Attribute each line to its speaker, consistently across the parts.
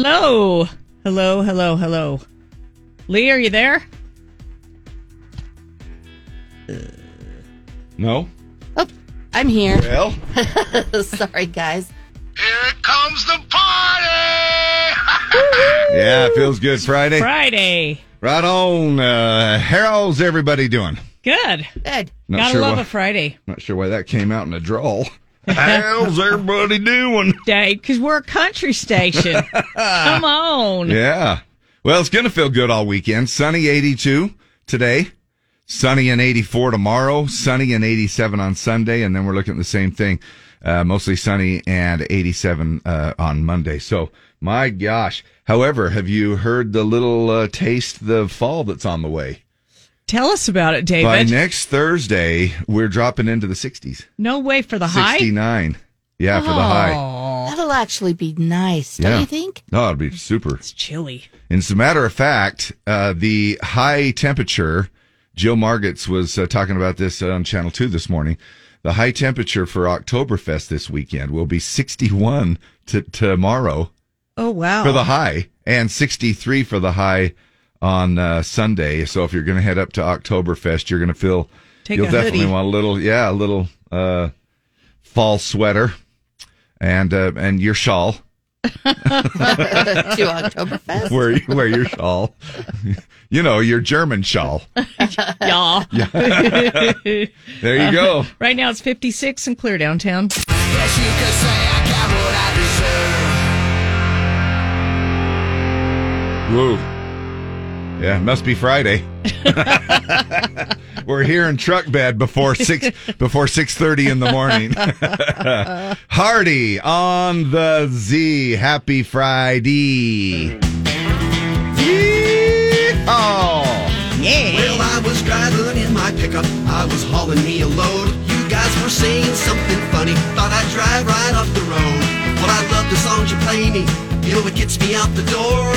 Speaker 1: Hello. Hello, hello, hello. Lee, are you there?
Speaker 2: No.
Speaker 3: Oh, I'm here.
Speaker 2: Well,
Speaker 3: Sorry, guys.
Speaker 4: Here comes the party!
Speaker 2: yeah, feels good Friday.
Speaker 1: Friday.
Speaker 2: Right on. Uh, how's everybody doing?
Speaker 1: Good.
Speaker 3: Good.
Speaker 2: Not
Speaker 1: Gotta
Speaker 2: sure
Speaker 1: love
Speaker 2: why,
Speaker 1: a Friday
Speaker 2: Not sure why that came out in a drawl. how's everybody doing?
Speaker 1: day because we're a country station. Come on.
Speaker 2: Yeah. Well, it's going to feel good all weekend. Sunny 82 today, sunny and 84 tomorrow, sunny and 87 on Sunday, and then we're looking at the same thing. Uh, mostly sunny and 87 uh, on Monday. So, my gosh. However, have you heard the little uh, taste the fall that's on the way?
Speaker 1: Tell us about it,
Speaker 2: By
Speaker 1: David.
Speaker 2: next Thursday, we're dropping into the 60s.
Speaker 1: no way for the high.
Speaker 2: 69. Yeah, for the high.
Speaker 1: Oh,
Speaker 3: That'll actually be nice, don't
Speaker 2: Yeah.
Speaker 3: you think?
Speaker 2: Oh, it'd be super.
Speaker 1: it's chilly.
Speaker 2: And as a matter of fact, uh, the high temperature, Jill Margitz was uh, talking about this on Channel 2 this morning. The high temperature for Oktoberfest this weekend will be 61 to tomorrow
Speaker 1: Oh wow.
Speaker 2: for the high and 63 for the high on uh, Sunday. So if you're going to head up to Oktoberfest, you're going to feel
Speaker 1: Take
Speaker 2: you'll
Speaker 1: a
Speaker 2: definitely
Speaker 1: hoodie.
Speaker 2: want a little yeah, a little uh, fall sweater and uh, and your shawl.
Speaker 3: to Oktoberfest.
Speaker 2: Wear wear your shawl. you know, your German shawl.
Speaker 1: y'all.
Speaker 2: There you go.
Speaker 1: Right now it's 56 and clear downtown.
Speaker 2: Woo. Yeah, must be Friday. We're here in truck bed before six before six thirty in the morning. Hardy on the Z. Happy Friday. Yeehaw.
Speaker 5: Well, I was driving in my pickup. I was hauling me a load. You guys were saying something funny. Thought I'd drive right off the road. Well, I love the songs you play me. You know it gets me out the door.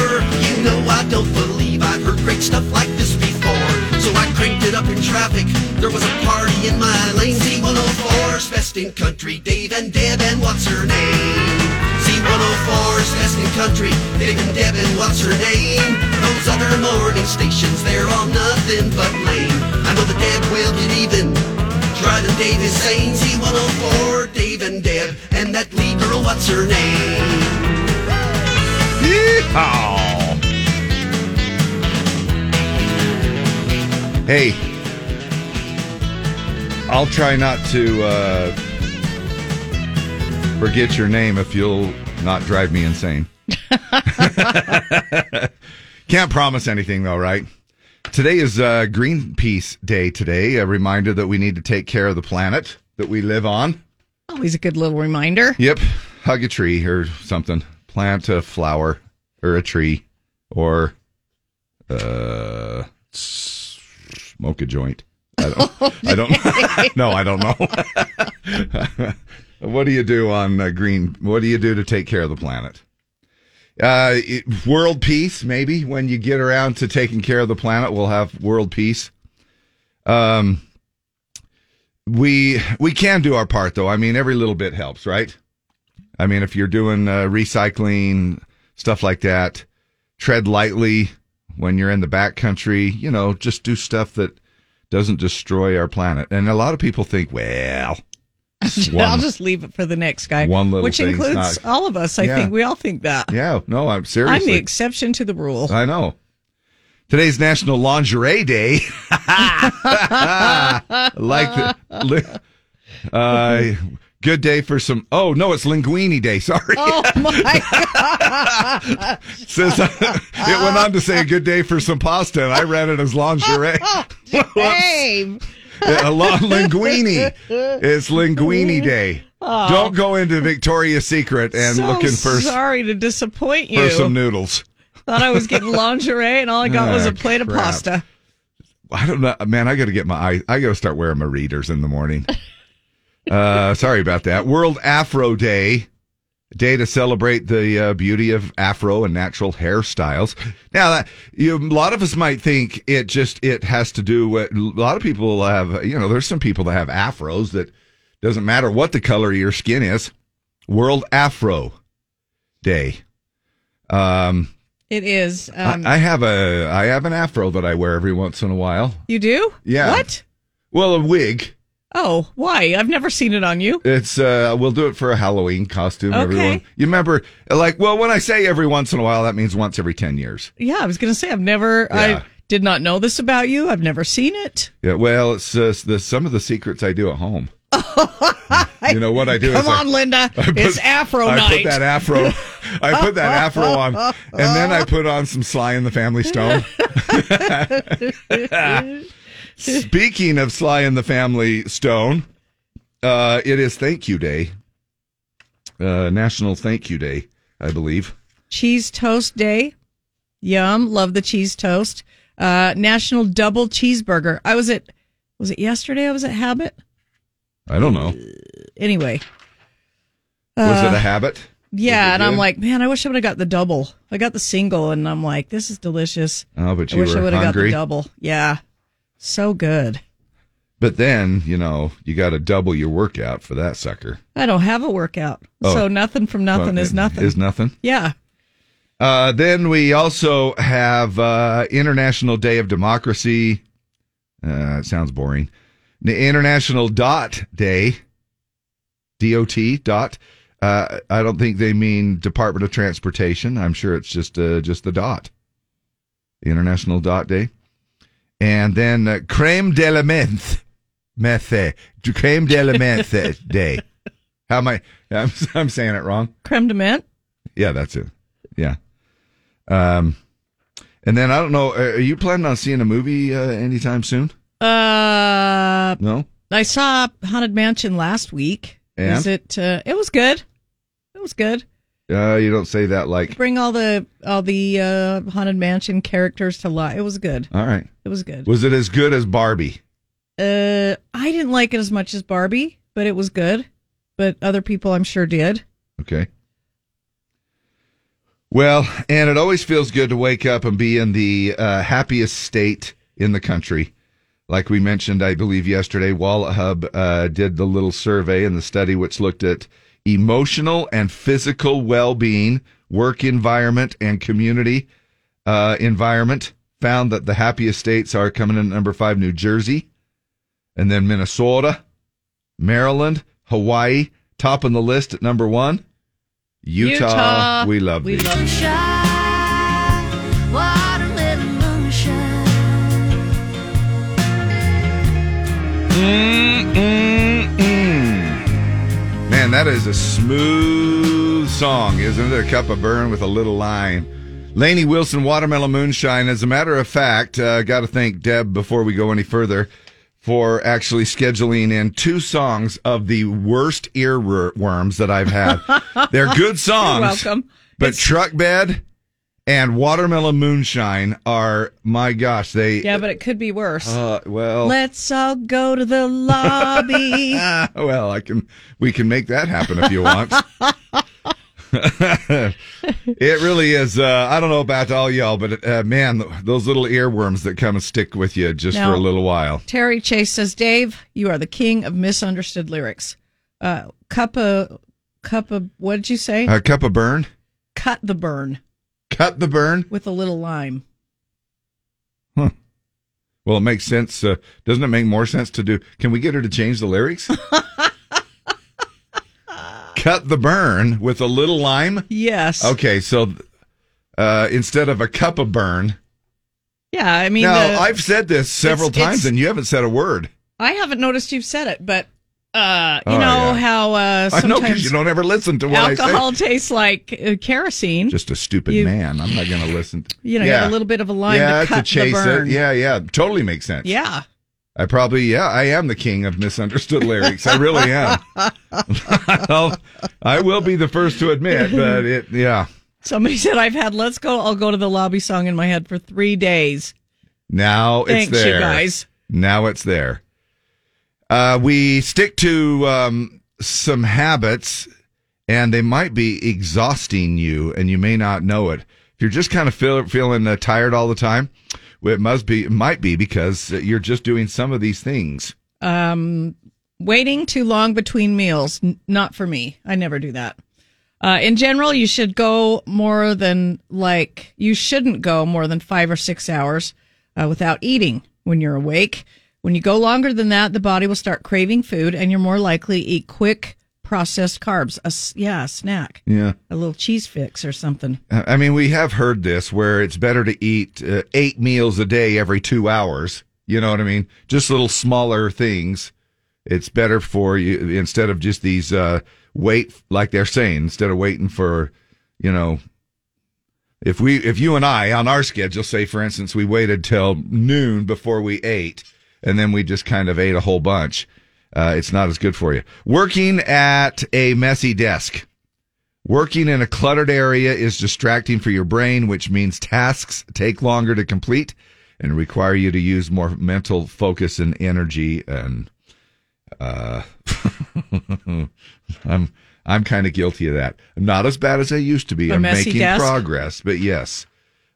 Speaker 5: You know I don't believe I've heard great stuff like this before. So I cranked it up in traffic. There was a party in my lane. Z104's Best in Country. Dave and Deb and what's her name? Z104's Best in Country, Dave and Deb and what's her name? Those other morning stations, they're all nothing but lame. I know the Deb will get even. Try the Dave is sane, Z104, Dave and Deb, and that lead girl, what's her name?
Speaker 2: Yeehaw. Hey, I'll try not to uh, forget your name if you'll not drive me insane. Can't promise anything though, right? Today is uh, Greenpeace Day. Today, a reminder that we need to take care of the planet that we live on.
Speaker 1: Always a good little reminder.
Speaker 2: Yep. Hug a tree or something. Plant a flower or a tree or uh s- smoke a joint. I don't I don't No, I don't know. what do you do on uh, green what do you do to take care of the planet? Uh it- world peace maybe when you get around to taking care of the planet we'll have world peace. Um we we can do our part though. I mean every little bit helps, right? I mean, if you're doing uh, recycling stuff like that, tread lightly when you're in the backcountry. You know, just do stuff that doesn't destroy our planet. And a lot of people think, well, it's
Speaker 1: I'll
Speaker 2: one-
Speaker 1: just leave it for the next guy.
Speaker 2: one little
Speaker 1: Which
Speaker 2: thing's
Speaker 1: includes
Speaker 2: not-
Speaker 1: all of us. I
Speaker 2: Yeah.
Speaker 1: think we all think that.
Speaker 2: yeah, no, I'm
Speaker 1: I'm the
Speaker 2: seriously.
Speaker 1: exception to the rule.
Speaker 2: I know. Today's National Lingerie Day. like the. Li- uh, Good day for some. Oh no, it's linguini day. Sorry.
Speaker 1: Oh.
Speaker 2: says it went on to say a good day for some pasta, and I read it as lingerie.
Speaker 1: Babe.
Speaker 2: a lo- linguini. It's linguini day. Don't go into Victoria's Secret and
Speaker 1: Oh. so
Speaker 2: looking for
Speaker 1: sorry to disappoint you.
Speaker 2: for some noodles.
Speaker 1: Thought I was getting lingerie, and all I got was
Speaker 2: Ah,
Speaker 1: a plate of
Speaker 2: crap.
Speaker 1: pasta.
Speaker 2: I don't know, man. I got to get my eye. I got to start wearing my readers in the morning. uh, sorry about that. World Afro Day, a day to celebrate the uh, beauty of Afro and natural hairstyles. Now, that, you, a lot of us might think it just it has to do with a lot of people have. You know, there's some people that have afros that doesn't matter what the color of your skin is. World Afro Day. Um,
Speaker 1: It is. Um,
Speaker 2: I, I have a I have an afro that I wear every once in a while.
Speaker 1: you do?
Speaker 2: Yeah.
Speaker 1: What?
Speaker 2: Well, a wig.
Speaker 1: Oh, why? I've never seen it on you.
Speaker 2: It's uh, we'll do it for a Halloween costume.
Speaker 1: Okay.
Speaker 2: Everyone, you remember? Like, well, when I say every once in a while, that means once every ten years.
Speaker 1: Yeah, I was going to say, I've never,
Speaker 2: Yeah.
Speaker 1: I did not know this about you. I've never seen it.
Speaker 2: Yeah. Well, it's uh, the, some of the secrets I do at home. you know what I do?
Speaker 1: Come
Speaker 2: is I-
Speaker 1: on, Linda.
Speaker 2: I put-
Speaker 1: it's Afro
Speaker 2: I
Speaker 1: night.
Speaker 2: put that afro. I put that afro on, and then I put on some Sly and the Family Stone. Speaking of Sly and the Family Stone, uh, it is Thank You Day, uh, National Thank You Day, I believe.
Speaker 1: cheese Toast Day. Yum. Love the cheese toast. Uh, National Double Cheeseburger. I was at, was it yesterday? I was at Habit.
Speaker 2: I don't know.
Speaker 1: Anyway.
Speaker 2: Was it
Speaker 1: Uh,
Speaker 2: a habit? Was
Speaker 1: Yeah,
Speaker 2: it
Speaker 1: and I'm
Speaker 2: good?
Speaker 1: like, man, I wish I would have got the double. I got the single, and I'm like, this is delicious.
Speaker 2: Oh, but
Speaker 1: I
Speaker 2: you
Speaker 1: wish I
Speaker 2: were
Speaker 1: would have got the
Speaker 2: hungry.
Speaker 1: double. Yeah, so good.
Speaker 2: But then you know you got to double your workout for that sucker.
Speaker 1: I don't have a workout,
Speaker 2: Oh.
Speaker 1: so nothing from nothing
Speaker 2: Well,
Speaker 1: is nothing.
Speaker 2: Is nothing.
Speaker 1: yeah,
Speaker 2: Uh, then we also have uh, International Day of Democracy. Uh, it sounds boring. The International Dot Day. DOT dot. Uh, I don't think they mean Department of Transportation. I'm sure it's just uh, just the dot. International Dot Day, and then uh, Creme de la Menthe, Menthe, Creme de la Menthe Day. How am I? I'm, I'm saying it wrong.
Speaker 1: creme de menthe.
Speaker 2: Yeah, that's it. Yeah. Um, and then I don't know. Are are you planning on seeing a movie uh, anytime soon?
Speaker 1: Uh,
Speaker 2: No.
Speaker 1: I saw Haunted Mansion last week.
Speaker 2: And?
Speaker 1: Is it? Uh, it was good. It was good.
Speaker 2: Uh, you don't say that like.
Speaker 1: Bring all the all the uh, Haunted Mansion characters to life. It was good.
Speaker 2: All right.
Speaker 1: It was good.
Speaker 2: Was it as good as Barbie?
Speaker 1: Uh, I didn't like it as much as Barbie, but it was good. But other people, I'm sure, did.
Speaker 2: Okay. Well, and it always feels good to wake up and be in the uh, happiest state in the country. Like we mentioned, I believe yesterday, Wallet Hub uh, did the little survey and the study which looked at emotional and physical well being, work environment, and community uh, environment. Found that the happiest states are coming in at number five, New Jersey, and then Minnesota, Maryland, Hawaii, top on the list at number one. Utah,
Speaker 1: Utah.
Speaker 2: we love
Speaker 1: We
Speaker 2: these.
Speaker 1: love
Speaker 6: Moonshine, watermelon moonshine.
Speaker 2: Mm-mm-mm. Man, that is a smooth song, isn't it? A cup of burn with a little lime. Laney Wilson, Watermelon Moonshine. As a matter of fact, uh, got to thank Deb before we go any further for actually scheduling in two songs of the worst earworms that I've had. They're good songs.
Speaker 1: welcome.
Speaker 2: But Truck Bed and Watermelon Moonshine are, my gosh, they.
Speaker 1: Yeah, but it could be worse.
Speaker 2: Uh, well.
Speaker 1: Let's all go to the lobby.
Speaker 2: Ah, well, I can. We can make that happen if you want. it really is. Uh, I don't know about all y'all, but uh, man, those little earworms that come and stick with you just
Speaker 1: No.
Speaker 2: for a little while.
Speaker 1: Terry Chase says, Dave, you are the king of misunderstood lyrics. Uh, cup of, cup of, what did you say?
Speaker 2: A cup of burn,
Speaker 1: Cut the burn
Speaker 2: cut the burn.
Speaker 1: with a little lime.
Speaker 2: Well, it makes sense. Uh, doesn't it make more sense to do? Can we get her to change the lyrics? cut the burn with a little lime.
Speaker 1: Yes.
Speaker 2: Okay, so uh, instead of a cup of burn.
Speaker 1: Yeah, I mean,
Speaker 2: Now,
Speaker 1: the-
Speaker 2: I've said this several
Speaker 1: it's-
Speaker 2: times,
Speaker 1: it's-
Speaker 2: and you haven't said a word.
Speaker 1: I haven't noticed you've said it, but uh, you
Speaker 2: Oh,
Speaker 1: know
Speaker 2: yeah.
Speaker 1: how uh,
Speaker 2: I know because
Speaker 1: sometimes
Speaker 2: you don't ever listen to what I
Speaker 1: alcohol tastes like uh, kerosene.
Speaker 2: say. Just a stupid
Speaker 1: You-
Speaker 2: man. I'm not going to listen. To,
Speaker 1: you know, you have a little bit of a lime
Speaker 2: yeah,
Speaker 1: to cut
Speaker 2: chase
Speaker 1: the burn.
Speaker 2: it. Yeah, yeah, totally makes sense.
Speaker 1: Yeah.
Speaker 2: I probably yeah, I am the king of misunderstood lyrics. I really am. well, I will be the first to admit, but it yeah.
Speaker 1: Somebody said I've had "Let's Go." I'll go to the lobby song in my head for three days.
Speaker 2: Now
Speaker 1: Thanks,
Speaker 2: it's there.
Speaker 1: you guys.
Speaker 2: Now it's there. Uh, we stick to um, some habits, and they might be exhausting you, and you may not know it. If you're just kind of feel, feeling uh, tired all the time, well, it must be it might be because you're just doing some of these things.
Speaker 1: Um, waiting too long between meals, N- not for me. I never do that. Uh, in general, you should go more than like you shouldn't go more than five or six hours uh, without eating when you're awake. When you go longer than that, the body will start craving food, and you're more likely to eat quick processed carbs. A s yeah, a snack,
Speaker 2: Yeah.
Speaker 1: a little cheese fix or something.
Speaker 2: I mean, we have heard this where it's better to eat uh, eight meals a day every two hours. You know what I mean? Just little smaller things. It's better for you instead of just these uh, wait, like they're saying, instead of waiting for, you know, if we, if you and I on our schedule, say for instance, we waited till noon before we ate, and then we just kind of ate a whole bunch. Uh, it's not as good for you. Working at a messy desk. Working in a cluttered area is distracting for your brain, which means tasks take longer to complete and require you to use more mental focus and energy. And uh, I'm I'm kind of guilty of that. I'm not as bad as I used to be.
Speaker 1: A
Speaker 2: I'm
Speaker 1: messy
Speaker 2: making
Speaker 1: desk?
Speaker 2: progress, but yes,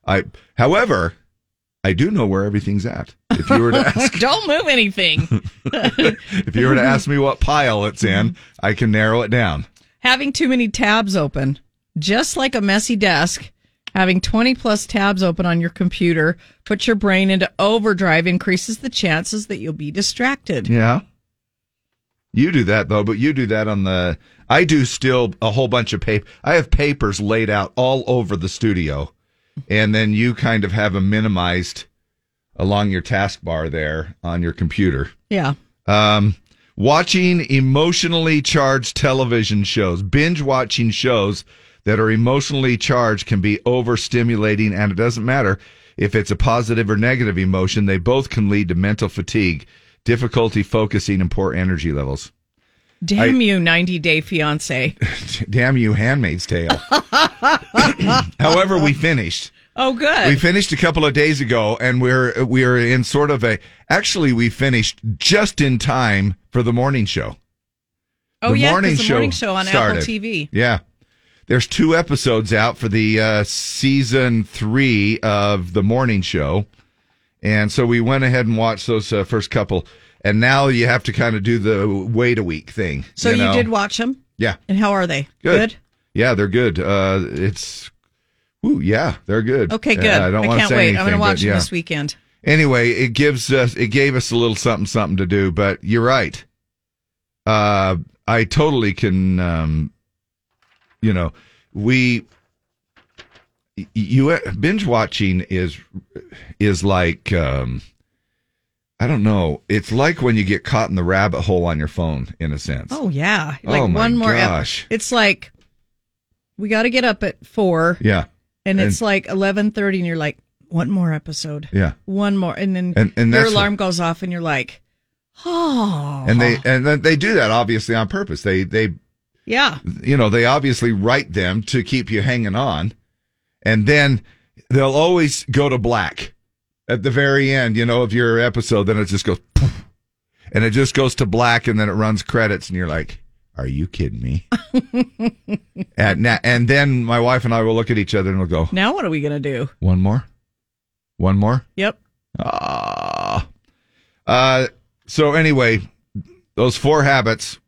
Speaker 2: I. However, I do know where everything's at. If you were to ask
Speaker 1: Don't move anything.
Speaker 2: if you were to ask me what pile it's in, I can narrow it down.
Speaker 1: having too many tabs open, just like a messy desk, having 20 plus tabs open on your computer puts your brain into overdrive, increases the chances that you'll be distracted.
Speaker 2: Yeah. You do that though, but you do that on the. I do still a whole bunch of paper. I have papers laid out all over the studio, and then you kind of have them minimized along your taskbar there on your computer.
Speaker 1: Yeah.
Speaker 2: Um, watching emotionally charged television shows, binge watching shows that are emotionally charged can be overstimulating, and it doesn't matter if it's a positive or negative emotion, they both can lead to mental fatigue, difficulty focusing, and poor energy levels.
Speaker 1: Damn you, 90 Day Fiance.
Speaker 2: Damn you, Handmaid's Tale. However, we finished.
Speaker 1: Oh, good.
Speaker 2: We finished a couple of days ago, and we're we are in sort of a. Actually, we finished just in time for the morning show.
Speaker 1: oh,
Speaker 2: the
Speaker 1: yeah, 'cause
Speaker 2: morning
Speaker 1: the
Speaker 2: show
Speaker 1: morning show on
Speaker 2: started.
Speaker 1: Apple TV.
Speaker 2: Yeah. There's two episodes out for the uh, season three of the morning show. And so we went ahead and watched those uh, first couple. And now you have to kind of do the wait a week thing.
Speaker 1: So you,
Speaker 2: know?
Speaker 1: did watch them?
Speaker 2: Yeah.
Speaker 1: And how are they?
Speaker 2: Good. Yeah, they're good. Uh, it's, ooh, yeah, they're good.
Speaker 1: Okay,
Speaker 2: Uh,
Speaker 1: good.
Speaker 2: I don't want to
Speaker 1: can't
Speaker 2: say
Speaker 1: wait.
Speaker 2: anything.
Speaker 1: I'm going to
Speaker 2: but
Speaker 1: watch them
Speaker 2: yeah.
Speaker 1: this weekend.
Speaker 2: Anyway, it gives us it gave us a little something something to do, but you're right. Uh I totally can um you know, we y- you binge watching is is like um I don't know. It's like when you get caught in the rabbit hole on your phone in a sense.
Speaker 1: Oh, yeah. Like
Speaker 2: Oh, my
Speaker 1: one more ep-
Speaker 2: gosh.
Speaker 1: It's like, we got to get up at four.
Speaker 2: Yeah.
Speaker 1: and it's
Speaker 2: And-
Speaker 1: like 11:30 and you're like one more episode
Speaker 2: Yeah.
Speaker 1: one more and then
Speaker 2: And- and
Speaker 1: your
Speaker 2: that's
Speaker 1: alarm goes off and you're like oh
Speaker 2: And they and then they do that obviously on purpose. They they
Speaker 1: yeah
Speaker 2: you know, they obviously write them to keep you hanging on. And then they'll always go to black at the very end, you know, of your episode. Then it just goes, poof. and it just goes to black and then it runs credits. And you're like, are you kidding me? and, na- and then my wife and I will look at each other and we'll go,
Speaker 1: now what are we gonna do
Speaker 2: one more, one more.
Speaker 1: yep
Speaker 2: Ah. Uh, so anyway, those four habits: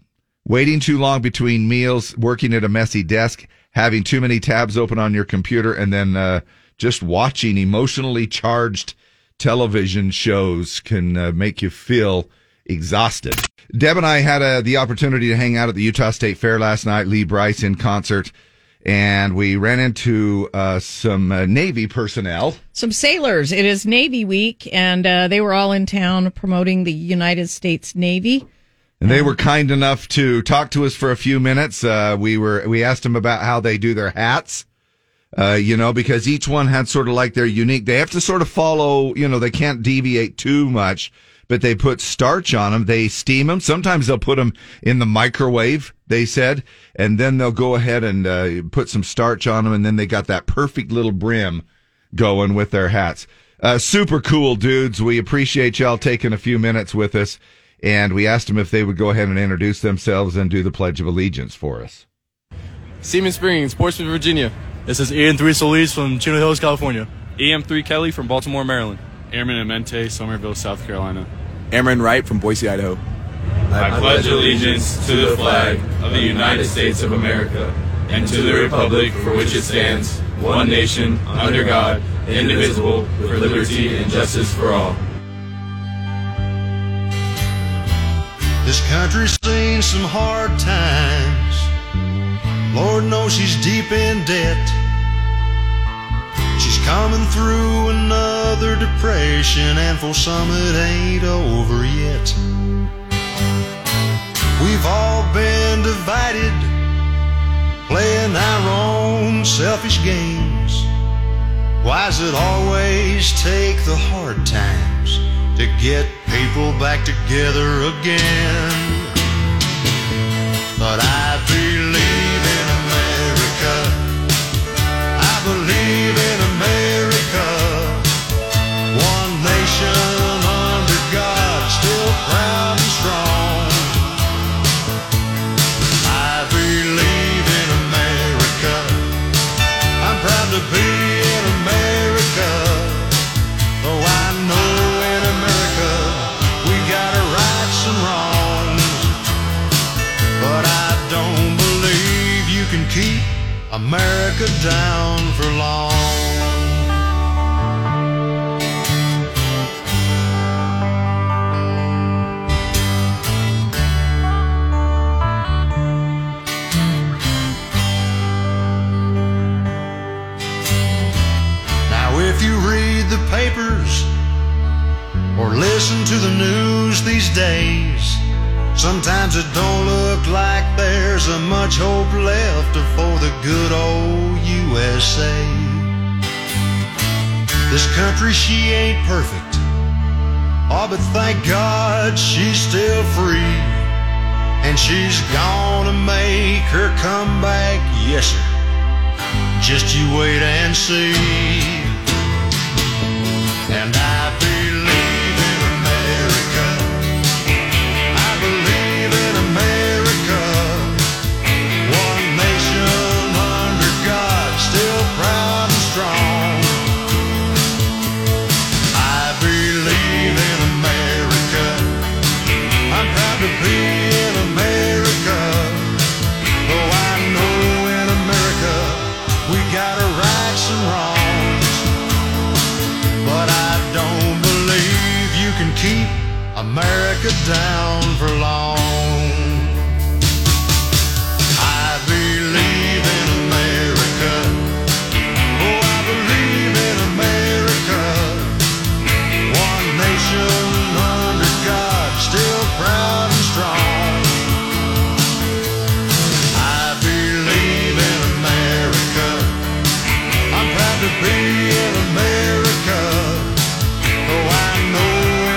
Speaker 2: waiting too long between meals, working at a messy desk, having too many tabs open on your computer, and then uh, just watching emotionally charged television shows can uh, make you feel exhausted. Deb and I had uh, the opportunity to hang out at the Utah State Fair last night. Lee Bryce in concert. And we ran into uh, some uh, Navy personnel.
Speaker 1: some sailors it is navy week and uh, they were all in town promoting the united states navy
Speaker 2: And they were kind enough to talk to us for a few minutes. Uh, we were we asked them about how they do their hats. Uh, you know, because each one had sort of like their unique. They have to sort of follow. You know, they can't deviate too much. But they put starch on them. They steam them. Sometimes they'll put them in the microwave. They said, and then they'll go ahead and uh, put some starch on them, and then they got that perfect little brim going with their hats. Uh, super cool dudes. We appreciate y'all taking a few minutes with us. And we asked them if they would go ahead and introduce themselves and do the Pledge of Allegiance for us.
Speaker 7: Seaman Springs, Portsmouth, Virginia.
Speaker 8: This is Ian Three Solis from Chino Hills, California.
Speaker 7: EM3 E Kelly from Baltimore, Maryland. Airman Amente, Somerville, South Carolina.
Speaker 9: Cameron Wright from Boise, Idaho.
Speaker 10: I pledge allegiance to the flag of the United States of America
Speaker 9: and to the republic for which it stands, one nation, under God, indivisible, with liberty and justice for all.
Speaker 10: This country's seen some hard times. Lord knows she's deep in debt. She's coming through another depression, and for some it ain't over yet. We've all been divided, playing our own selfish games. Why's it always take the hard times to get people back together again? But I believe in America. I believe in America. One nation under God, still proud and strong. I believe in America. I'm proud to be in America. Though I know in America we got our rights and wrongs. But I don't believe you can keep America down for long. Now, if you read the papers or listen to the news these days, sometimes it don't look like there's a much hope left for the good old USA. This country, she ain't perfect. Oh, but thank God she's still free. And she's gonna make her comeback, yes, sir. Just you wait and see. And I believe in America. I believe in America. One nation under God, still proud and strong. I believe in America. I'm proud to be in America. Though Oh, I know in America. We got our rights and wrongs, but I don't believe you can keep America down for long. I believe in America. Oh, I believe in America. One nation under God, still proud and strong. I believe in America. I'm proud to be in America. Oh, I know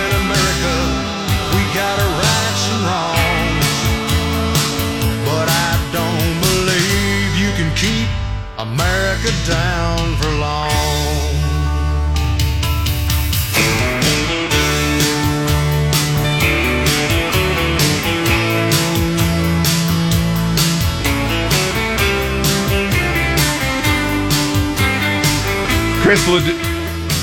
Speaker 10: in America we got our rights and wrongs. But I don't believe you can keep America down for long.
Speaker 2: Chris Ledoux,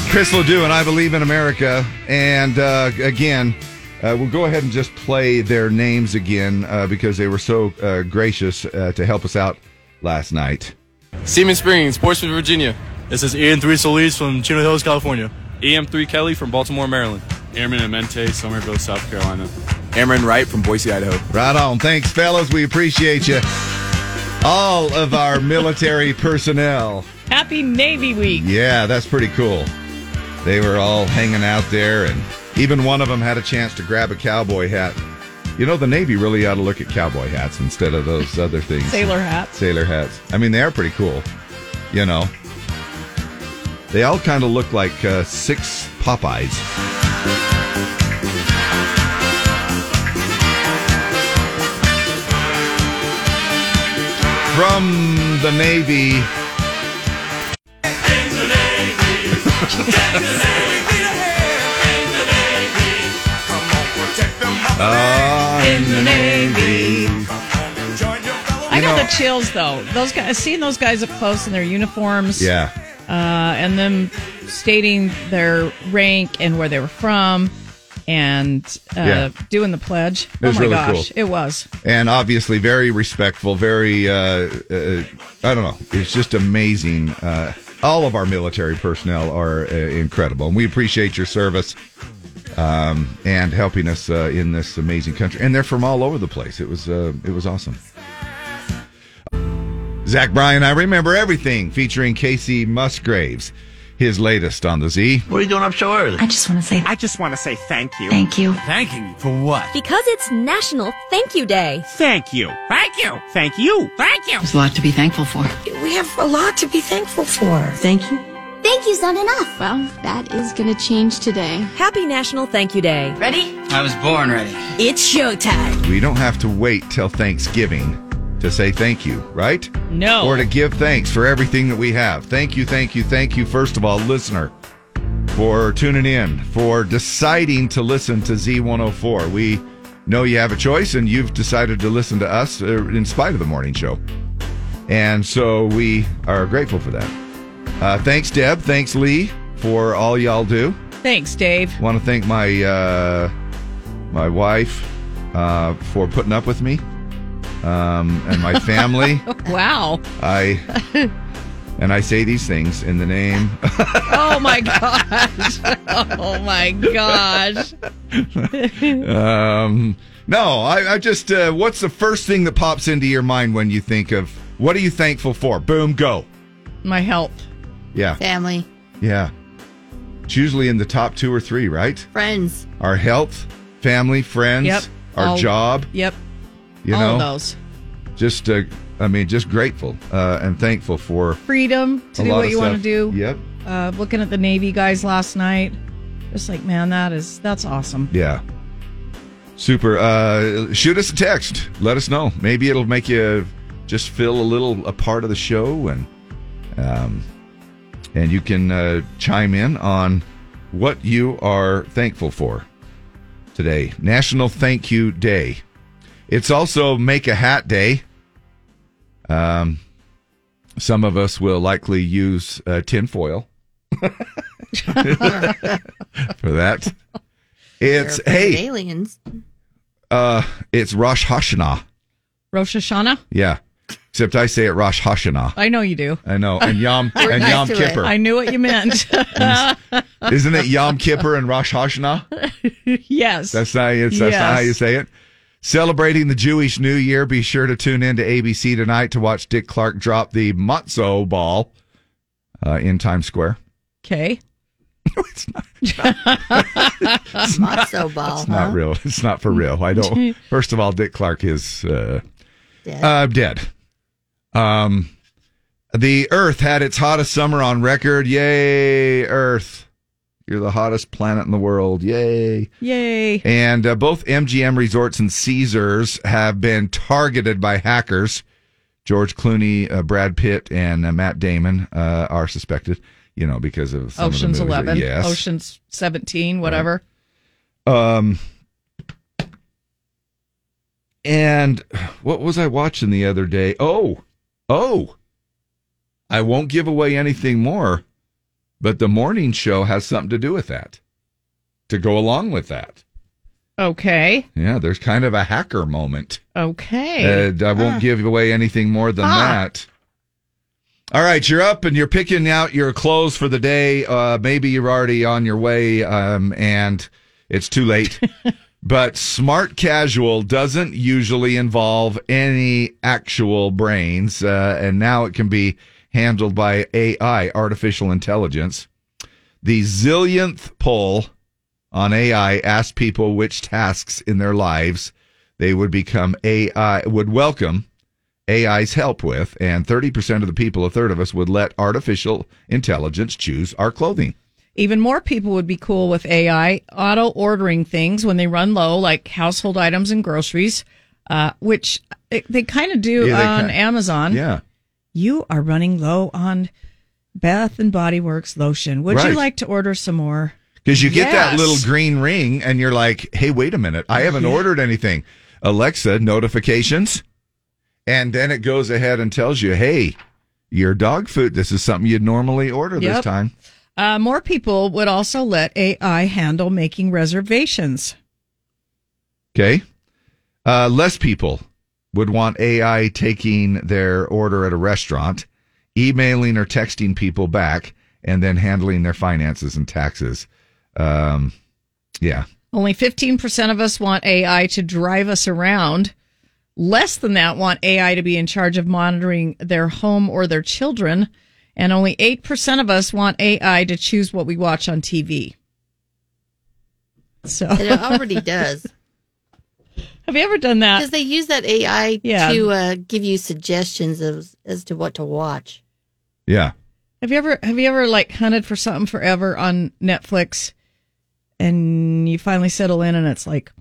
Speaker 2: Chris Ledoux and I Believe in America. And uh, again, uh, we'll go ahead and just play their names again uh, because they were so uh, gracious uh, to help us out last night.
Speaker 7: Seaman Springs, Portsmouth, Virginia.
Speaker 8: This is Ian Three Solis from Chino Hills, California.
Speaker 7: EM3 E Kelly from Baltimore, Maryland. Airman Amente, Somerville, South Carolina.
Speaker 11: Cameron Wright from Boise, Idaho.
Speaker 2: Right on. Thanks, fellas. We appreciate you. All of our military personnel.
Speaker 1: Happy Navy Week.
Speaker 2: Yeah, that's pretty cool. They were all hanging out there, and even one of them had a chance to grab a cowboy hat. You know, the Navy really ought to look at cowboy hats instead of those other things.
Speaker 1: Sailor hats.
Speaker 2: Sailor hats. I mean, they are pretty cool. You know, they all kind of look like uh, six Popeyes. From the Navy. Uh, in the Navy.
Speaker 1: I got the chills though. Those guys, seeing those guys up close in their uniforms.
Speaker 2: Yeah.
Speaker 1: Uh, and them stating their rank and where they were from. and uh,
Speaker 2: Yeah.
Speaker 1: doing the pledge.
Speaker 2: It was
Speaker 1: oh my
Speaker 2: really
Speaker 1: gosh, it
Speaker 2: cool.
Speaker 1: was.
Speaker 2: and obviously very respectful very uh, uh i don't know it's just amazing uh all of our military personnel are uh, incredible and we appreciate your service um and helping us uh, in this amazing country and they're from all over the place it was uh, it was awesome Zach Bryan, I remember everything, featuring Casey Musgraves, his latest on the Z. What are you doing up so early?
Speaker 12: I just want to say.
Speaker 13: I just want to say thank you.
Speaker 12: Thank you.
Speaker 13: Thanking you for what?
Speaker 12: Because it's National Thank You Day.
Speaker 13: Thank you. Thank you. Thank you. Thank you.
Speaker 12: There's a lot to be thankful for.
Speaker 14: We have a lot to be thankful for. Thank you.
Speaker 12: Thank you's not enough. Well, that is going to change today. Happy National Thank You Day. Ready?
Speaker 2: I was born ready.
Speaker 12: It's showtime.
Speaker 2: We don't have to wait till Thanksgiving to say thank you, right?
Speaker 1: No.
Speaker 2: Or to give thanks for everything that we have. Thank you, thank you, thank you, first of all, listener, for tuning in, for deciding to listen to Z104. We know you have a choice and you've decided to listen to us uh, in spite of the morning show. And so we are grateful for that. Uh, thanks, Deb. Thanks, Lee, for all y'all do.
Speaker 1: Thanks, Dave.
Speaker 2: Want to thank my uh, my wife uh, for putting up with me, um, and my family.
Speaker 1: wow.
Speaker 2: I and I say these things in the name.
Speaker 1: Oh my gosh. Oh my gosh.
Speaker 2: um, no, I, I just. Uh, what's the first thing that pops into your mind when you think of what are you thankful for? Boom, go.
Speaker 1: My help.
Speaker 2: Yeah,
Speaker 3: Family,
Speaker 2: yeah. It's usually in the top two or three, right?
Speaker 3: friends.
Speaker 2: Our health, family, friends,
Speaker 3: Yep.
Speaker 2: our
Speaker 3: All-
Speaker 2: job.
Speaker 1: Yep.
Speaker 2: You
Speaker 1: All
Speaker 2: know,
Speaker 1: of those.
Speaker 2: just uh, I mean, just grateful uh, and thankful for
Speaker 1: Freedom to
Speaker 2: a
Speaker 1: do
Speaker 2: lot
Speaker 1: what
Speaker 2: of
Speaker 1: you want to do.
Speaker 2: stuff. Yep.
Speaker 1: Uh, looking at the Navy guys last night, just like man, that is that's awesome.
Speaker 2: Yeah. Super. Uh, shoot us a text. Let us know. Maybe it'll make you just feel a little a part of the show, and um, and you can uh, chime in on what you are thankful for today. National Thank You Day. It's also Make a Hat Day. Um, some of us will likely use uh, tinfoil for that. It's
Speaker 3: They're afraid of
Speaker 2: hey,
Speaker 3: aliens.
Speaker 2: uh, it's Rosh Hashanah.
Speaker 1: Rosh Hashanah.
Speaker 2: Yeah, except I say it Rosh Hashanah.
Speaker 1: I know you do.
Speaker 2: I know, and Yom and Yom Kippur.
Speaker 1: I knew what you meant.
Speaker 2: Isn't it Yom Kippur and Rosh Hashanah?
Speaker 1: yes.
Speaker 2: That's not, it's, that's not how
Speaker 1: Yes.
Speaker 2: you say it. Celebrating the Jewish New Year, be sure to tune in to ABC tonight to watch Dick Clark drop the matzo ball uh, in Times Square.
Speaker 1: Okay.
Speaker 3: Matzo ball.
Speaker 2: It's not real. It's not for real. I don't. First of all, Dick Clark is uh,
Speaker 3: dead.
Speaker 2: Uh, dead. Um, the Earth had its hottest summer on record. Yay, Earth! You're the hottest planet in the world. Yay!
Speaker 1: Yay.
Speaker 2: And uh, both MGM Resorts and Caesars have been targeted by hackers. George Clooney, uh, Brad Pitt, and uh, Matt Damon uh, are suspected. You know because of some of the
Speaker 1: Ocean's
Speaker 2: movies.
Speaker 1: Eleven.
Speaker 2: Yes.
Speaker 1: Ocean's Seventeen. Whatever.
Speaker 2: Um, and what was I watching the other day? Oh, oh, I won't give away anything more, but the morning show has something to do with that, to go along with that.
Speaker 1: Okay.
Speaker 2: Yeah, there's kind of a hacker moment.
Speaker 1: Okay.
Speaker 2: And I won't
Speaker 1: Ah.
Speaker 2: give away anything more than
Speaker 1: Ah.
Speaker 2: that. All right, you're up and you're picking out your clothes for the day. Uh, maybe you're already on your way um, and it's too late. but smart casual doesn't usually involve any actual brains. Uh, and now it can be handled by AI, artificial intelligence. The zillionth poll on AI asked people which tasks in their lives they would become AI would welcome AI's help with, and 30% of the people, a third of us, would let artificial intelligence choose our clothing.
Speaker 1: Even more people would be cool with AI auto ordering things when they run low, like household items and groceries, uh, which they, they kind of do
Speaker 2: Yeah, they
Speaker 1: on
Speaker 2: ki-
Speaker 1: Amazon.
Speaker 2: Yeah.
Speaker 1: You are running low on Bath and Body Works lotion. Would you
Speaker 2: Right.
Speaker 1: like to order some more?
Speaker 2: Because you get that
Speaker 1: Yes.
Speaker 2: little green ring and you're like, hey, wait a minute. I haven't
Speaker 1: Yeah.
Speaker 2: ordered anything. Alexa, notifications. And then it goes ahead and tells you, hey, your dog food, this is something you'd normally order
Speaker 1: Yep.
Speaker 2: this time.
Speaker 1: Uh, more people would also let AI handle making reservations.
Speaker 2: Okay. Uh, less people would want AI taking their order at a restaurant, emailing or texting people back, and then handling their finances and taxes. Um, yeah.
Speaker 1: Only 15% of us want AI to drive us around. Less than that want AI to be in charge of monitoring their home or their children. And only 8% of us want AI to choose what we watch on TV. So
Speaker 3: It already does.
Speaker 1: Have you ever done that?
Speaker 3: Because they use that AI
Speaker 1: Yeah.
Speaker 3: to uh, give you suggestions as, as to what to watch.
Speaker 2: Yeah.
Speaker 1: Have you ever have you ever like hunted for something forever on Netflix and you finally settle in and it's like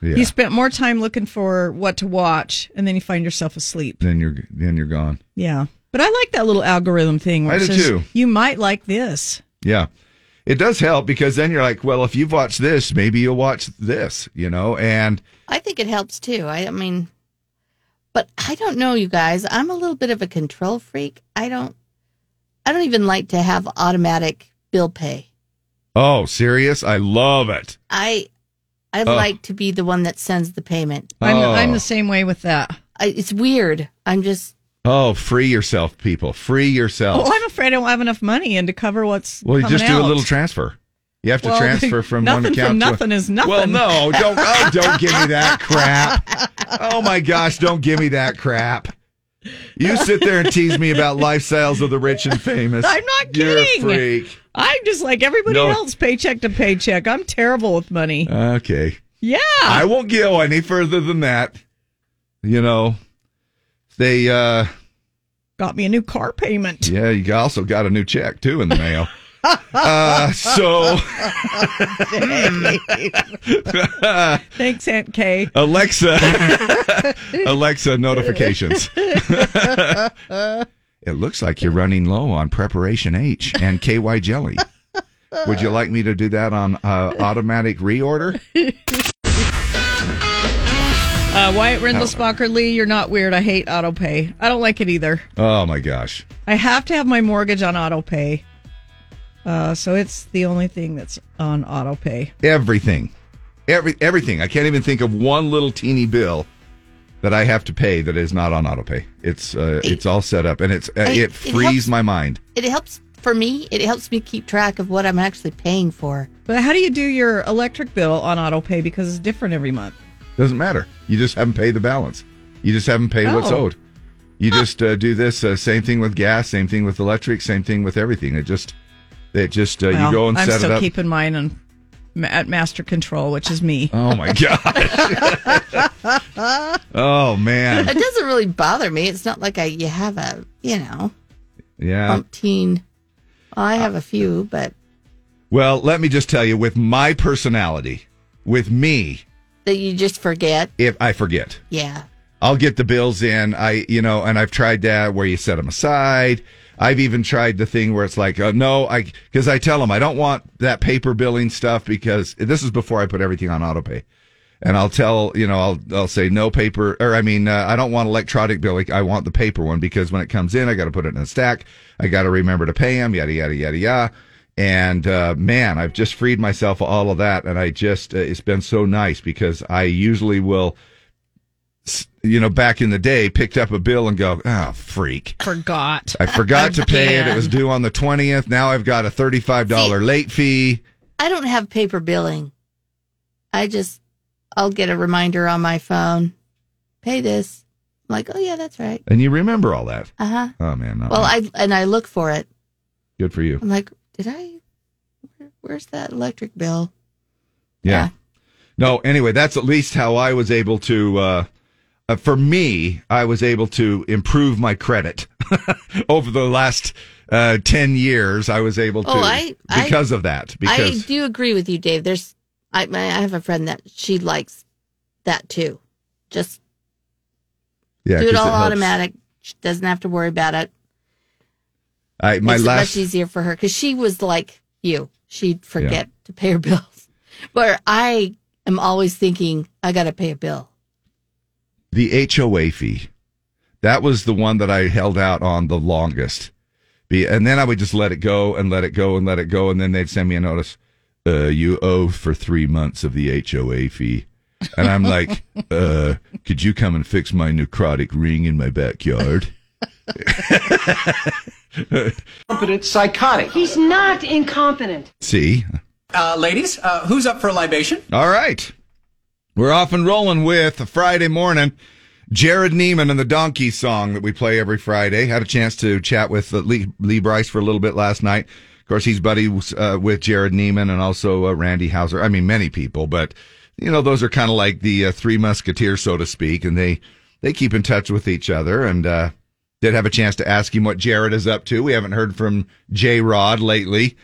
Speaker 2: Yeah.
Speaker 1: you spent more time looking for what to watch and then you find yourself asleep.
Speaker 2: then you're then you're gone.
Speaker 1: Yeah. But I like that little algorithm thing where
Speaker 2: I
Speaker 1: it
Speaker 2: do
Speaker 1: says,
Speaker 2: too.
Speaker 1: you might like this.
Speaker 2: Yeah. It does help because then you're like, well, if you've watched this, maybe you'll watch this, you know? And
Speaker 3: I think it helps too. I, I mean, but I don't know, you guys. I'm a little bit of a control freak. I don't, I don't even like to have automatic bill pay.
Speaker 2: oh, serious? I love it.
Speaker 3: I, I
Speaker 2: Oh.
Speaker 3: like to be the one that sends the payment.
Speaker 2: I'm- I'm the Oh.
Speaker 1: same way with that.
Speaker 3: I, it's weird. I'm just.
Speaker 2: Oh, free yourself, people. Free yourself.
Speaker 1: Oh, I'm afraid I don't have enough money in to cover what's
Speaker 2: well, you
Speaker 1: coming
Speaker 2: just do a
Speaker 1: out.
Speaker 2: little transfer. You have to
Speaker 1: Well,
Speaker 2: transfer from one
Speaker 1: nothing
Speaker 2: account
Speaker 1: from
Speaker 2: to a-
Speaker 1: nothing is nothing.
Speaker 2: Well, no, don't oh, don't give me that crap. Oh my gosh, don't give me that crap. You sit there and tease me about lifestyles of the rich and famous.
Speaker 1: I'm not
Speaker 2: You're a
Speaker 1: kidding.
Speaker 2: freak.
Speaker 1: I'm just like everybody
Speaker 2: No.
Speaker 1: else, paycheck to paycheck. I'm terrible with money.
Speaker 2: Okay.
Speaker 1: Yeah.
Speaker 2: I won't go any further than that. You know, they, uh,
Speaker 1: Got me a new car payment.
Speaker 2: yeah, you also got a new check too in the mail. Uh, so-
Speaker 1: Thanks, Aunt Kay.
Speaker 2: Alexa, Alexa notifications. It looks like you're running low on preparation H and KY jelly. Would you like me to do that on uh, automatic reorder?
Speaker 1: Uh, Wyatt Rindelsbacher Lee, you're not weird. I hate auto pay. I don't like it either.
Speaker 2: Oh my gosh.
Speaker 1: I have to have my mortgage on auto pay. Uh, so it's the only thing that's on auto pay.
Speaker 2: everything every everything i can't even think of one little teeny bill that i have to pay that is not on auto pay it's uh, it's all set up and it's uh,
Speaker 3: It-
Speaker 2: it
Speaker 3: it
Speaker 2: frees
Speaker 3: helps-
Speaker 2: my mind
Speaker 3: It helps for me. It helps me keep track of what I'm actually paying for.
Speaker 1: But how do you do your electric bill on auto pay because it's different every month?
Speaker 2: doesn't matter you just haven't paid the balance you just haven't paid what's
Speaker 1: Oh.
Speaker 2: owed you just uh, do this uh, same thing with gas same thing with electric same thing with everything it just it just uh,
Speaker 1: Well,
Speaker 2: you go and
Speaker 1: I'm
Speaker 2: set
Speaker 1: still
Speaker 2: it up
Speaker 1: keeping mine on, ma- at master control, which is me.
Speaker 2: oh my god oh man
Speaker 3: it doesn't really bother me. It's not like I you have a you know
Speaker 2: yeah
Speaker 1: Um,
Speaker 3: umpteen. Well, I have a few, but
Speaker 2: well let me just tell you with my personality with me
Speaker 3: that you just forget.
Speaker 2: if i forget
Speaker 3: Yeah.
Speaker 2: I'll get the bills in. I, you know, and I've tried that where you set them aside. I've even tried the thing where it's like, uh, no, I, cause I tell them I don't want that paper billing stuff because this is before I put everything on autopay. And I'll tell, you know, I'll, I'll say no paper, or I mean, uh, I don't want electronic billing. I want the paper one because when it comes in, I got to put it in a stack. I got to remember to pay them, yada, yada, yada, yada. And, uh, man, I've just freed myself of all of that. And I just, uh, it's been so nice because I usually will, s- you know, back in the day, picked up a bill and go, oh, freak.
Speaker 1: Forgot.
Speaker 2: I forgot to pay it. It was due on the 20th. Now I've got a $35 late fee.
Speaker 3: I don't have paper billing. I just I'll get a reminder on my phone. Pay this. I'm like, oh yeah, that's right.
Speaker 2: And you remember all that.
Speaker 3: Uh huh.
Speaker 2: Oh, man. not
Speaker 3: Well,
Speaker 2: me.
Speaker 3: I and I look for it.
Speaker 2: Good for you.
Speaker 3: I'm like, did I? Where, where's that electric bill?
Speaker 2: Yeah. No, anyway, that's at least how I was able to, uh, uh, for me, I was able to improve my credit over the last uh, 10 years. I was able to,
Speaker 3: Oh, I- I-
Speaker 2: because of that.
Speaker 3: I
Speaker 2: Because,
Speaker 3: do agree with you, Dave. There's, I, I have a friend that she likes that too. Just
Speaker 2: yeah,
Speaker 3: do
Speaker 2: 'cause
Speaker 3: it all
Speaker 2: helps.
Speaker 3: automatic. She doesn't have to worry about it.
Speaker 2: I, my
Speaker 3: Makes
Speaker 2: last,
Speaker 3: it much easier for her because she was like you. She'd forget to pay her bills. Where I am always thinking, I got to pay a bill.
Speaker 2: the HOA fee. That was the one that I held out on the longest be, and then I would just let it go and let it go and let it go, and then they'd send me a notice. Uh, you owe for three months of the HOA fee, and I'm like, uh, could you come and fix my necrotic ring in my backyard?
Speaker 15: Incompetent psychotic. He's not incompetent.
Speaker 2: See,
Speaker 15: Uh, ladies, uh, who's up for a libation?
Speaker 2: All right. We're off and rolling with Friday morning. Jared Neiman and the Donkey song that we play every Friday. Had a chance to chat with uh, Lee, Lee Bryce for a little bit last night. Of course, he's buddies uh, with Jared Neiman and also uh, Randy Hauser. I mean, many people, but you know, those are kind of like the uh, three musketeers, so to speak, and they they keep in touch with each other. And uh, did have a chance to ask him what Jared is up to. We haven't heard from J Rod lately,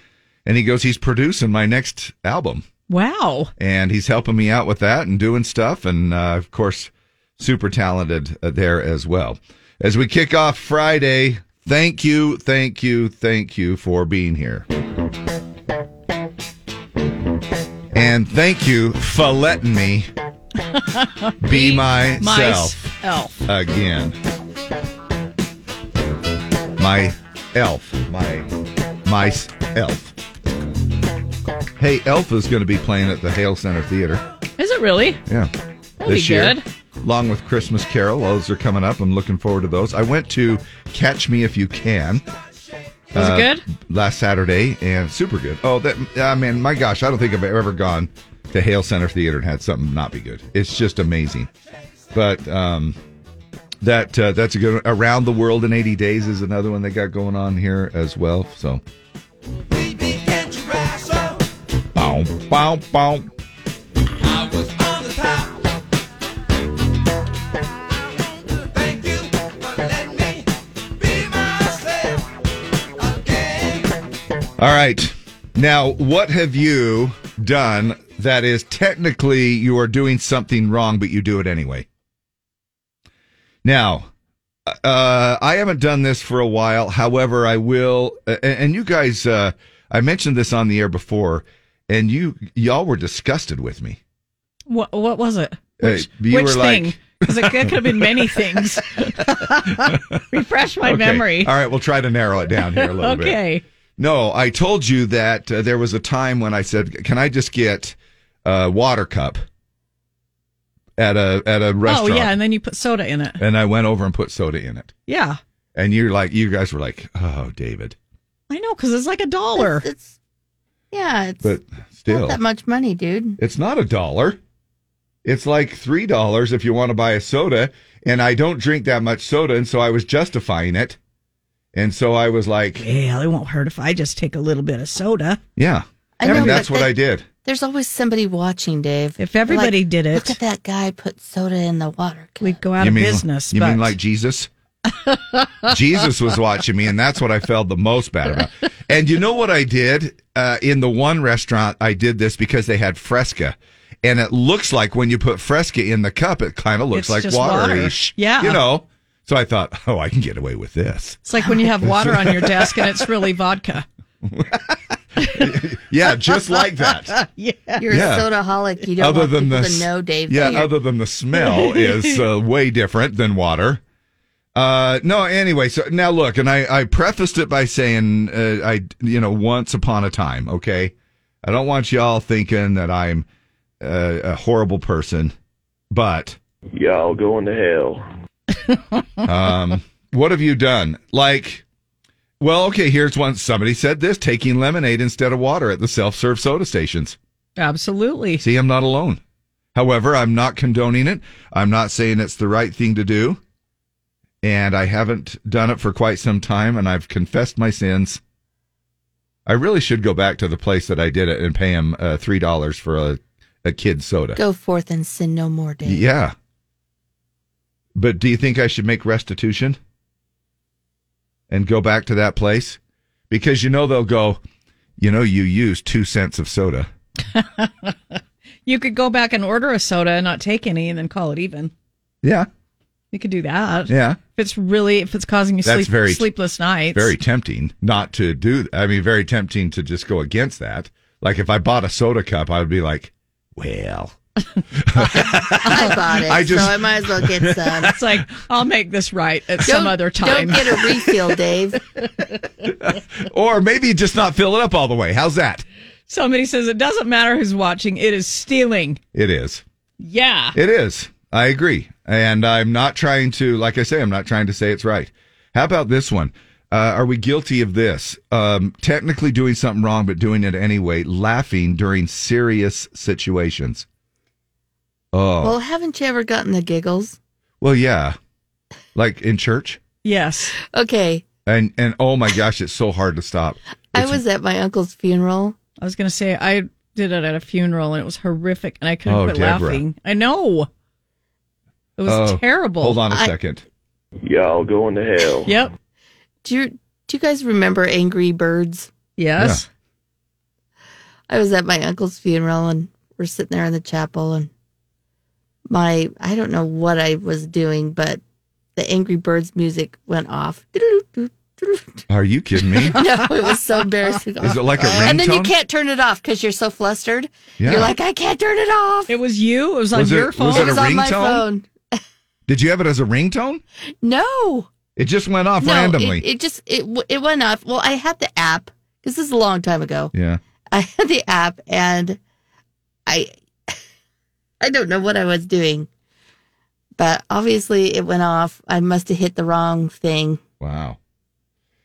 Speaker 2: and he goes, he's producing my next album
Speaker 1: Wow.
Speaker 2: and he's helping me out with that and doing stuff. And uh, of course, super talented uh, there as well. As we kick off Friday, thank you, thank you, thank you for being here. And thank you for letting me be myself
Speaker 1: elf.
Speaker 2: again. My elf. My my s- elf. Hey, Elf is going to be playing at the Hale Center Theater.
Speaker 1: Is it really?
Speaker 2: Yeah.
Speaker 1: That'll be good.
Speaker 2: Along with Christmas Carol, those are coming up. I'm looking forward to those. I went to Catch Me If You Can.
Speaker 1: Was
Speaker 2: Uh,
Speaker 1: it good?
Speaker 2: Last Saturday and super good. Oh, that I mean, my gosh, I don't think I've ever gone to Hale Center Theater and had something not be good. It's just amazing. But um, that uh, that's a good one. Around the World in 80 Days is another one they got going on here as well. So Bow, bow, bow. All right. Now, what have you done that is technically you are doing something wrong, but you do it anyway? Now, uh, I haven't done this for a while. However, I will. a- And, you guys, uh, I mentioned this on the air before, and you y'all were disgusted with me.
Speaker 1: What, what was it?
Speaker 2: Uh,
Speaker 1: Which,
Speaker 2: you
Speaker 1: which
Speaker 2: were like-
Speaker 1: thing? Because it, could have been many things. Refresh my
Speaker 2: Okay.
Speaker 1: memory.
Speaker 2: All right, we'll try to narrow it down here a little bit.
Speaker 1: okay. Oh,
Speaker 2: No, I told you that uh, there was a time when I said, "Can I just get a water cup at a at a restaurant?"
Speaker 1: Oh, yeah. And then you put soda in it.
Speaker 2: And I went over and put soda in it.
Speaker 1: Yeah.
Speaker 2: And you're like, you guys were like, "Oh, David,"
Speaker 1: I know, because it's like a dollar.
Speaker 3: It's, it's- yeah, it's
Speaker 2: but still,
Speaker 3: not that much money, dude.
Speaker 2: It's not a dollar. It's like three dollars if you want to buy a soda. And I don't drink that much soda, and so I was justifying it. And so I was like,
Speaker 1: Well, it won't hurt if I just take a little bit of soda.
Speaker 2: "Yeah."
Speaker 3: I
Speaker 2: and
Speaker 3: know,
Speaker 2: that's
Speaker 3: but
Speaker 2: what
Speaker 3: that-
Speaker 2: I did.
Speaker 3: There's always somebody watching, Dave. If
Speaker 1: everybody did it.
Speaker 3: look at that guy put soda in the water. Cup.
Speaker 1: We'd go out of business.
Speaker 2: You
Speaker 1: but
Speaker 2: mean like Jesus? Jesus was watching me, and that's what I felt the most bad about. And you know what I did? Uh, in the one restaurant, I did this because they had Fresca. And it looks like when you put Fresca in the cup, it kind of looks
Speaker 1: It's
Speaker 2: like
Speaker 1: just
Speaker 2: water-ish.
Speaker 1: water. Yeah.
Speaker 2: You know? So I thought, oh, I can get away with this.
Speaker 1: it's like when you have water on your desk and it's really vodka.
Speaker 2: Yeah, just like that.
Speaker 1: yeah.
Speaker 3: You're
Speaker 2: Yeah.
Speaker 3: a soda holic. You don't
Speaker 2: other
Speaker 3: want
Speaker 2: than
Speaker 3: people
Speaker 2: the
Speaker 3: to
Speaker 2: s-
Speaker 3: know, Dave.
Speaker 2: Yeah,
Speaker 3: that you're-
Speaker 2: other than the smell is uh, way different than water. Uh, no, anyway, so now look, and I, I prefaced it by saying, uh, I, you know, once upon a time, okay? I don't want y'all thinking that I'm uh, a horrible person, but. Y'all going to hell. um, what have you done? Like, well, okay, here's one. Somebody said this taking lemonade instead of water at the self serve soda stations.
Speaker 1: Absolutely.
Speaker 2: See, I'm not alone. However, I'm not condoning it. I'm not saying it's the right thing to do. And I haven't done it for quite some time, and I've confessed my sins. I really should go back to the place that I did it and pay him uh, $3 for a, a kid's soda.
Speaker 3: Go forth and sin no more, Dave.
Speaker 2: Yeah. But do you think I should make restitution and go back to that place? Because you know they'll go, you know, you used two cents of soda.
Speaker 1: You could go back and order a soda and not take any and then call it even.
Speaker 2: Yeah.
Speaker 1: You could do that.
Speaker 2: Yeah.
Speaker 1: If it's really, if it's causing you
Speaker 2: That's
Speaker 1: sleep,
Speaker 2: very-
Speaker 1: sleepless nights.
Speaker 2: Very tempting not to do. I mean, very tempting to just go against that. Like if I bought a soda cup, I would be like, well,
Speaker 3: I bought it,
Speaker 1: I just-
Speaker 3: so I might as well get some.
Speaker 1: It's like I'll make this right at some
Speaker 3: Don't-
Speaker 1: other time.
Speaker 3: Don't get a refill, Dave.
Speaker 2: Or maybe just not fill it up all the way. How's that?
Speaker 1: Somebody says it doesn't matter who's watching; it is stealing.
Speaker 2: It is.
Speaker 1: Yeah,
Speaker 2: It is. I agree. And I'm not trying to, like I say, I'm not trying to say it's right. How about this one? Uh, are we guilty of this? Um, technically doing something wrong, but doing it anyway, laughing during serious situations. Oh.
Speaker 3: Well,
Speaker 2: Well,
Speaker 3: haven't you ever gotten the giggles?
Speaker 2: yeah. Like in church?
Speaker 1: Yes.
Speaker 3: Okay.
Speaker 2: And, and oh my gosh, it's so hard to stop.
Speaker 3: I was at my uncle's funeral.
Speaker 1: I was going to say I did it at a funeral and it was horrific, and I couldn't
Speaker 2: Oh,
Speaker 1: quit
Speaker 2: Deborah.
Speaker 1: laughing. I know it was
Speaker 2: Oh,
Speaker 1: terrible.
Speaker 2: Hold on a
Speaker 1: a
Speaker 2: I- second. Y'all going to hell.
Speaker 1: Yep.
Speaker 3: Do you do you guys remember Angry Birds?
Speaker 1: Yes.
Speaker 3: I was at my uncle's funeral and we're sitting there in the chapel and my I don't know what I was doing, but the Angry Birds music went off.
Speaker 2: Are you kidding me?
Speaker 3: no, it was so embarrassing.
Speaker 2: Is it like a
Speaker 3: And then you
Speaker 2: ringtone?
Speaker 3: can't turn it off because you're so flustered.
Speaker 2: Yeah.
Speaker 3: You're like, I can't turn it off.
Speaker 1: It was you. It was
Speaker 2: on Was it- your phone? was it a
Speaker 3: on my
Speaker 2: ringtone?
Speaker 3: phone.
Speaker 2: Did you have it as a ringtone?
Speaker 3: No.
Speaker 2: It just went off
Speaker 3: no,
Speaker 2: randomly.
Speaker 3: It, it just it w- it went off. Well, I had the app. This is a long time ago.
Speaker 2: yeah.
Speaker 3: I had the app, and I I don't know what I was doing, but obviously it went off. I must have hit the wrong thing,
Speaker 2: Wow.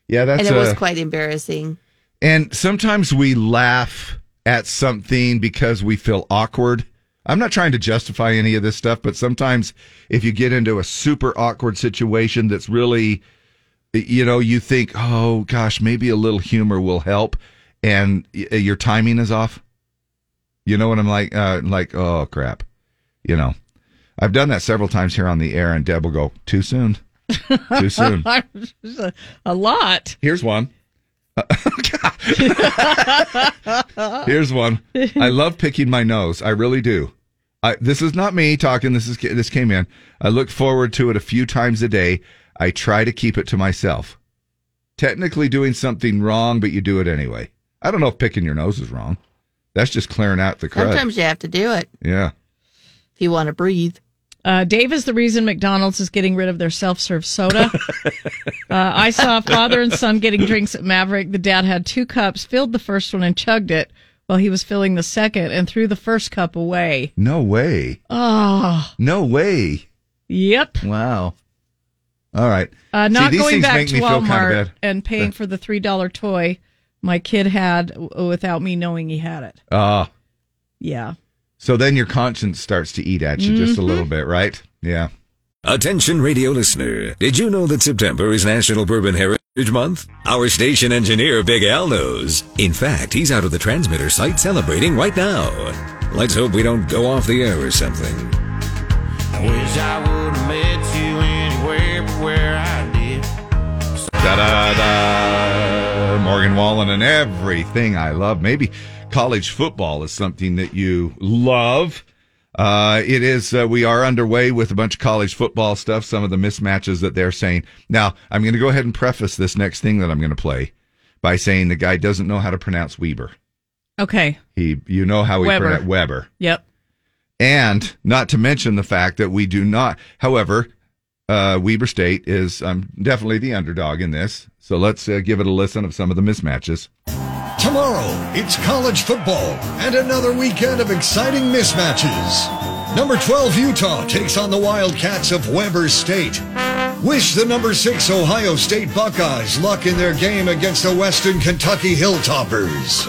Speaker 2: Yeah, that's
Speaker 3: and it was
Speaker 2: a-
Speaker 3: quite embarrassing.
Speaker 2: And sometimes we laugh at something because we feel awkward. I'm not trying to justify any of this stuff, but sometimes if you get into a super awkward situation that's really, you know, you think, oh gosh, maybe a little humor will help, and y- uh, your timing is off. You know what I'm like? Uh, like, oh crap. You know, I've done that several times here on the air, and Deb will go, too soon. Too soon.
Speaker 1: a, a lot.
Speaker 2: Here's one. Here's one. I love picking my nose. I really do. I, this is not me talking. This is this came in. I look forward to it a few times a day. I try to keep it to myself. Technically doing something wrong, but you do it anyway. I don't know if picking your nose is wrong. That's just clearing out the crud.
Speaker 3: Sometimes you have to do it
Speaker 2: Yeah.
Speaker 3: if you want to breathe.
Speaker 1: Uh, Dave is the reason McDonald's is getting rid of their self serve soda. uh, I saw a father and son getting drinks at Maverick. The dad had two cups, filled the first one, and chugged it while he was filling the second and threw the first cup away.
Speaker 2: No way.
Speaker 1: Oh,
Speaker 2: No way.
Speaker 1: Yep.
Speaker 2: Wow. All right.
Speaker 1: uh, not
Speaker 2: See, these
Speaker 1: going
Speaker 2: things
Speaker 1: back
Speaker 2: make
Speaker 1: to
Speaker 2: me feel
Speaker 1: Walmart
Speaker 2: kinda bad.
Speaker 1: and paying for the $3 toy my kid had w- without me knowing he had it.
Speaker 2: Ah.
Speaker 1: Yeah.
Speaker 2: So then your conscience starts to eat at you just a
Speaker 1: Mhm.
Speaker 2: little bit, right? Yeah.
Speaker 16: Attention radio listener. Did you know that September is National Bourbon Heritage Month? Our station engineer, Big Al, knows. In fact, he's out of the transmitter site celebrating right now. Let's hope we don't go off the air or something.
Speaker 10: I wish I would have met you anywhere but where I did.
Speaker 2: Da da da. Morgan Wallen and everything I love. Maybe college football is something that you love. Uh, it is, uh, we are underway with a bunch of college football stuff, some of the mismatches that they're saying. Now, I'm going to go ahead and preface this next thing that I'm going to play by saying the guy doesn't know how to pronounce Weber.
Speaker 1: Okay.
Speaker 2: He, you know how we
Speaker 1: Weber.
Speaker 2: pronounce Weber.
Speaker 1: Yep.
Speaker 2: And not to mention the fact that we do not, however, uh, Weber State is um, definitely the underdog in this. So let's uh, give it a listen of some of the mismatches.
Speaker 17: Tomorrow, it's college football and another weekend of exciting mismatches. Number 12 Utah takes on the Wildcats of Weber State. Wish the number 6 Ohio State Buckeyes luck in their game against the Western Kentucky Hilltoppers.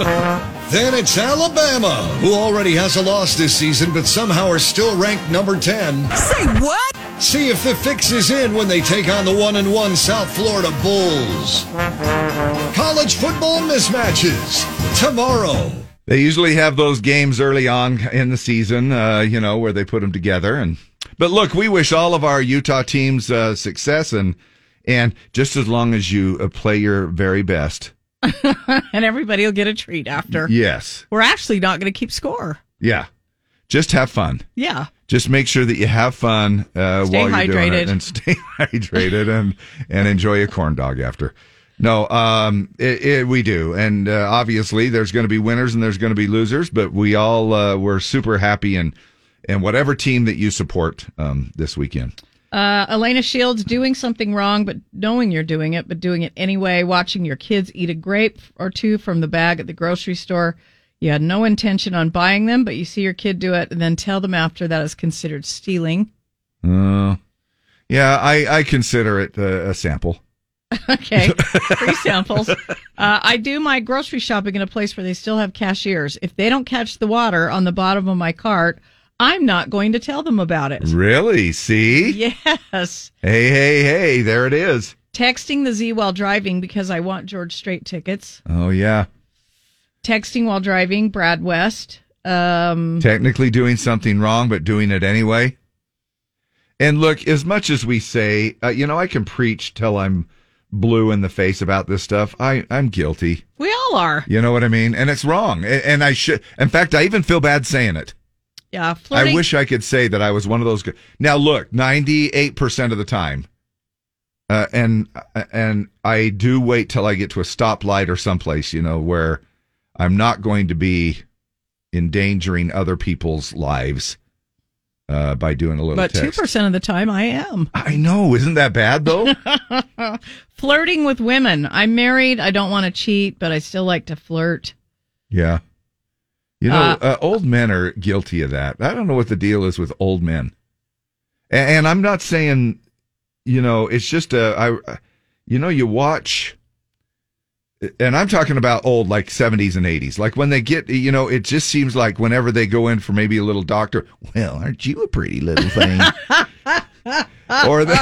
Speaker 17: then it's Alabama, who already has a loss this season but somehow are still ranked number 10. Say what? See if the fix is in when they take on the 1 and 1 South Florida Bulls. College football mismatches tomorrow.
Speaker 2: They usually have those games early on in the season, uh, you know, where they put them together. And but look, we wish all of our Utah teams uh, success, and and just as long as you uh, play your very best.
Speaker 1: and everybody will get a treat after.
Speaker 2: Yes,
Speaker 1: We're actually not going to keep score.
Speaker 2: yeah, just have fun.
Speaker 1: Yeah.
Speaker 2: just make sure that you have fun uh,
Speaker 1: Stay
Speaker 2: while you're doing it
Speaker 1: hydrated.
Speaker 2: and stay hydrated and and enjoy a corn dog after. No, um, it, it, we do, and uh, obviously there's going to be winners and there's going to be losers, but we all uh, were super happy and and whatever team that you support um, this weekend.
Speaker 1: Uh, Elena Shields doing something wrong, but knowing you're doing it, but doing it anyway, watching your kids eat a grape or two from the bag at the grocery store. You had no intention on buying them, but you see your kid do it and then tell them after that is considered stealing.
Speaker 2: Uh, yeah, I, I consider it a, a sample.
Speaker 1: Okay, free samples. Uh, I do my grocery shopping in a place where they still have cashiers. If they don't catch the water on the bottom of my cart, I'm not going to tell them about it.
Speaker 2: Really? See?
Speaker 1: Yes.
Speaker 2: Hey, hey, hey, there it is.
Speaker 1: Texting the Z while driving because I want George Strait tickets.
Speaker 2: Oh, yeah.
Speaker 1: Texting while driving, Brad West. Um,
Speaker 2: Technically doing something wrong, but doing it anyway. And look, as much as we say, uh, you know, I can preach till I'm blue in the face about this stuff. I, I'm guilty.
Speaker 1: we all are.
Speaker 2: You know what I mean? And it's wrong. A- And I should, in fact, I even feel bad saying it.
Speaker 1: Yeah, flirting.
Speaker 2: I wish I could say that I was one of those. Go- now look, ninety eight percent of the time, uh, and and I do wait till I get to a stoplight or someplace, you know, where I'm not going to be endangering other people's lives uh, by doing a little.
Speaker 1: But two
Speaker 2: text.
Speaker 1: percent of the time, I am.
Speaker 2: I know, isn't that bad though?
Speaker 1: Flirting with women. I'm married. I don't want to cheat, but I still like to flirt.
Speaker 2: yeah, you know,
Speaker 1: Uh,
Speaker 2: uh, old men are guilty of that. I don't know what the deal is with old men. and, and I'm not saying, you know, it's just a, I, you know, you watch, and I'm talking about old, like 70s and 80s, like when they get, you know, it just seems like whenever they go in for maybe a little doctor, well, aren't you a pretty little thing? or they,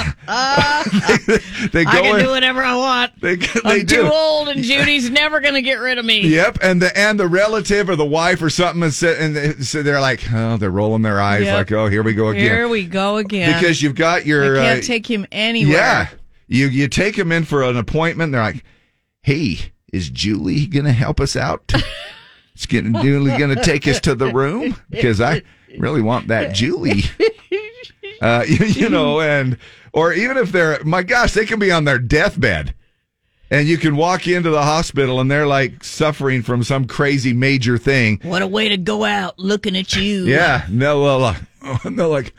Speaker 2: they, they go
Speaker 1: Uh, I can
Speaker 2: in,
Speaker 1: do whatever I want.
Speaker 2: They, they
Speaker 1: I'm
Speaker 2: do.
Speaker 1: too old, and Judy's never going to get rid of me.
Speaker 2: Yep, and the and the relative or the wife or something, and so, and they, so they're like, oh, they're rolling their eyes,
Speaker 1: Yep.
Speaker 2: like, oh, here we go again.
Speaker 1: Here we go again.
Speaker 2: Because you've got your
Speaker 1: I can't
Speaker 2: uh,
Speaker 1: take him anywhere.
Speaker 2: Yeah. You you take him in for an appointment. They're like, "Hey, is Julie going to help us out? Is getting Julie going to take us to the room because I really want that Julie." Uh, you, you know, and or even if they're my gosh, they can be on their deathbed. And you can walk into the hospital and they're like suffering from some crazy major thing.
Speaker 1: What a way to go out looking at you.
Speaker 2: Yeah, no, well, uh, and they're like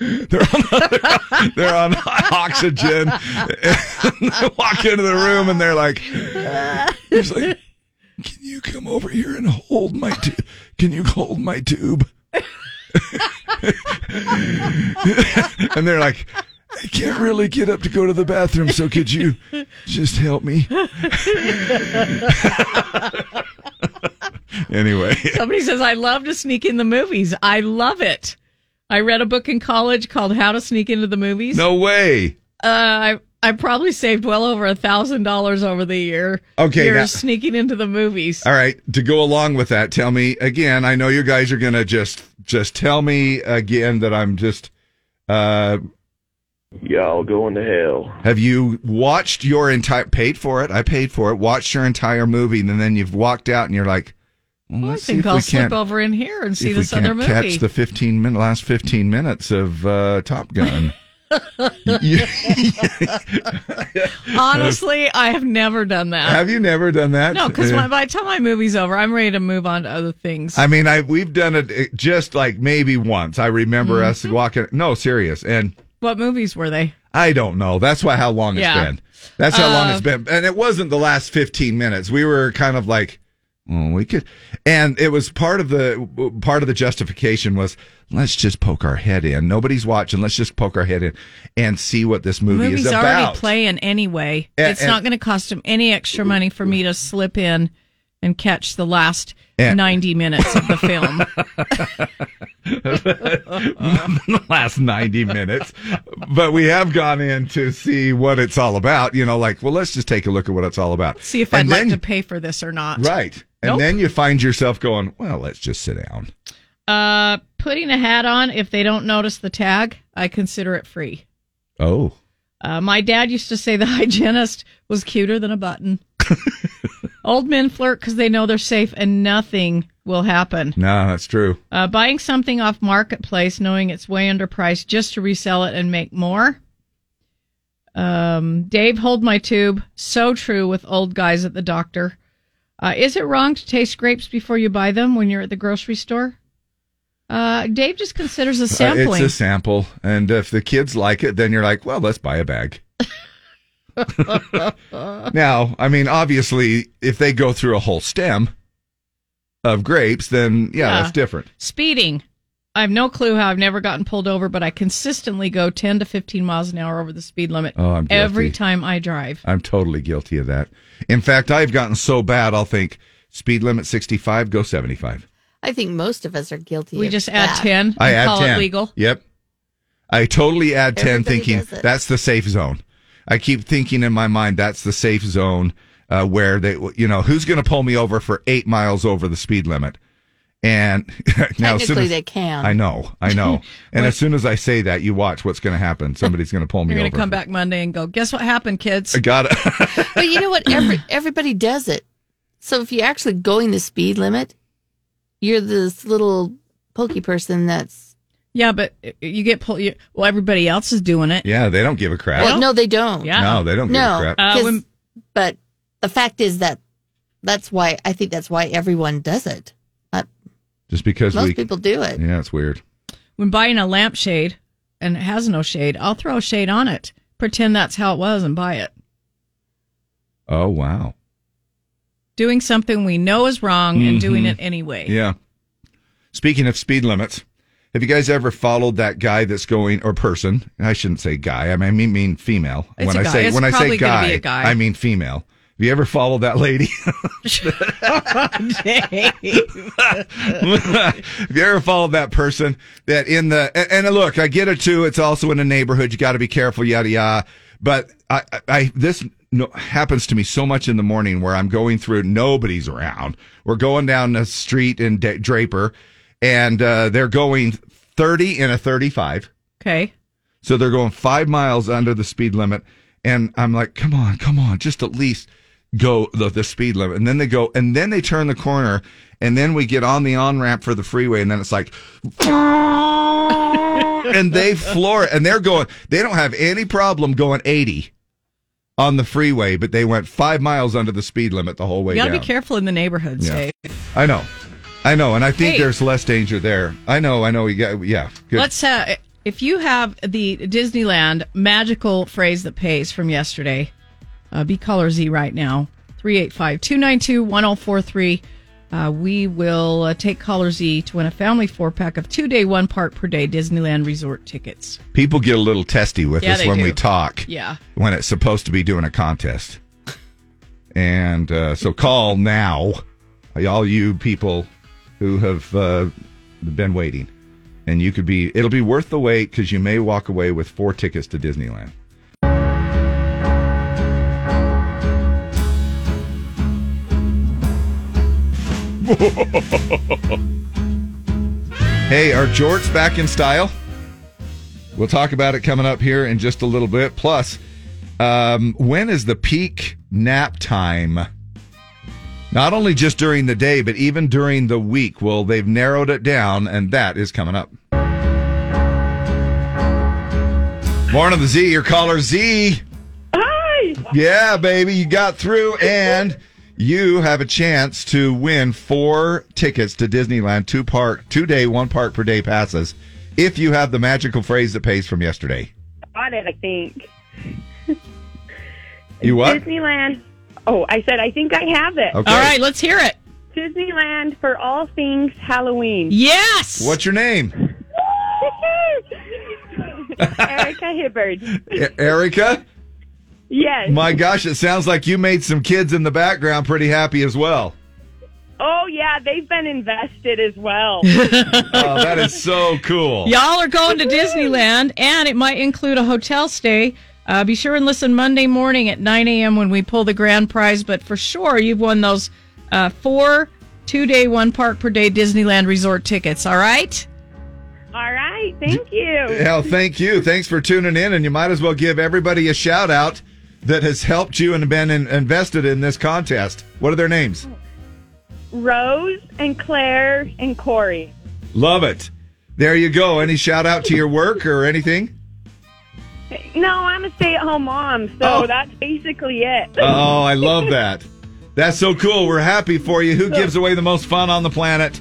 Speaker 2: they're on, they're on oxygen. And they walk into the room and they're like, he's like, "Can you come over here and hold my? Tu- can you hold my tube?" and they're like, "I can't really get up to go to the bathroom, so could you just help me?" Anyway,
Speaker 1: Somebody says, I love to sneak in the movies. I love it. I read a book in college called How to Sneak into the Movies.
Speaker 2: no way.
Speaker 1: Uh, I, I probably saved well over a thousand dollars over the year.
Speaker 2: Okay,
Speaker 1: years
Speaker 2: now-
Speaker 1: sneaking into the movies.
Speaker 2: All right, to go along with that, tell me again. I know you guys are gonna just just tell me again that I'm just. uh
Speaker 18: Y'all going to hell.
Speaker 2: Have you watched your entire paid for it? I paid for it. Watched your entire movie, and then you've walked out, and you're like, well,
Speaker 1: I
Speaker 2: let's see
Speaker 1: think
Speaker 2: if
Speaker 1: I'll
Speaker 2: we
Speaker 1: slip
Speaker 2: can't
Speaker 1: over in here and
Speaker 2: see
Speaker 1: see
Speaker 2: if we
Speaker 1: this other
Speaker 2: can't
Speaker 1: movie.
Speaker 2: catch the 15 min- last 15 minutes of uh, Top Gun.
Speaker 1: Honestly, I have never done that.
Speaker 2: Have you never done that?
Speaker 1: No, because
Speaker 2: Uh,
Speaker 1: by the time my movie's over, I'm ready to move on to other things.
Speaker 2: I mean, I we've done it uh, just like maybe once. I remember
Speaker 1: Mm-hmm.
Speaker 2: us walking. No, serious, and
Speaker 1: what movies were they?
Speaker 2: I don't know. That's why how long
Speaker 1: Yeah.
Speaker 2: it's been. That's how long
Speaker 1: Uh,
Speaker 2: it's been. And it wasn't the last 15 minutes. We were kind of like, oh, we could. And it was part of the, part of the justification was let's just poke our head in. Nobody's watching. Let's just poke our head in and see what this movie
Speaker 1: Movie's
Speaker 2: is
Speaker 1: already
Speaker 2: about.
Speaker 1: playing anyway.
Speaker 2: A-
Speaker 1: it's
Speaker 2: and-
Speaker 1: not going to cost him any extra money for me to slip in and catch the last
Speaker 2: And-
Speaker 1: 90 minutes of the film.
Speaker 2: last 90 minutes. But we have gone in to see what it's all about. You know, like, well, let's just take a look at what it's all about.
Speaker 1: See if I'd
Speaker 2: And
Speaker 1: like
Speaker 2: then-
Speaker 1: to pay for this or not.
Speaker 2: Right. And
Speaker 1: Nope.
Speaker 2: then you find yourself going, well, let's just sit down.
Speaker 1: Uh, putting a hat on, if they don't notice the tag, I consider it free.
Speaker 2: Oh.
Speaker 1: Uh, my dad used to say the hygienist was cuter than a button. Old men flirt because they know they're safe and nothing will happen.
Speaker 2: No, that's true.
Speaker 1: Uh, buying something off marketplace, knowing it's way underpriced, just to resell it and make more. Um, Dave, hold my tube. So true with old guys at the doctor. Uh, is it wrong to taste grapes before you buy them when you're at the grocery store? Uh, Dave just considers a
Speaker 2: Uh,
Speaker 1: sampling.
Speaker 2: it's a sample, and if the kids like it, then you're like, well, let's buy a bag. now, I mean, obviously, if they go through a whole stem of grapes, then yeah,
Speaker 1: Yeah.
Speaker 2: that's different.
Speaker 1: Speeding. I have no clue how I've never gotten pulled over, but I consistently go 10 to 15 miles an hour over the speed limit
Speaker 2: Oh, I'm
Speaker 1: every
Speaker 2: guilty.
Speaker 1: time I drive.
Speaker 2: I'm totally guilty of that. In fact, I've gotten so bad, I'll think speed limit 65, go 75.
Speaker 3: I think most of us are guilty.
Speaker 1: We
Speaker 3: of
Speaker 1: just add
Speaker 3: that.
Speaker 1: 10
Speaker 2: I
Speaker 1: and
Speaker 2: add
Speaker 1: call
Speaker 2: 10.
Speaker 1: it legal.
Speaker 2: Yep. I totally add 10
Speaker 3: Everybody does
Speaker 2: thinking
Speaker 3: it.
Speaker 2: that's the safe zone. I keep thinking in my mind that's the safe zone uh, where they, you know, who's going to pull me over for eight miles over the speed limit? And now, as soon
Speaker 3: Technically,
Speaker 2: as-
Speaker 3: they can.
Speaker 2: I know, I know. and as soon as I say that, you watch what's going to happen. Somebody's going to pull me
Speaker 1: You're going
Speaker 2: over.
Speaker 1: to come back Monday and go, guess what happened, kids?
Speaker 2: I got it.
Speaker 3: But you know what? Every everybody does it. So if you're actually going the speed limit, you're this little pokey person that's
Speaker 1: Yeah, but you get pulled. You, well, everybody else is doing it.
Speaker 2: yeah, they don't give a crap.
Speaker 3: well, no, they don't.
Speaker 1: Yeah.
Speaker 2: No, they don't give
Speaker 3: no,
Speaker 2: a crap.
Speaker 1: Uh,
Speaker 3: 'cause- but the fact is that that's why I think that's why everyone does it. Uh,
Speaker 2: Just because
Speaker 3: most
Speaker 2: we.
Speaker 3: people do it.
Speaker 2: Yeah, it's weird.
Speaker 1: When buying a lampshade and it has no shade, I'll throw a shade on it, pretend that's how it was, and buy it.
Speaker 2: Oh, wow.
Speaker 1: Doing something we know is wrong and doing
Speaker 2: Mhm.
Speaker 1: it anyway.
Speaker 2: Yeah. Speaking of speed limits, have you guys ever followed that guy that's going or person? I shouldn't say guy. I mean, I mean, mean female.
Speaker 1: It's
Speaker 2: when
Speaker 1: a
Speaker 2: I
Speaker 1: guy.
Speaker 2: say
Speaker 1: It's
Speaker 2: when I
Speaker 1: probably
Speaker 2: say
Speaker 1: gonna
Speaker 2: guy,
Speaker 1: be a guy.
Speaker 2: I mean female. Have you ever followed that lady? have you ever followed that person that in the and, and look, I get it too. It's also in a neighborhood. You got to be careful, yada yada. But I, I- I this no, happens to me so much in the morning where I'm going through, nobody's around. We're going down the street in D- Draper, and uh, they're going 30 in a 35.
Speaker 1: Okay.
Speaker 2: So they're going five miles under the speed limit. And I'm like, come on, come on, just at least go the, the speed limit. And then they go, and then they turn the corner, and then we get on the on ramp for the freeway. And then it's like, and they floor it. And they're going, they don't have any problem going 80 on the freeway, but they went five miles under the speed limit the whole way
Speaker 1: You got to
Speaker 2: down.
Speaker 1: be careful in the neighborhoods,
Speaker 2: Yeah.
Speaker 1: Dave.
Speaker 2: I know. I know. And I think
Speaker 1: Hey.
Speaker 2: there's less danger there. I know. I know. You got, yeah. Good.
Speaker 1: Let's uh, if you have the Disneyland magical phrase that pays from yesterday, uh, be caller Z right now 385-292-1043. Uh, we will uh, take caller Z to win a family four pack of two day one park per day Disneyland resort tickets.
Speaker 2: People get a little testy with
Speaker 1: Yeah,
Speaker 2: us
Speaker 1: they
Speaker 2: when
Speaker 1: do.
Speaker 2: we talk.
Speaker 1: Yeah.
Speaker 2: When it's supposed to be doing a contest. And uh, so call now, all you people who have uh, been waiting. And you could be, it'll be worth the wait because you may walk away with four tickets to Disneyland. Hey, are jorts back in style? We'll talk about it coming up here in just a little bit. Plus, um, when is the peak nap time? Not only just during the day, but even during the week. Well, they've narrowed it down, and that is coming up. Morning of the Z, your caller Z. Hi. Yeah, baby, you got through, and you have a chance to win four tickets to Disneyland, two park, two day, one park per day passes, if you have the magical phrase that pays from yesterday.
Speaker 19: Got it, I think.
Speaker 2: You what? Oh.
Speaker 19: Disneyland. Oh, I said I think I have it.
Speaker 2: Okay. All right,
Speaker 1: let's hear it.
Speaker 19: Disneyland for all things Halloween.
Speaker 1: Yes.
Speaker 2: What's your name?
Speaker 19: Erica Hibbard.
Speaker 2: E- Erica?
Speaker 19: Yes.
Speaker 2: My gosh, it sounds like you made some kids in the background pretty happy as well.
Speaker 19: Oh yeah, they've been invested as well.
Speaker 2: Oh, that is so cool.
Speaker 1: Y'all are going to Disneyland, and it might include a hotel stay. Uh, be sure and listen Monday morning at 9 a.m. when we pull the grand prize. But for sure, you've won those uh, four two day, one park per day Disneyland resort tickets. All right?
Speaker 19: all right, thank you.
Speaker 2: Hell, thank you. Thanks for tuning in, and you might as well give everybody a shout out that has helped you and been in, invested in this contest. What are their names?
Speaker 19: Rose and Claire and Corey.
Speaker 2: Love it. There you go. Any shout out to your work or anything?
Speaker 19: No, I'm a stay-at-home mom, so that's basically it.
Speaker 2: Oh, I love that. That's so cool. We're happy for you. Who gives away the most fun on the planet?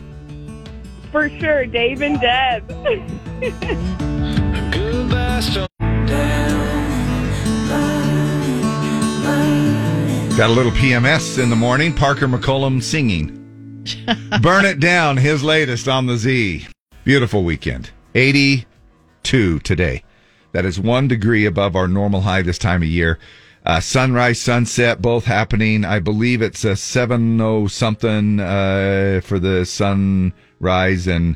Speaker 19: For sure, Dave and Deb.
Speaker 2: Got a little PMS in the morning. Parker McCollum singing. Burn It Down, his latest on the Z. Beautiful weekend. 82 today. That is one degree above our normal high this time of year. Uh, sunrise, sunset, both happening. I believe it's a 7 oh something uh, for the sunrise and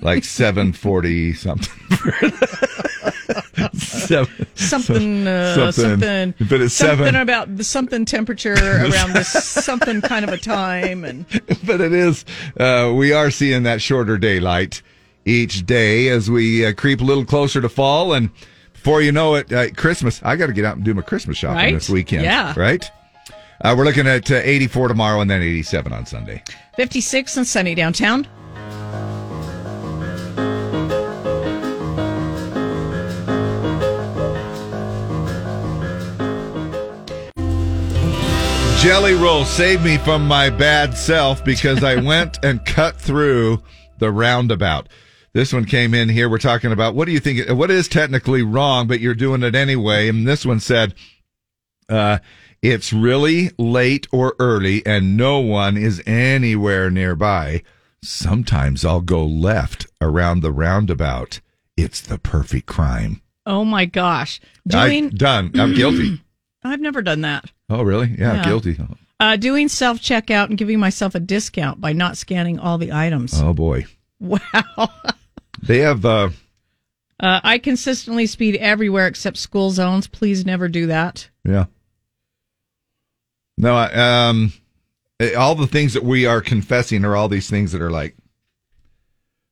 Speaker 2: like 740 something. Seven,
Speaker 1: Something, uh, something,
Speaker 2: But it's
Speaker 1: something
Speaker 2: seven.
Speaker 1: about the something temperature around this something kind of a time, and
Speaker 2: but it is. Uh, we are seeing that shorter daylight each day as we uh, creep a little closer to fall, and before you know it, uh, Christmas. I got to get out and do my Christmas shopping
Speaker 1: Right?
Speaker 2: this weekend.
Speaker 1: Yeah.
Speaker 2: right. Uh, we're looking at uh, 84 tomorrow, and then 87 on Sunday.
Speaker 1: 56 and sunny downtown.
Speaker 2: Jelly roll saved me from my bad self because I went and cut through the roundabout. This one came in here. We're talking about what do you think? What is technically wrong, but you're doing it anyway? And this one said, uh, it's really late or early and no one is anywhere nearby. Sometimes I'll go left around the roundabout. It's the perfect crime.
Speaker 1: Oh my gosh,
Speaker 2: I-
Speaker 1: doing
Speaker 2: done. I'm guilty.
Speaker 1: I've never done that.
Speaker 2: Oh, really? Yeah,
Speaker 1: Yeah.
Speaker 2: guilty.
Speaker 1: Uh, doing self checkout and giving myself a discount by not scanning all the items.
Speaker 2: Oh, boy.
Speaker 1: Wow.
Speaker 2: They have, uh,
Speaker 1: Uh, I consistently speed everywhere except school zones. Please never do that.
Speaker 2: Yeah. No, I, um, eh, all the things that we are confessing are all these things that are like,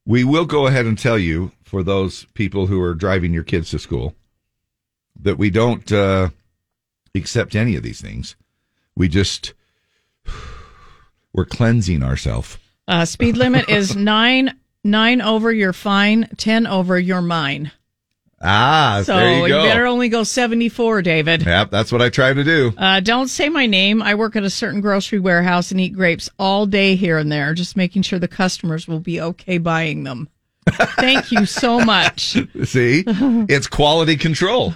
Speaker 2: we will go ahead and tell you for those people who are driving your kids to school that we don't uh, accept any of these things. We just, we're cleansing ourselves.
Speaker 1: Uh, speed limit is nine nine over your fine, ten over your mine.
Speaker 2: Ah,
Speaker 1: so
Speaker 2: there you go.
Speaker 1: better only go seventy four, David.
Speaker 2: Yep, that's what I try to do.
Speaker 1: Uh, don't say my name. I work at a certain grocery warehouse and eat grapes all day here and there, just making sure the customers will be okay buying them. Thank you so much.
Speaker 2: See, it's quality control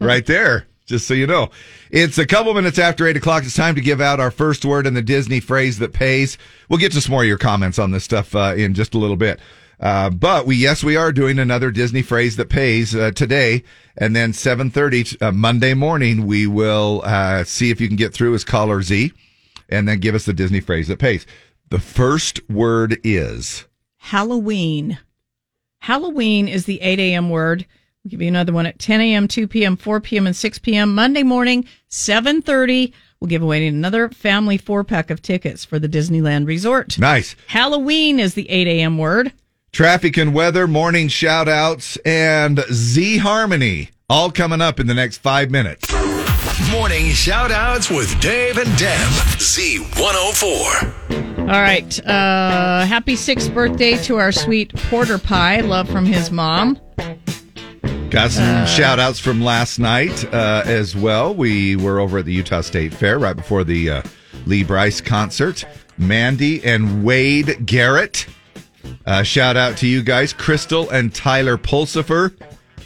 Speaker 2: right there. Just so you know, it's a couple minutes after eight o'clock. It's time to give out our first word in the Disney phrase that pays. We'll get to some more of your comments on this stuff uh, in just a little bit. Uh, but we, yes, we are doing another Disney phrase that pays uh, today, and then seven thirty uh, Monday morning we will uh, see if you can get through as caller Z, and then give us the Disney phrase that pays. The first word is
Speaker 1: Halloween. Halloween is the 8 a.m. word. We'll give you another one at 10 a.m., 2 p.m., 4 p.m., and 6 p.m. Monday morning, 7.30. We'll give away another family four-pack of tickets for the Disneyland Resort.
Speaker 2: nice.
Speaker 1: Halloween is the 8 a.m. word.
Speaker 2: Traffic and weather, morning shout outs, and Z Harmony all coming up in the next five minutes.
Speaker 20: Morning shout outs with Dave and Deb. Z104.
Speaker 1: All right. Uh, happy sixth birthday to our sweet Porter Pie. Love from his mom.
Speaker 2: Got some shout outs from last night uh, as well. We were over at the Utah State Fair right before the uh, Lee Bryce concert. Mandy and Wade Garrett. Uh, shout out to you guys, Crystal and Tyler Pulsifer,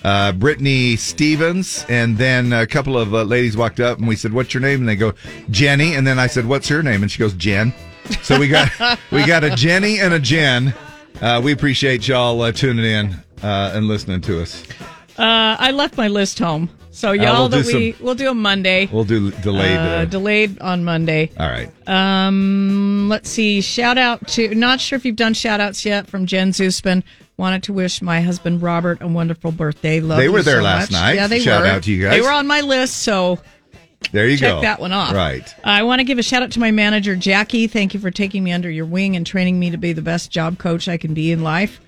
Speaker 2: uh, Brittany Stevens, and then a couple of uh, ladies walked up and we said, "What's your name?" And they go, "Jenny." And then I said, "What's her name?" And she goes, "Jen." So we got we got a Jenny and a Jen. Uh, we appreciate y'all uh, tuning in uh, and listening to us.
Speaker 1: Uh, I left my list home. So y'all
Speaker 2: we'll do
Speaker 1: that we
Speaker 2: some-
Speaker 1: we'll do a Monday.
Speaker 2: We'll do delayed.
Speaker 1: Uh,
Speaker 2: Uh,
Speaker 1: delayed on Monday.
Speaker 2: all right.
Speaker 1: Um, let's see. Shout out to not sure if you've done shout outs yet from Jen Zusman. Wanted to wish my husband Robert a wonderful birthday. Love
Speaker 2: They were
Speaker 1: you
Speaker 2: there
Speaker 1: so
Speaker 2: last
Speaker 1: much.
Speaker 2: night.
Speaker 1: Yeah, they
Speaker 2: Shout
Speaker 1: were.
Speaker 2: out to you guys.
Speaker 1: They were on my list, so
Speaker 2: There you
Speaker 1: check
Speaker 2: go.
Speaker 1: that one off.
Speaker 2: Right.
Speaker 1: I want to give a shout out to my manager Jackie. Thank you for taking me under your wing and training me to be the best job coach I can be in life.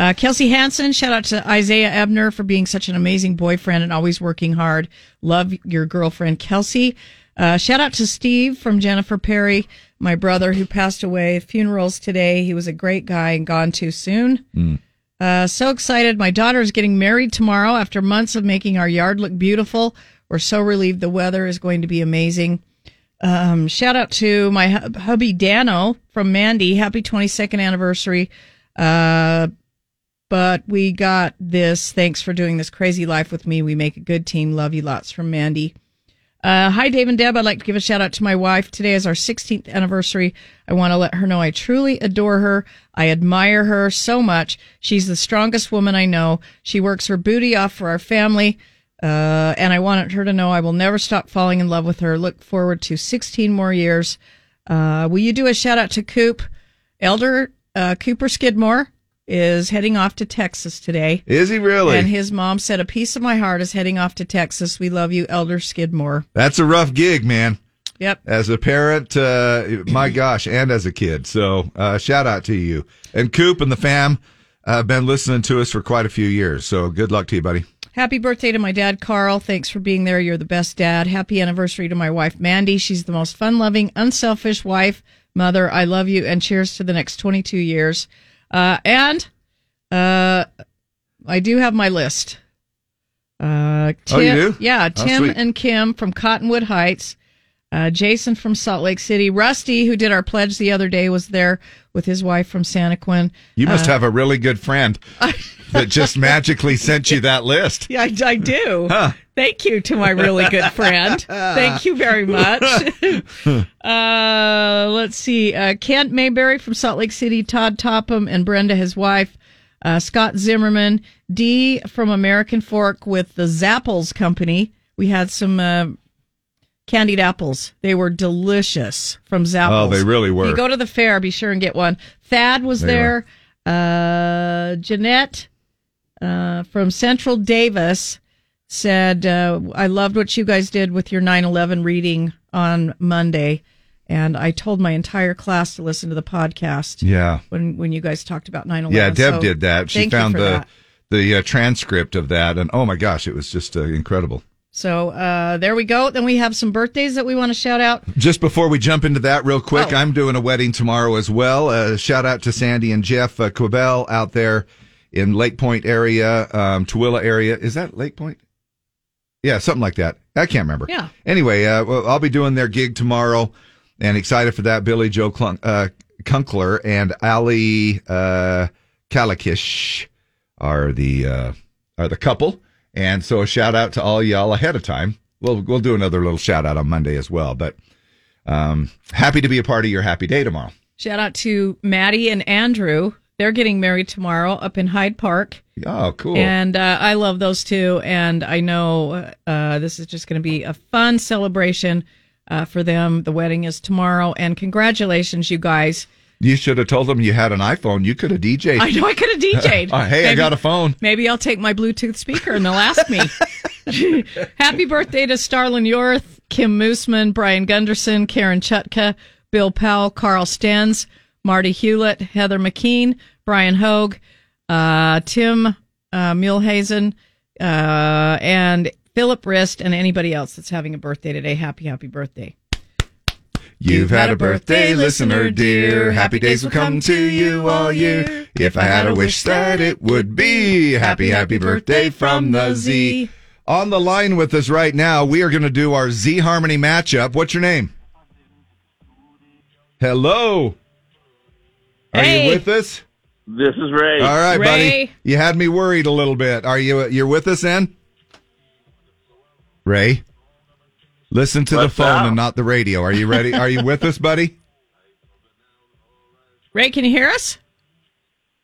Speaker 1: Uh, Kelsey Hansen, shout out to Isaiah Ebner for being such an amazing boyfriend and always working hard. Love your girlfriend, Kelsey. Uh, shout out to Steve from Jennifer Perry, my brother who passed away. Funerals today. He was a great guy and gone too soon. Uh, so excited. My daughter is getting married tomorrow after months of making our yard look beautiful. We're so relieved the weather is going to be amazing. Um, shout out to my hub- hubby Dano from Mandy. Happy 22nd anniversary. Uh, but we got this. Thanks for doing this crazy life with me. We make a good team. Love you lots from Mandy. Uh, hi, Dave and Deb. I'd like to give a shout out to my wife. Today is our 16th anniversary. I want to let her know I truly adore her. I admire her so much. She's the strongest woman I know. She works her booty off for our family. Uh, and I wanted her to know I will never stop falling in love with her. Look forward to 16 more years. Uh, will you do a shout out to Coop? Elder uh, Cooper Skidmore is heading off to Texas today.
Speaker 2: Is he really?
Speaker 1: And his mom said, A piece of my heart is heading off to Texas. We love you, Elder Skidmore.
Speaker 2: That's a rough gig, man.
Speaker 1: Yep.
Speaker 2: As a parent, uh, my gosh, and as a kid. So uh, shout out to you. And Coop and the fam uh, been listening to us for quite a few years. So good luck to you, buddy.
Speaker 1: Happy birthday to my dad, Carl. Thanks for being there. You're the best dad. Happy anniversary to my wife, Mandy. She's the most fun loving, unselfish wife, mother. I love you and cheers to the next 22 years. Uh, and uh, I do have my list. Uh, Tim,
Speaker 2: Oh, you do?
Speaker 1: Yeah,
Speaker 2: Oh,
Speaker 1: Tim
Speaker 2: sweet.
Speaker 1: and Kim from Cottonwood Heights. Uh, Jason from Salt Lake City. Rusty, who did our pledge the other day, was there with his wife from Santaquin.
Speaker 2: You must
Speaker 1: Uh,
Speaker 2: have a really good friend that just magically sent you that list.
Speaker 1: Yeah, I, I do.
Speaker 2: Huh.
Speaker 1: Thank you to my really good friend. Thank you very much. uh, let's see. Uh, Kent Mayberry from Salt Lake City, Todd Topham, and Brenda, his wife, uh, Scott Zimmerman, D from American Fork with the Zapples Company. We had some uh, candied apples. They were delicious from Zapples.
Speaker 2: Oh, they really were.
Speaker 1: If you go to the fair, be sure and get one. Thad was
Speaker 2: They
Speaker 1: there. Uh, Jeanette uh, from Central Davis said, uh, I loved what you guys did with your 9 11 reading on Monday. And I told my entire class to listen to the podcast.
Speaker 2: Yeah.
Speaker 1: When, when you guys talked about 9 11.
Speaker 2: Yeah, Deb did that. She
Speaker 1: thank
Speaker 2: found
Speaker 1: you
Speaker 2: the
Speaker 1: for that.
Speaker 2: the uh, transcript of that, and oh my gosh, it was just uh, incredible.
Speaker 1: So uh, there we go. Then we have some birthdays that we want to shout out.
Speaker 2: Just before we jump into that, real quick, I'm doing a wedding tomorrow as well. Uh, shout out to Sandy and Jeff uh, Quibell out there in Lake Point area, um, Tooele area. Is that Lake Point? Yeah, something like that. I can't remember.
Speaker 1: Yeah.
Speaker 2: Anyway, uh, well, I'll be doing their gig tomorrow, and excited for that. Billy Joe Clunk, uh, Kunkler and Ali uh, Kalakish are the uh, are the couple, and so a shout out to all y'all ahead of time. We'll we'll do another little shout out on Monday as well, but um, happy to be a part of your happy day tomorrow.
Speaker 1: Shout out to Maddie and Andrew. They're getting married tomorrow up in Hyde Park.
Speaker 2: Oh, cool.
Speaker 1: And uh, I love those two. And I know uh, this is just going to be a fun celebration uh, for them. The wedding is tomorrow. And congratulations, you guys.
Speaker 2: you should have told them you had an iPhone. You could have DJ'd.
Speaker 1: I know I could have DJ'd.
Speaker 2: Uh, hey, I
Speaker 1: Maybe-
Speaker 2: got a phone.
Speaker 1: Maybe I'll take my Bluetooth speaker and they'll ask me. Happy birthday to Starlin Yorth, Kim Mooseman, Brian Gunderson, Karen Chutka, Bill Powell, Carl Stenz, Marty Hewlett, Heather McKean, Brian Hoag, uh, Tim uh, Mulhazen, uh, and Philip Rist, and anybody else that's having a birthday today. Happy, happy birthday.
Speaker 2: You've had a birthday, listener dear. Happy days will come to you all year. If I had a wish that it would be happy, happy birthday from the Z. On the line with us right now, we are going to do our Z Harmony matchup. What's your name? Hello. Are
Speaker 20: Hey.
Speaker 2: you with us?
Speaker 20: This is Ray.
Speaker 2: All right, buddy. You had me worried a little bit. Are you you're with us, then? Ray, listen to the
Speaker 20: What's
Speaker 2: phone
Speaker 20: up?
Speaker 2: and not the radio. Are you ready? Are you with us, buddy?
Speaker 1: Ray, can you hear us?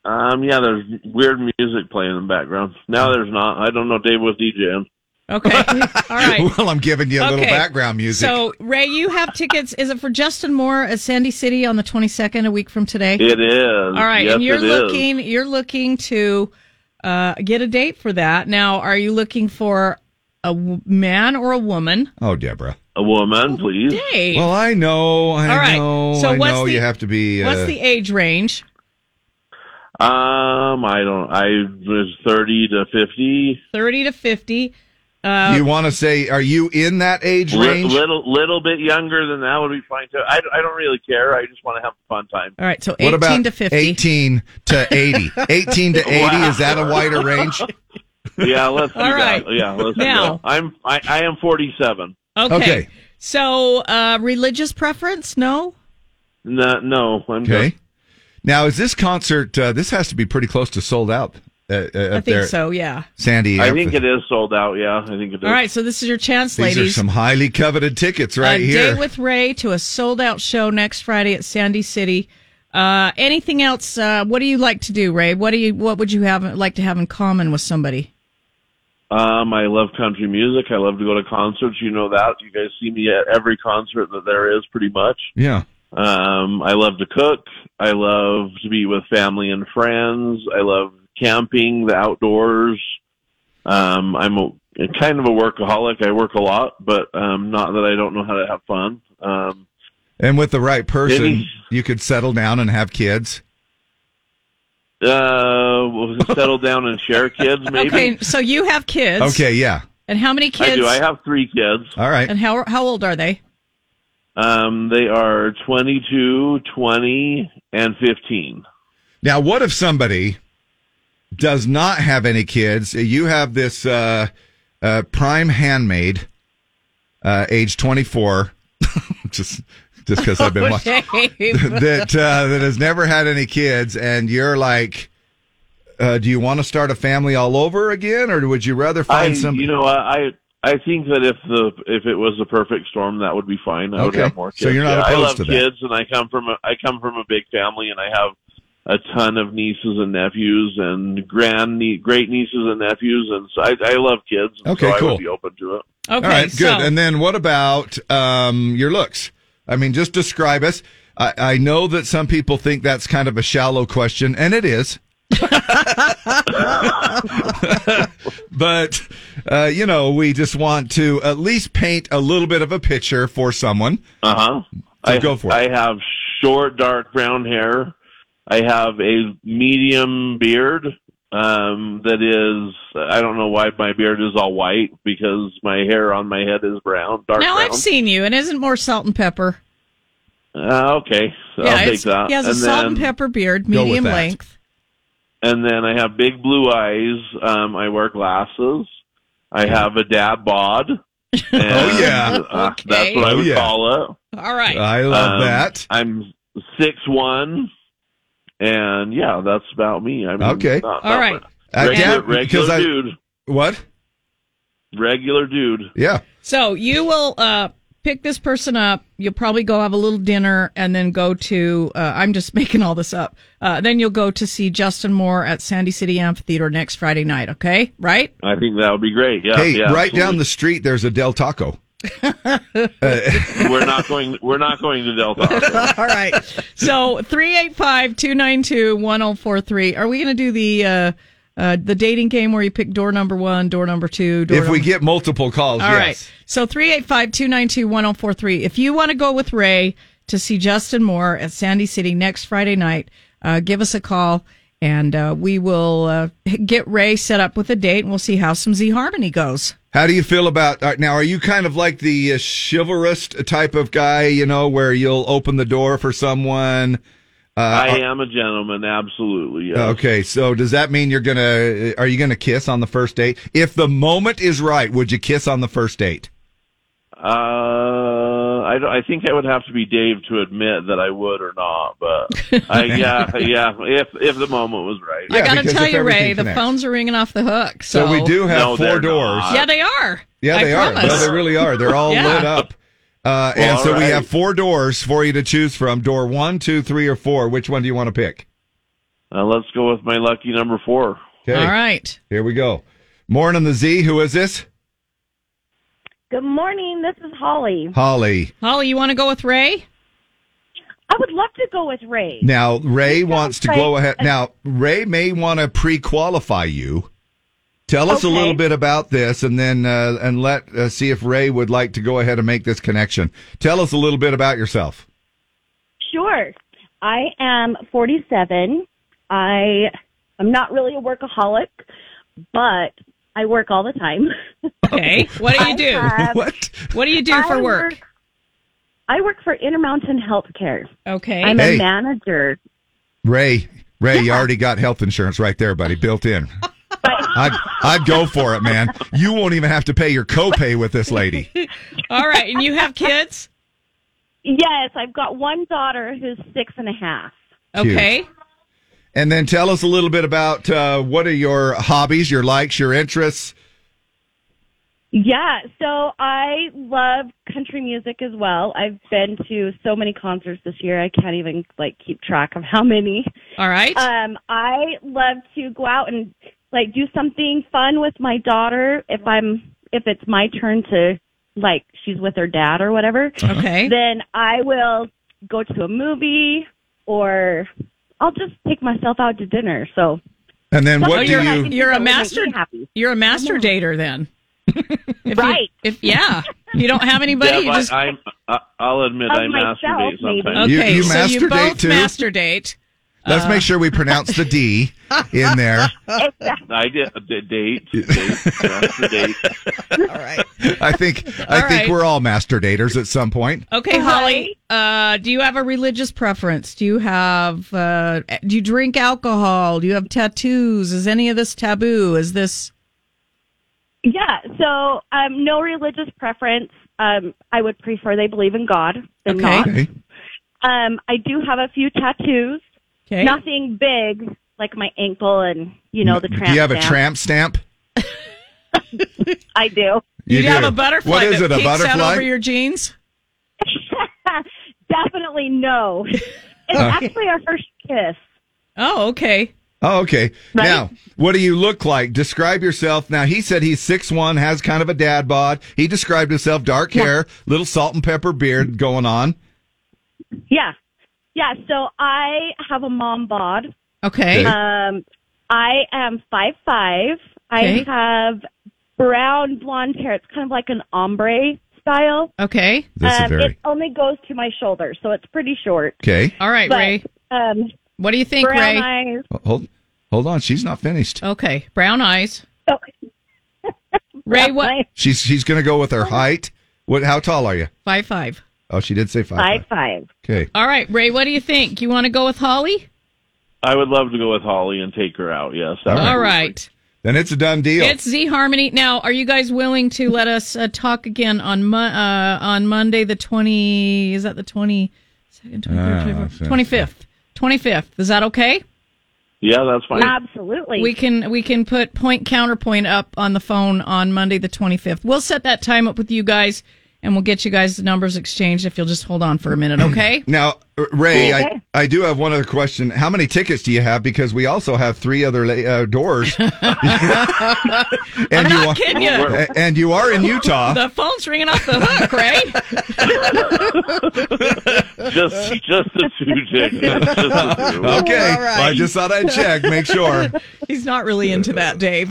Speaker 18: Um, yeah, there's weird music playing in the background. Now there's not. I don't know. Dave was DJing.
Speaker 1: Okay. All right.
Speaker 2: well, I'm giving you a little
Speaker 1: Okay.
Speaker 2: background music.
Speaker 1: So, Ray, you have tickets. Is it for Justin Moore at Sandy City on the 22nd, a week from today?
Speaker 18: It is.
Speaker 1: All right,
Speaker 18: Yes,
Speaker 1: and you're
Speaker 18: it is.
Speaker 1: looking you're looking to uh, get a date for that. Now, are you looking for a w- man or a woman?
Speaker 2: oh, Deborah.
Speaker 18: A woman, please.
Speaker 1: Dave.
Speaker 2: Well, I know. I
Speaker 1: All right.
Speaker 2: know.
Speaker 1: So
Speaker 2: I
Speaker 1: what's
Speaker 2: know
Speaker 1: the-
Speaker 2: you have to be. Uh,
Speaker 1: What's the age range?
Speaker 18: Um, I don't. I was thirty to fifty.
Speaker 1: 30 to 50. Uh,
Speaker 2: you want to say? Are you in that age
Speaker 18: Li-
Speaker 2: range?
Speaker 18: little, little bit younger than that would be fine too. I, I don't really care. I just want to have a fun time.
Speaker 1: All right, so
Speaker 2: what
Speaker 1: 18
Speaker 2: about
Speaker 1: to 50.
Speaker 2: 18 to 80. 18 to 80
Speaker 18: Wow.
Speaker 2: is that a wider range?
Speaker 18: Yeah, let's do
Speaker 1: All right.
Speaker 18: that. Yeah, let's
Speaker 1: Now-
Speaker 18: do that. I'm I, I am forty seven.
Speaker 1: Okay. So, uh, religious preference? No.
Speaker 18: No, no, I'm
Speaker 2: Okay. Now, is this concert? Uh, this has to be pretty close to sold out. Uh, uh, up
Speaker 1: I think
Speaker 2: there.
Speaker 1: so, yeah.
Speaker 2: Sandy.
Speaker 18: I
Speaker 2: up
Speaker 18: think
Speaker 2: the-
Speaker 18: it is sold out. Yeah, I think it is.
Speaker 1: All right, so this is your chance,
Speaker 2: These
Speaker 1: ladies.
Speaker 2: are some highly coveted tickets right
Speaker 1: a
Speaker 2: here.
Speaker 1: Day with Ray to a sold out show next Friday at Sandy City. Uh, anything else? Uh, what do you like to do, Ray? What do you What would you have like to have in common with somebody?
Speaker 18: Um, I love country music. I love to go to concerts. You know that. You guys see me at every concert that there is, pretty much.
Speaker 2: yeah.
Speaker 18: Um, I love to cook. I love to be with family and friends. I love camping, the outdoors. Um, I'm a, kind of a workaholic. I work a lot, but um, not that I don't know how to have fun. Um,
Speaker 2: And with the right person,
Speaker 18: Any-
Speaker 2: you could settle down and have kids.
Speaker 18: uh, we'll settle down and share kids, maybe.
Speaker 1: Okay, so you have kids.
Speaker 2: Okay, yeah.
Speaker 1: And how many kids?
Speaker 18: I do. I have three kids.
Speaker 2: All right.
Speaker 1: And how how old are they?
Speaker 18: Um, they are 22, 20, and 15.
Speaker 2: Now, what if somebody does not have any kids? You have this uh, uh, prime handmaid, uh, age 24, just just because I've
Speaker 1: Oh,
Speaker 2: been watching. that uh, that has never had any kids, and you're like, uh, do you want to start a family all over again, or would you rather
Speaker 18: I,
Speaker 2: find some?
Speaker 18: you know, I I think that if the if it was the perfect storm, that would be fine. I would
Speaker 2: Okay.
Speaker 18: have more kids.
Speaker 2: So you're not
Speaker 18: Yeah, I
Speaker 2: opposed
Speaker 18: love
Speaker 2: to that.
Speaker 18: kids, and I come from a, I come from a big family, and I have a ton of nieces and nephews and grand nie- great nieces and nephews, and so I, I love kids. and
Speaker 2: Okay,
Speaker 18: so I
Speaker 2: cool.
Speaker 18: would be open to it.
Speaker 2: all right, good. And then what about um, your looks? I mean, just describe us. I, I know that some people think that's kind of a shallow question, and it is. but uh, you know, we just want to at least paint a little bit of a picture for someone.
Speaker 18: Uh huh.
Speaker 2: So
Speaker 18: I
Speaker 2: go for it.
Speaker 18: I have short, dark brown hair. I have a medium beard um, that is. I don't know why my beard is all white because my hair on my head is brown, dark
Speaker 1: now
Speaker 18: brown.
Speaker 1: I've seen you, and isn't more salt and pepper?
Speaker 18: Uh, okay, so I'll take
Speaker 1: it's-
Speaker 18: that.
Speaker 1: he has
Speaker 18: and
Speaker 1: a salt
Speaker 18: then,
Speaker 1: and pepper beard,
Speaker 18: Go with
Speaker 1: medium
Speaker 18: that.
Speaker 1: length.
Speaker 18: And then I have big blue eyes. Um, I wear glasses. I have a dad bod. oh
Speaker 2: yeah,
Speaker 18: that's what I
Speaker 2: Oh,
Speaker 18: would
Speaker 2: yeah.
Speaker 18: call it.
Speaker 1: All right.
Speaker 2: I love
Speaker 18: Um,
Speaker 2: that.
Speaker 18: I'm six one, and yeah, that's about me. I mean,
Speaker 2: Okay.
Speaker 18: not-
Speaker 2: All
Speaker 18: not
Speaker 2: right.
Speaker 18: much.
Speaker 2: I
Speaker 18: Regular,
Speaker 2: doubt- Uh, because
Speaker 18: regular
Speaker 2: I-
Speaker 18: dude.
Speaker 2: What?
Speaker 18: Regular dude.
Speaker 2: Yeah.
Speaker 1: So you will uh, pick this person up. You'll probably go have a little dinner and then go to, uh, I'm just making all this up. Uh, then you'll go to see Justin Moore at Sandy City Amphitheater next Friday night, okay? Right?
Speaker 18: I think that would be great. Yeah.
Speaker 2: hey,
Speaker 18: yeah,
Speaker 2: right
Speaker 18: absolutely.
Speaker 2: down the street, there's a Del Taco.
Speaker 18: we're not going. We're not going to Delta.
Speaker 2: Uh,
Speaker 1: all right. So 385 292 1043. Are we going to do the. Uh, uh, the dating game where you pick door number one, door number two, door
Speaker 2: if we
Speaker 1: number-
Speaker 2: get multiple calls,
Speaker 1: All right.
Speaker 2: yes.
Speaker 1: So 385 292 1043. If you want to go with Ray to see Justin Moore at Sandy City next Friday night, uh, give us a call and uh, we will uh, get Ray set up with a date and we'll see how some Z Harmony goes.
Speaker 2: How do you feel about all right, now? Are you kind of like the uh, chivalrous type of guy, you know, where you'll open the door for someone? Uh,
Speaker 18: I am a gentleman. Absolutely. Yes.
Speaker 2: Okay, so does that mean you're gonna? uh, Are you gonna kiss on the first date? If the moment is right, would you kiss on the first date?
Speaker 18: Uh, I, don't- I think I would have to be Dave to admit that I would or not, but I, yeah, yeah, if if the moment was right.
Speaker 1: I got to tell you, Ray, the
Speaker 18: phone.
Speaker 1: phones are ringing off the hook. So,
Speaker 2: So we do have
Speaker 18: No,
Speaker 2: four
Speaker 18: they're
Speaker 2: doors.
Speaker 18: not.
Speaker 1: Yeah, they are.
Speaker 2: Yeah,
Speaker 1: I
Speaker 2: they are.
Speaker 1: promise.
Speaker 2: No, they really are. They're all
Speaker 1: Yeah.
Speaker 2: lit up. Uh,
Speaker 18: Well,
Speaker 2: and so
Speaker 18: all
Speaker 2: we
Speaker 18: right.
Speaker 2: have four doors for you to choose from. Door one, two, three, or four. Which one do you want to pick?
Speaker 18: Uh, let's go with my lucky number four.
Speaker 2: Okay.
Speaker 1: All right.
Speaker 2: Here we go. Morning on the Z. Who is this?
Speaker 21: Good morning. This is Holly.
Speaker 2: Holly.
Speaker 1: Holly, you want to go with Ray?
Speaker 21: I would love to go with Ray.
Speaker 2: Now Ray wants to go
Speaker 21: like-
Speaker 2: ahead. Now Ray may want to pre-qualify you. Tell us a
Speaker 21: Okay.
Speaker 2: little bit about this, and then uh, and let uh, see if Ray would like to go ahead and make this connection. Tell us a little bit about yourself.
Speaker 21: Sure. I am 47. I am not really a workaholic, but I work all the time.
Speaker 1: Okay. What do you do?
Speaker 2: what?
Speaker 1: What do you do for
Speaker 21: I
Speaker 1: work?
Speaker 21: I work for Intermountain Healthcare.
Speaker 1: Okay.
Speaker 21: I'm
Speaker 2: Hey.
Speaker 21: a manager.
Speaker 2: Ray, Ray, you already got health insurance right there, buddy, built in. I'd, I'd go for it, man. You won't even have to pay your copay with this lady.
Speaker 1: All right. And you have kids?
Speaker 21: Yes, I've got one daughter who's six and a half.
Speaker 2: Cute. Okay. And then tell us a little bit about uh, what are your hobbies, your likes, your interests.
Speaker 21: Yeah, so I love country music as well. I've been to so many concerts this year. I can't even like keep track of how many.
Speaker 1: All right.
Speaker 18: Uh,
Speaker 21: Um I love to go out and like do something fun with my daughter if I'm if it's my turn to like she's with her dad or whatever.
Speaker 1: Okay.
Speaker 21: Then I will go to a movie or I'll just take myself out to dinner. So
Speaker 2: And then what
Speaker 1: Oh,
Speaker 2: do
Speaker 1: you're,
Speaker 2: you?
Speaker 1: You're a
Speaker 21: That would make
Speaker 1: master.
Speaker 21: me happy.
Speaker 1: You're a master dater then. if
Speaker 21: Right.
Speaker 1: You, if yeah, you don't have anybody.
Speaker 18: Deb,
Speaker 1: you just
Speaker 18: I, I'm, I- I'll admit
Speaker 1: Of
Speaker 18: I
Speaker 1: myself,
Speaker 18: masturbate
Speaker 1: maybe.
Speaker 18: sometimes.
Speaker 2: You- you
Speaker 1: so you
Speaker 2: masturbate
Speaker 1: both
Speaker 2: too?
Speaker 1: masturbate.
Speaker 2: Let's
Speaker 1: Uh,
Speaker 2: make sure we pronounce the D in there.
Speaker 18: I did a d- date, date, master date.
Speaker 2: I think I
Speaker 1: All
Speaker 2: think
Speaker 1: right.
Speaker 2: we're all master daters at some point.
Speaker 1: Okay, Holly. Uh, do you have a religious preference? Do you have? Uh, do you drink alcohol? Do you have tattoos? Is any of this taboo? Is this?
Speaker 21: Yeah, so um, no religious preference. Um, I would prefer they believe in God than not. Um, I do have a few tattoos.
Speaker 1: Okay.
Speaker 21: Nothing big, like my ankle and you know the tramp.
Speaker 2: do you have a
Speaker 21: stamp.
Speaker 2: tramp stamp?
Speaker 21: I do.
Speaker 2: You You do have do. a butterfly What is that it, a peeks out butterfly? over
Speaker 1: your jeans?
Speaker 21: Definitely no. It's
Speaker 2: Uh.
Speaker 21: actually our first kiss.
Speaker 1: Oh, okay.
Speaker 2: Oh, okay. Now, what do you look like? Describe yourself. Now, he said he's six one, has kind of a dad bod. He described himself dark hair, little salt and pepper beard going on.
Speaker 21: Yeah. Yeah, so I have a mom bod.
Speaker 1: Okay. Okay.
Speaker 21: Um I am five five. I
Speaker 1: Okay.
Speaker 21: have brown blonde hair. It's kind of like an ombre style.
Speaker 1: Okay.
Speaker 2: This is
Speaker 21: um,
Speaker 2: very-
Speaker 21: it only goes to my shoulder, so it's pretty short.
Speaker 2: Okay.
Speaker 1: All right,
Speaker 21: But,
Speaker 1: Ray.
Speaker 21: Um
Speaker 1: What do you think,
Speaker 21: brown
Speaker 1: Ray?
Speaker 21: eyes.
Speaker 2: Oh, Hold hold on, she's not finished.
Speaker 1: Okay, brown eyes. Ray, what?
Speaker 2: She's she's going to go with her height. What how tall are you?
Speaker 1: Five five.
Speaker 2: Oh, she did say 5. five.
Speaker 21: five.
Speaker 2: Okay.
Speaker 1: All right, Ray. What do you think? You want to go with Holly?
Speaker 18: I would love to go with Holly and take her out. Yes.
Speaker 2: All right.
Speaker 1: All right.
Speaker 2: Then it's a done deal.
Speaker 1: It's Z Harmony. Now, are you guys willing to let us uh, talk again on Mo- uh, on Monday the twenty? Is that the twenty second, twenty
Speaker 18: Ah,
Speaker 1: third,
Speaker 18: so-
Speaker 1: twenty fifth, twenty fifth? Is that okay?
Speaker 18: Yeah, that's fine.
Speaker 21: Absolutely.
Speaker 1: We can we can put point counterpoint up on the phone on Monday the twenty fifth. We'll set that time up with you guys, and we'll get you guys the numbers exchanged if you'll just hold on for a minute, okay?
Speaker 2: Now, R- Ray,
Speaker 1: Okay.
Speaker 2: I, I do have one other question. How many tickets do you have? Because we also have three other la- uh, doors. and
Speaker 1: I'm
Speaker 2: you
Speaker 1: not
Speaker 2: are,
Speaker 1: kidding you.
Speaker 2: a- And you are in Utah.
Speaker 1: the phone's ringing off the hook, Ray.
Speaker 18: Just just the two tickets. Just the two.
Speaker 2: okay. Well, I just thought I'd check, make sure.
Speaker 1: He's not really into that, Dave.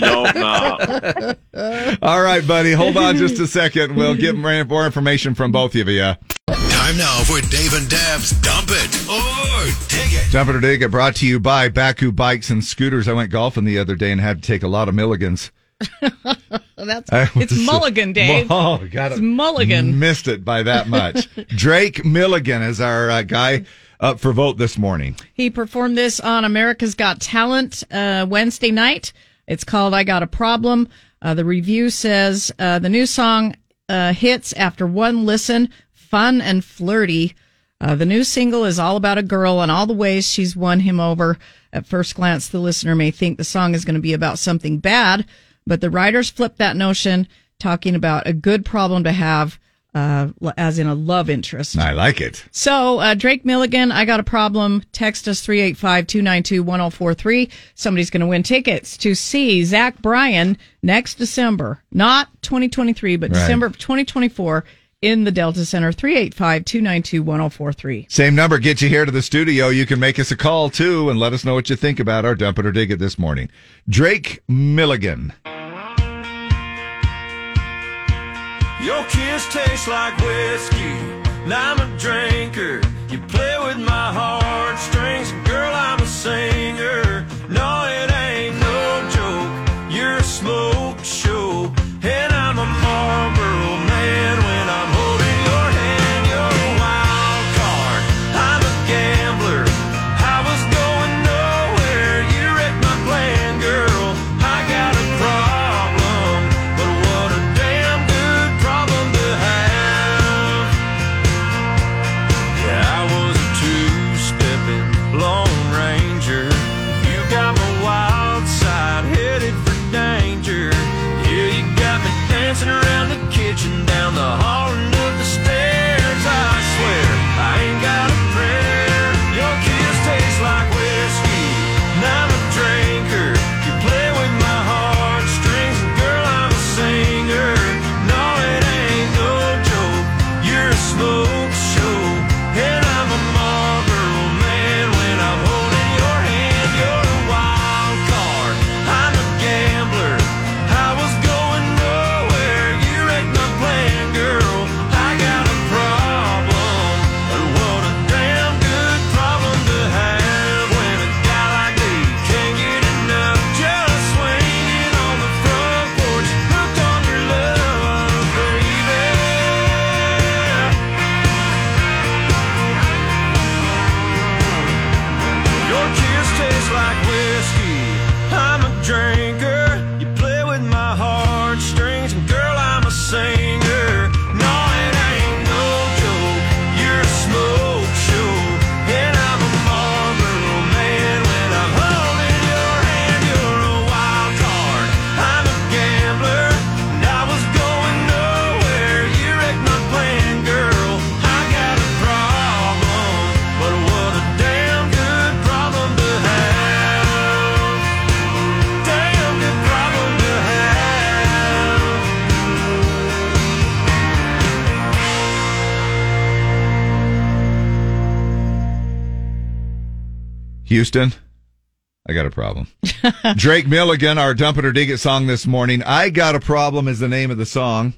Speaker 18: No, no.
Speaker 2: All right, buddy. Hold on just a second. We'll get more more information from both of you.
Speaker 20: Time now for Dave and Deb's Dump It or Dig It.
Speaker 2: Jumper to Dig It brought to you by Baku Bikes and Scooters. I went golfing the other day and had to take a lot of Milligans.
Speaker 1: That's
Speaker 2: I
Speaker 1: it's
Speaker 2: was- Mm-hmm.
Speaker 1: Mulligan, Dave.
Speaker 2: Oh, got
Speaker 1: It's
Speaker 2: it.
Speaker 1: Mulligan.
Speaker 2: Missed it by that much. Drake Milligan is our uh, guy up for vote this morning.
Speaker 1: He performed this on America's Got Talent uh, Wednesday night. It's called I Got a Problem. Uh, the review says uh, the new song uh, hits after one listen, fun and flirty. Uh, the new single is all about a girl and all the ways she's won him over. At first glance, the listener may think the song is going to be about something bad, but the writers flipped that notion, talking about a good problem to have, uh, as in a love interest.
Speaker 2: I like it.
Speaker 1: So, uh, Drake Milligan, I got a problem. Text us 385 292 1043. Somebody's going to win tickets to see Zach Bryan next December, not 2023, but
Speaker 2: Right.
Speaker 1: December of 2024 in the Delta Center, 385 292 1043.
Speaker 2: Same number gets you here to the studio. You can make us a call too and let us know what you think about our dump it or dig it this morning. Drake Milligan.
Speaker 4: Your kiss tastes like whiskey, and I'm a drinker. You play with my heartstrings, and girl, I'm a singer. No, it ain't no joke. You're a smoke show, and I'm a Marlboro man. When I'm holding your hand, you're a wild card. I'm a gambler. I was going nowhere. You wrecked my plan, girl. I got a problem, but what a damn good problem to have. Yeah, I was a two like whiskey. I'm a drinker. You play with my heartstrings, and girl, I'm a singer. No, it ain't no joke. You're a smoke show, and I'm a Marlboro man. When I'm holding your hand, you're a wild card. I'm a gambler, and I was going nowhere. You wrecked my plan, girl. I got a problem, but what a damn good problem to have. Damn good problem to have.
Speaker 2: Houston, I got a problem. Drake Milligan, our Dump It or Dig It song this morning. I Got a Problem is the name of the song.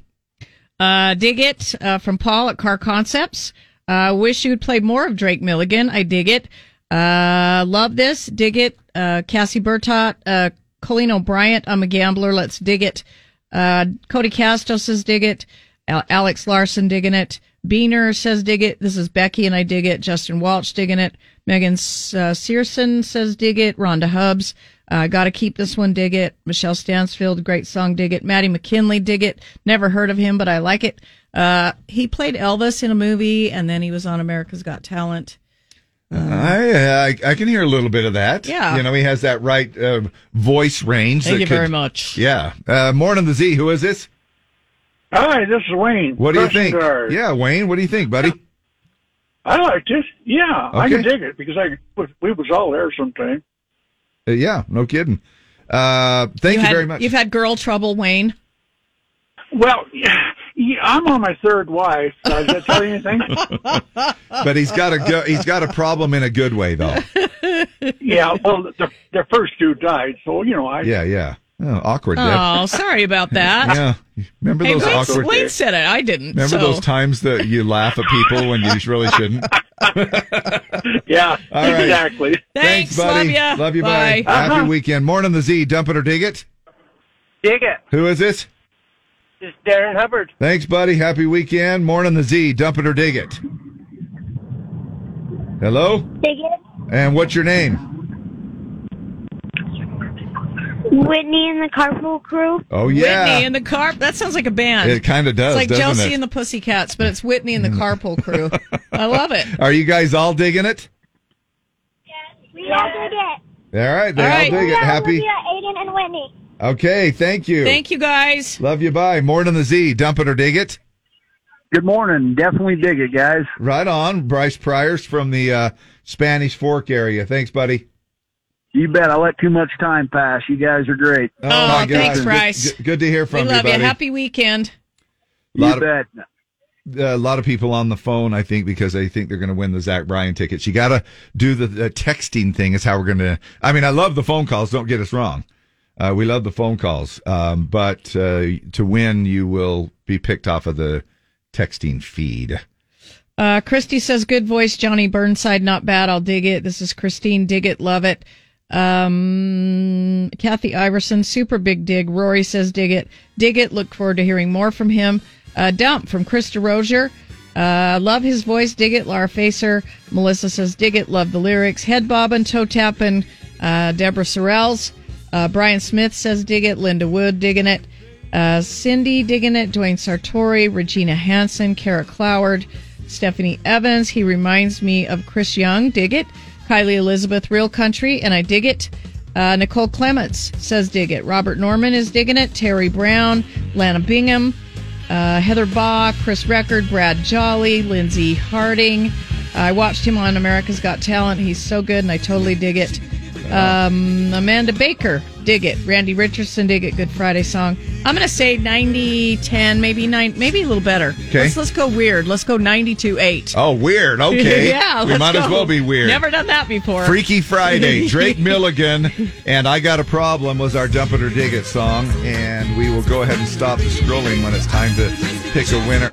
Speaker 1: Uh, dig it uh, from Paul at Car Concepts. Uh, wish you would play more of Drake Milligan. I dig it. Uh, love this. Dig it. Uh, Cassie Bertot, uh, Colleen O'Brien. I'm a gambler. Let's dig it. Uh, Cody Castos says dig it. Al- Alex Larson digging it. Beener says dig it. This is Becky and I dig it. Justin Walsh digging it. Megan uh, Searson says dig it. Rhonda Hubbs. I uh, got to keep this one. Dig it. Michelle Stansfield, great song. Dig it. Maddie McKinley, dig it. Never heard of him, but I like it. Uh, he played Elvis in a movie, and then he was on America's Got Talent.
Speaker 2: I, I I can hear a little bit of that.
Speaker 1: Uh-huh. Yeah.
Speaker 2: you know he has that right uh, voice range.
Speaker 1: Thank
Speaker 2: that
Speaker 1: you
Speaker 2: could-
Speaker 1: very much.
Speaker 2: Yeah. Uh, Morning the Z. Who is this?
Speaker 5: Hi, this is Wayne.
Speaker 2: What do you
Speaker 5: Pressing
Speaker 2: think?
Speaker 5: guard.
Speaker 2: Yeah, Wayne. What do you think, buddy?
Speaker 5: I liked it. Yeah, I
Speaker 2: Okay.
Speaker 5: can dig it because I was- we was all there sometime.
Speaker 2: Uh, yeah, no kidding. Uh, thank you,
Speaker 1: had,
Speaker 2: very much.
Speaker 1: You've had girl trouble, Wayne.
Speaker 5: Well, yeah, yeah, I'm on my third wife. Does that tell you anything?
Speaker 2: but he's got a go- he's got a problem in a good way though.
Speaker 5: yeah. Well, the, the first two died, so you know I.
Speaker 2: Yeah, yeah. Oh, awkward.
Speaker 1: Oh, sorry about that.
Speaker 2: Yeah. Remember
Speaker 1: hey,
Speaker 2: those
Speaker 1: Wayne,
Speaker 2: awkward-
Speaker 1: Wayne said it. I didn't.
Speaker 2: Remember
Speaker 1: so.
Speaker 2: those times that you laugh at people when you really shouldn't?
Speaker 5: yeah,
Speaker 2: All right.
Speaker 5: exactly.
Speaker 2: Thanks, buddy.
Speaker 5: love ya.
Speaker 2: Love you,
Speaker 5: Bye.
Speaker 2: bye.
Speaker 5: Uh-huh.
Speaker 2: Happy weekend. Morning the Z. Dump it or dig it.
Speaker 22: Dig it.
Speaker 2: Who is this?
Speaker 22: This is Darren Hubbard.
Speaker 2: Thanks, buddy. Happy weekend. Morning the Z. Dump it or dig it. Hello.
Speaker 22: Dig it.
Speaker 2: And what's your name?
Speaker 22: Whitney and the Carpool Crew.
Speaker 2: Oh yeah.
Speaker 1: Whitney and the Carp. That sounds like a band.
Speaker 2: It kinda does,
Speaker 1: It's like
Speaker 2: Oh, doesn't
Speaker 1: Josie
Speaker 2: it?
Speaker 1: and the Pussycats, but it's Whitney and the Carpool Crew. I love it.
Speaker 2: Are you guys all digging it?
Speaker 22: We all dig it.
Speaker 2: All right, they all, dig it. Happy.
Speaker 22: Aiden and Whitney.
Speaker 2: Okay, thank you.
Speaker 1: Thank you, guys.
Speaker 2: Love you. Bye. Morning the Z. Dump it or dig it.
Speaker 23: Good morning. Definitely dig it, guys.
Speaker 2: Right on. Bryce Pryors from the uh, Spanish Fork area. Thanks, buddy.
Speaker 23: You bet. I let too much time pass. You guys are great.
Speaker 2: Oh, my God.
Speaker 1: thanks,
Speaker 2: Good-
Speaker 1: Bryce.
Speaker 2: Good, good to hear
Speaker 1: We
Speaker 2: from you,
Speaker 1: love you.
Speaker 2: buddy.
Speaker 1: Happy weekend.
Speaker 2: lot of, Uh, A lot of people on the phone, I think, because they think they're going to win the Zach Bryan tickets. You got to do the, the texting thing. Is how we're going to. I mean, I love the phone calls. Don't get us wrong. Uh, we love the phone calls, um, but uh, to win, you will be picked off of the texting feed.
Speaker 1: Uh, Christy says, good voice, Johnny Burnside, not bad. I'll dig it. This is Christine, dig it, love it. Um, Kathy Iverson, super big dig. Rory says, dig it, dig it. Look forward to hearing more from him. Uh, dump from Krista Rozier. Uh, love his voice, dig it. Laura Facer. Melissa says, dig it, love the lyrics. Head bobbing, toe tapping. Uh, Deborah Sorrells. Uh, Brian Smith says, dig it. Linda Wood, digging it. Uh, Cindy digging it, Dwayne Sartori, Regina Hansen, Kara Cloward, Stephanie Evans. He reminds me of Chris Young, dig it. Kylie Elizabeth, real country, and I dig it. Uh, Nicole Clements says dig it. Robert Norman is digging it. Terry Brown, Lana Bingham, uh, Heather Baugh, Chris Record, Brad Jolly, Lindsay Harding. I watched him on America's Got Talent. He's so good, and I totally dig it. Um, Amanda Baker, dig it. Randy Richardson, dig it. Good Friday song. I'm going to say 90 10, maybe nine, maybe a little better.
Speaker 2: Okay.
Speaker 1: Let's, let's go weird. Let's go 92 8.
Speaker 2: Oh, weird. Okay.
Speaker 1: yeah.
Speaker 2: We
Speaker 1: let's
Speaker 2: might as
Speaker 1: go.
Speaker 2: well be weird.
Speaker 1: Never done that before.
Speaker 2: Freaky Friday, Drake Milligan, and I Got a Problem was our Dump It or Dig It song. And we will go ahead and stop the scrolling when it's time to pick a winner.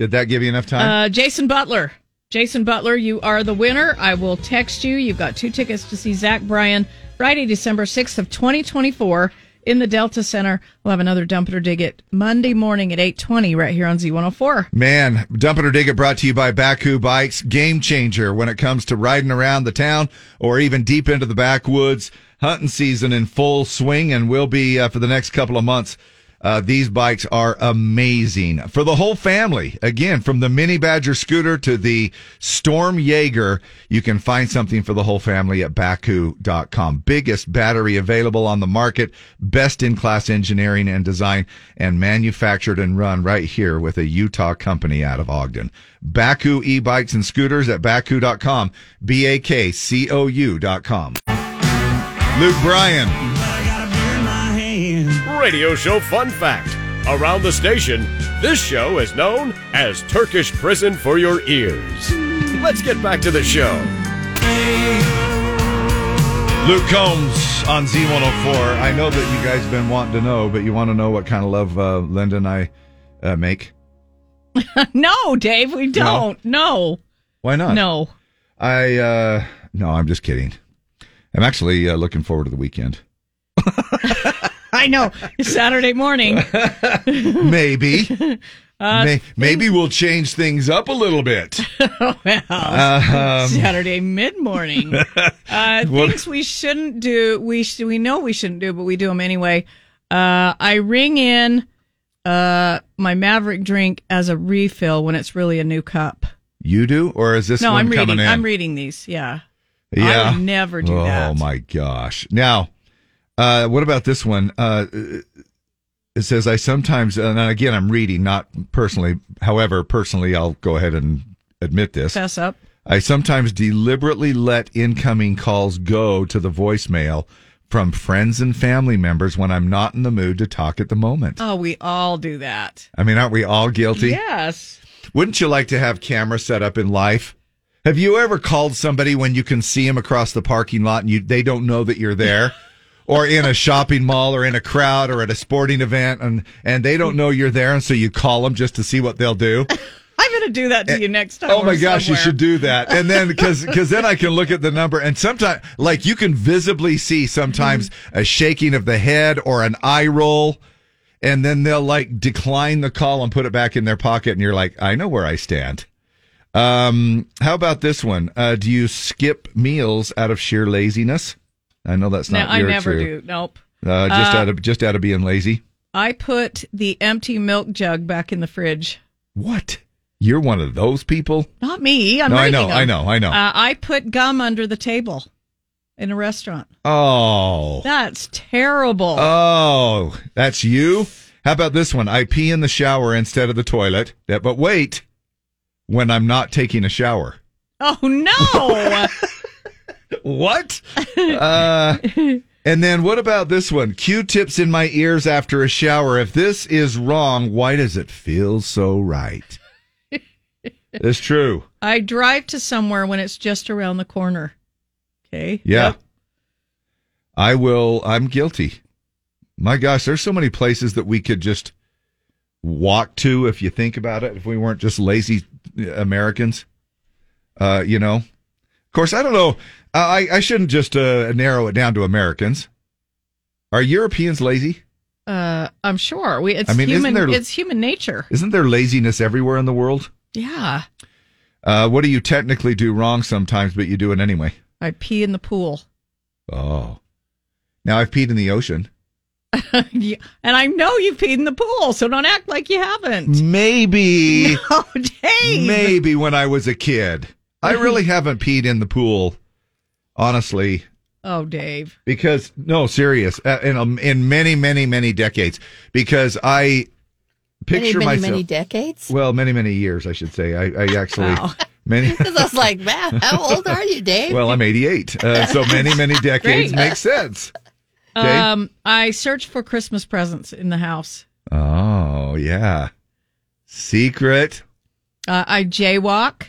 Speaker 2: Did that give you enough time?
Speaker 1: Uh, Jason Butler. Jason Butler, you are the winner. I will text you. You've got two tickets to see Zach Bryan Friday, December 6th of 2024. in the Delta Center. We'll have another dump it or dig it Monday morning at 820 right here on Z104.
Speaker 2: Man, Dump It or Dig It brought to you by Baku Bikes, game changer when it comes to riding around the town or even deep into the backwoods. Hunting season in full swing and will be uh, for the next couple of months. Uh, these bikes are amazing for the whole family. Again, from the Mini Badger scooter to the Storm Jaeger, you can find something for the whole family at Baku.com. Biggest battery available on the market, best in class engineering and design, and manufactured and run right here with a Utah company out of Ogden. Baku e bikes and scooters at Baku.com. B A K C O U.com. Luke Bryan.
Speaker 6: Radio show fun fact. Around the station, this show is known as Turkish Prison for Your Ears. Let's get back to the show.
Speaker 2: Luke Combs on Z104. I know that you guys have been wanting to know, but you want to know what kind of love uh, Linda and I uh, make?
Speaker 1: no, Dave, we don't. No.
Speaker 2: Why not?
Speaker 1: No.
Speaker 2: I, uh, no, I'm just kidding. I'm actually uh, looking forward to the weekend.
Speaker 1: I know. It's Saturday morning.
Speaker 2: Maybe.
Speaker 1: Uh,
Speaker 2: May- maybe we'll change things up a little bit.
Speaker 1: Oh, well,
Speaker 2: Uh, um,
Speaker 1: Saturday mid morning. Uh,
Speaker 2: What-
Speaker 1: things we shouldn't do. We sh- we know we shouldn't do, but we do them anyway. Uh, I ring in uh, my Maverick drink as a refill when it's really a new cup.
Speaker 2: You do, or is this
Speaker 1: no,
Speaker 2: one
Speaker 1: I'm
Speaker 2: coming
Speaker 1: reading.
Speaker 2: in?
Speaker 1: I'm reading these. Yeah.
Speaker 2: yeah,
Speaker 1: I would never do
Speaker 2: oh,
Speaker 1: that.
Speaker 2: my gosh! Now, uh, what about this one? Uh, it says I sometimes, and again, I'm reading, not personally. However, personally, I'll go ahead and admit this.
Speaker 1: Fess up.
Speaker 2: I sometimes deliberately let incoming calls go to the voicemail from friends and family members when I'm not in the mood to talk at the moment.
Speaker 1: Oh, we all do that.
Speaker 2: I mean, aren't we all guilty?
Speaker 1: Yes.
Speaker 2: Wouldn't you like to have cameras set up in life? Have you ever called somebody when you can see them across the parking lot and you, they don't know that you're there? or in a shopping mall or in a crowd or at a sporting event and, and they don't know you're there and so you call them just to see what they'll do?
Speaker 1: I'm gonna do that to you next time.
Speaker 2: Oh my
Speaker 1: we're
Speaker 2: gosh,
Speaker 1: somewhere.
Speaker 2: you should do that. And then cuz cuz then I can look at the number and sometimes like you can visibly see sometimes
Speaker 1: Mm-hmm.
Speaker 2: a shaking of the head or an eye roll and then they'll like decline the call and put it back in their pocket and you're like, "I know where I stand." Um, how about this one? Uh, do you skip meals out of sheer laziness? I know that's
Speaker 1: No,
Speaker 2: not
Speaker 1: I
Speaker 2: your
Speaker 1: never
Speaker 2: true.
Speaker 1: do. Nope.
Speaker 2: Uh, just
Speaker 1: Uh,
Speaker 2: out of just out of being lazy.
Speaker 1: I put the empty milk jug back in the fridge.
Speaker 2: What? You're one of those people?
Speaker 1: Not me. I'm
Speaker 2: No, I
Speaker 1: reading
Speaker 2: know,
Speaker 1: them.
Speaker 2: I know, I know.
Speaker 1: Uh, I put gum under the table in a restaurant.
Speaker 2: Oh.
Speaker 1: That's terrible.
Speaker 2: Oh, that's you? How about this one? I pee in the shower instead of the toilet. Yeah, But wait, when I'm not taking a shower.
Speaker 1: oh no!
Speaker 2: What? Uh, and then what about this one? Q-tips in my ears after a shower. If this is wrong, why does it feel so right? it's true.
Speaker 1: I drive to somewhere when it's just around the corner. Okay.
Speaker 2: Yeah. I will. I'm guilty. My gosh, there's so many places that we could just walk to if you think about it, if we weren't just lazy uh, Americans. Uh, you know, of course, I don't know. I, I shouldn't just uh, narrow it down to Americans. Are Europeans lazy?
Speaker 1: Uh, I'm sure. We it's
Speaker 2: I mean, isn't
Speaker 1: human.
Speaker 2: there-
Speaker 1: It's human nature.
Speaker 2: Isn't there laziness everywhere in the world?
Speaker 1: Yeah.
Speaker 2: Uh, what do you technically do wrong sometimes, but you do it anyway?
Speaker 1: I pee in the pool,
Speaker 2: Oh. Now I've peed in the ocean.
Speaker 1: Yeah, and I know you peed in the pool, so don't act like you haven't.
Speaker 2: Mm. Maybe.
Speaker 1: No, Dave.
Speaker 2: Maybe when I was a kid. I really haven't peed in the pool, honestly,
Speaker 1: Oh, Dave.
Speaker 2: because no, serious. Uh, in um, in many, many, many decades, because I picture
Speaker 3: many, many,
Speaker 2: myself.
Speaker 3: many decades.
Speaker 2: well, many, many years, I should say. I, I actually
Speaker 3: Wow.
Speaker 2: many.
Speaker 3: Because I was like, man, how old are you, Dave?
Speaker 2: well, I'm 88, uh, so many, many decades
Speaker 1: Great.
Speaker 2: makes sense. Okay.
Speaker 1: Um, I search for Christmas presents in the house.
Speaker 2: oh yeah, secret.
Speaker 1: Uh, I jaywalk.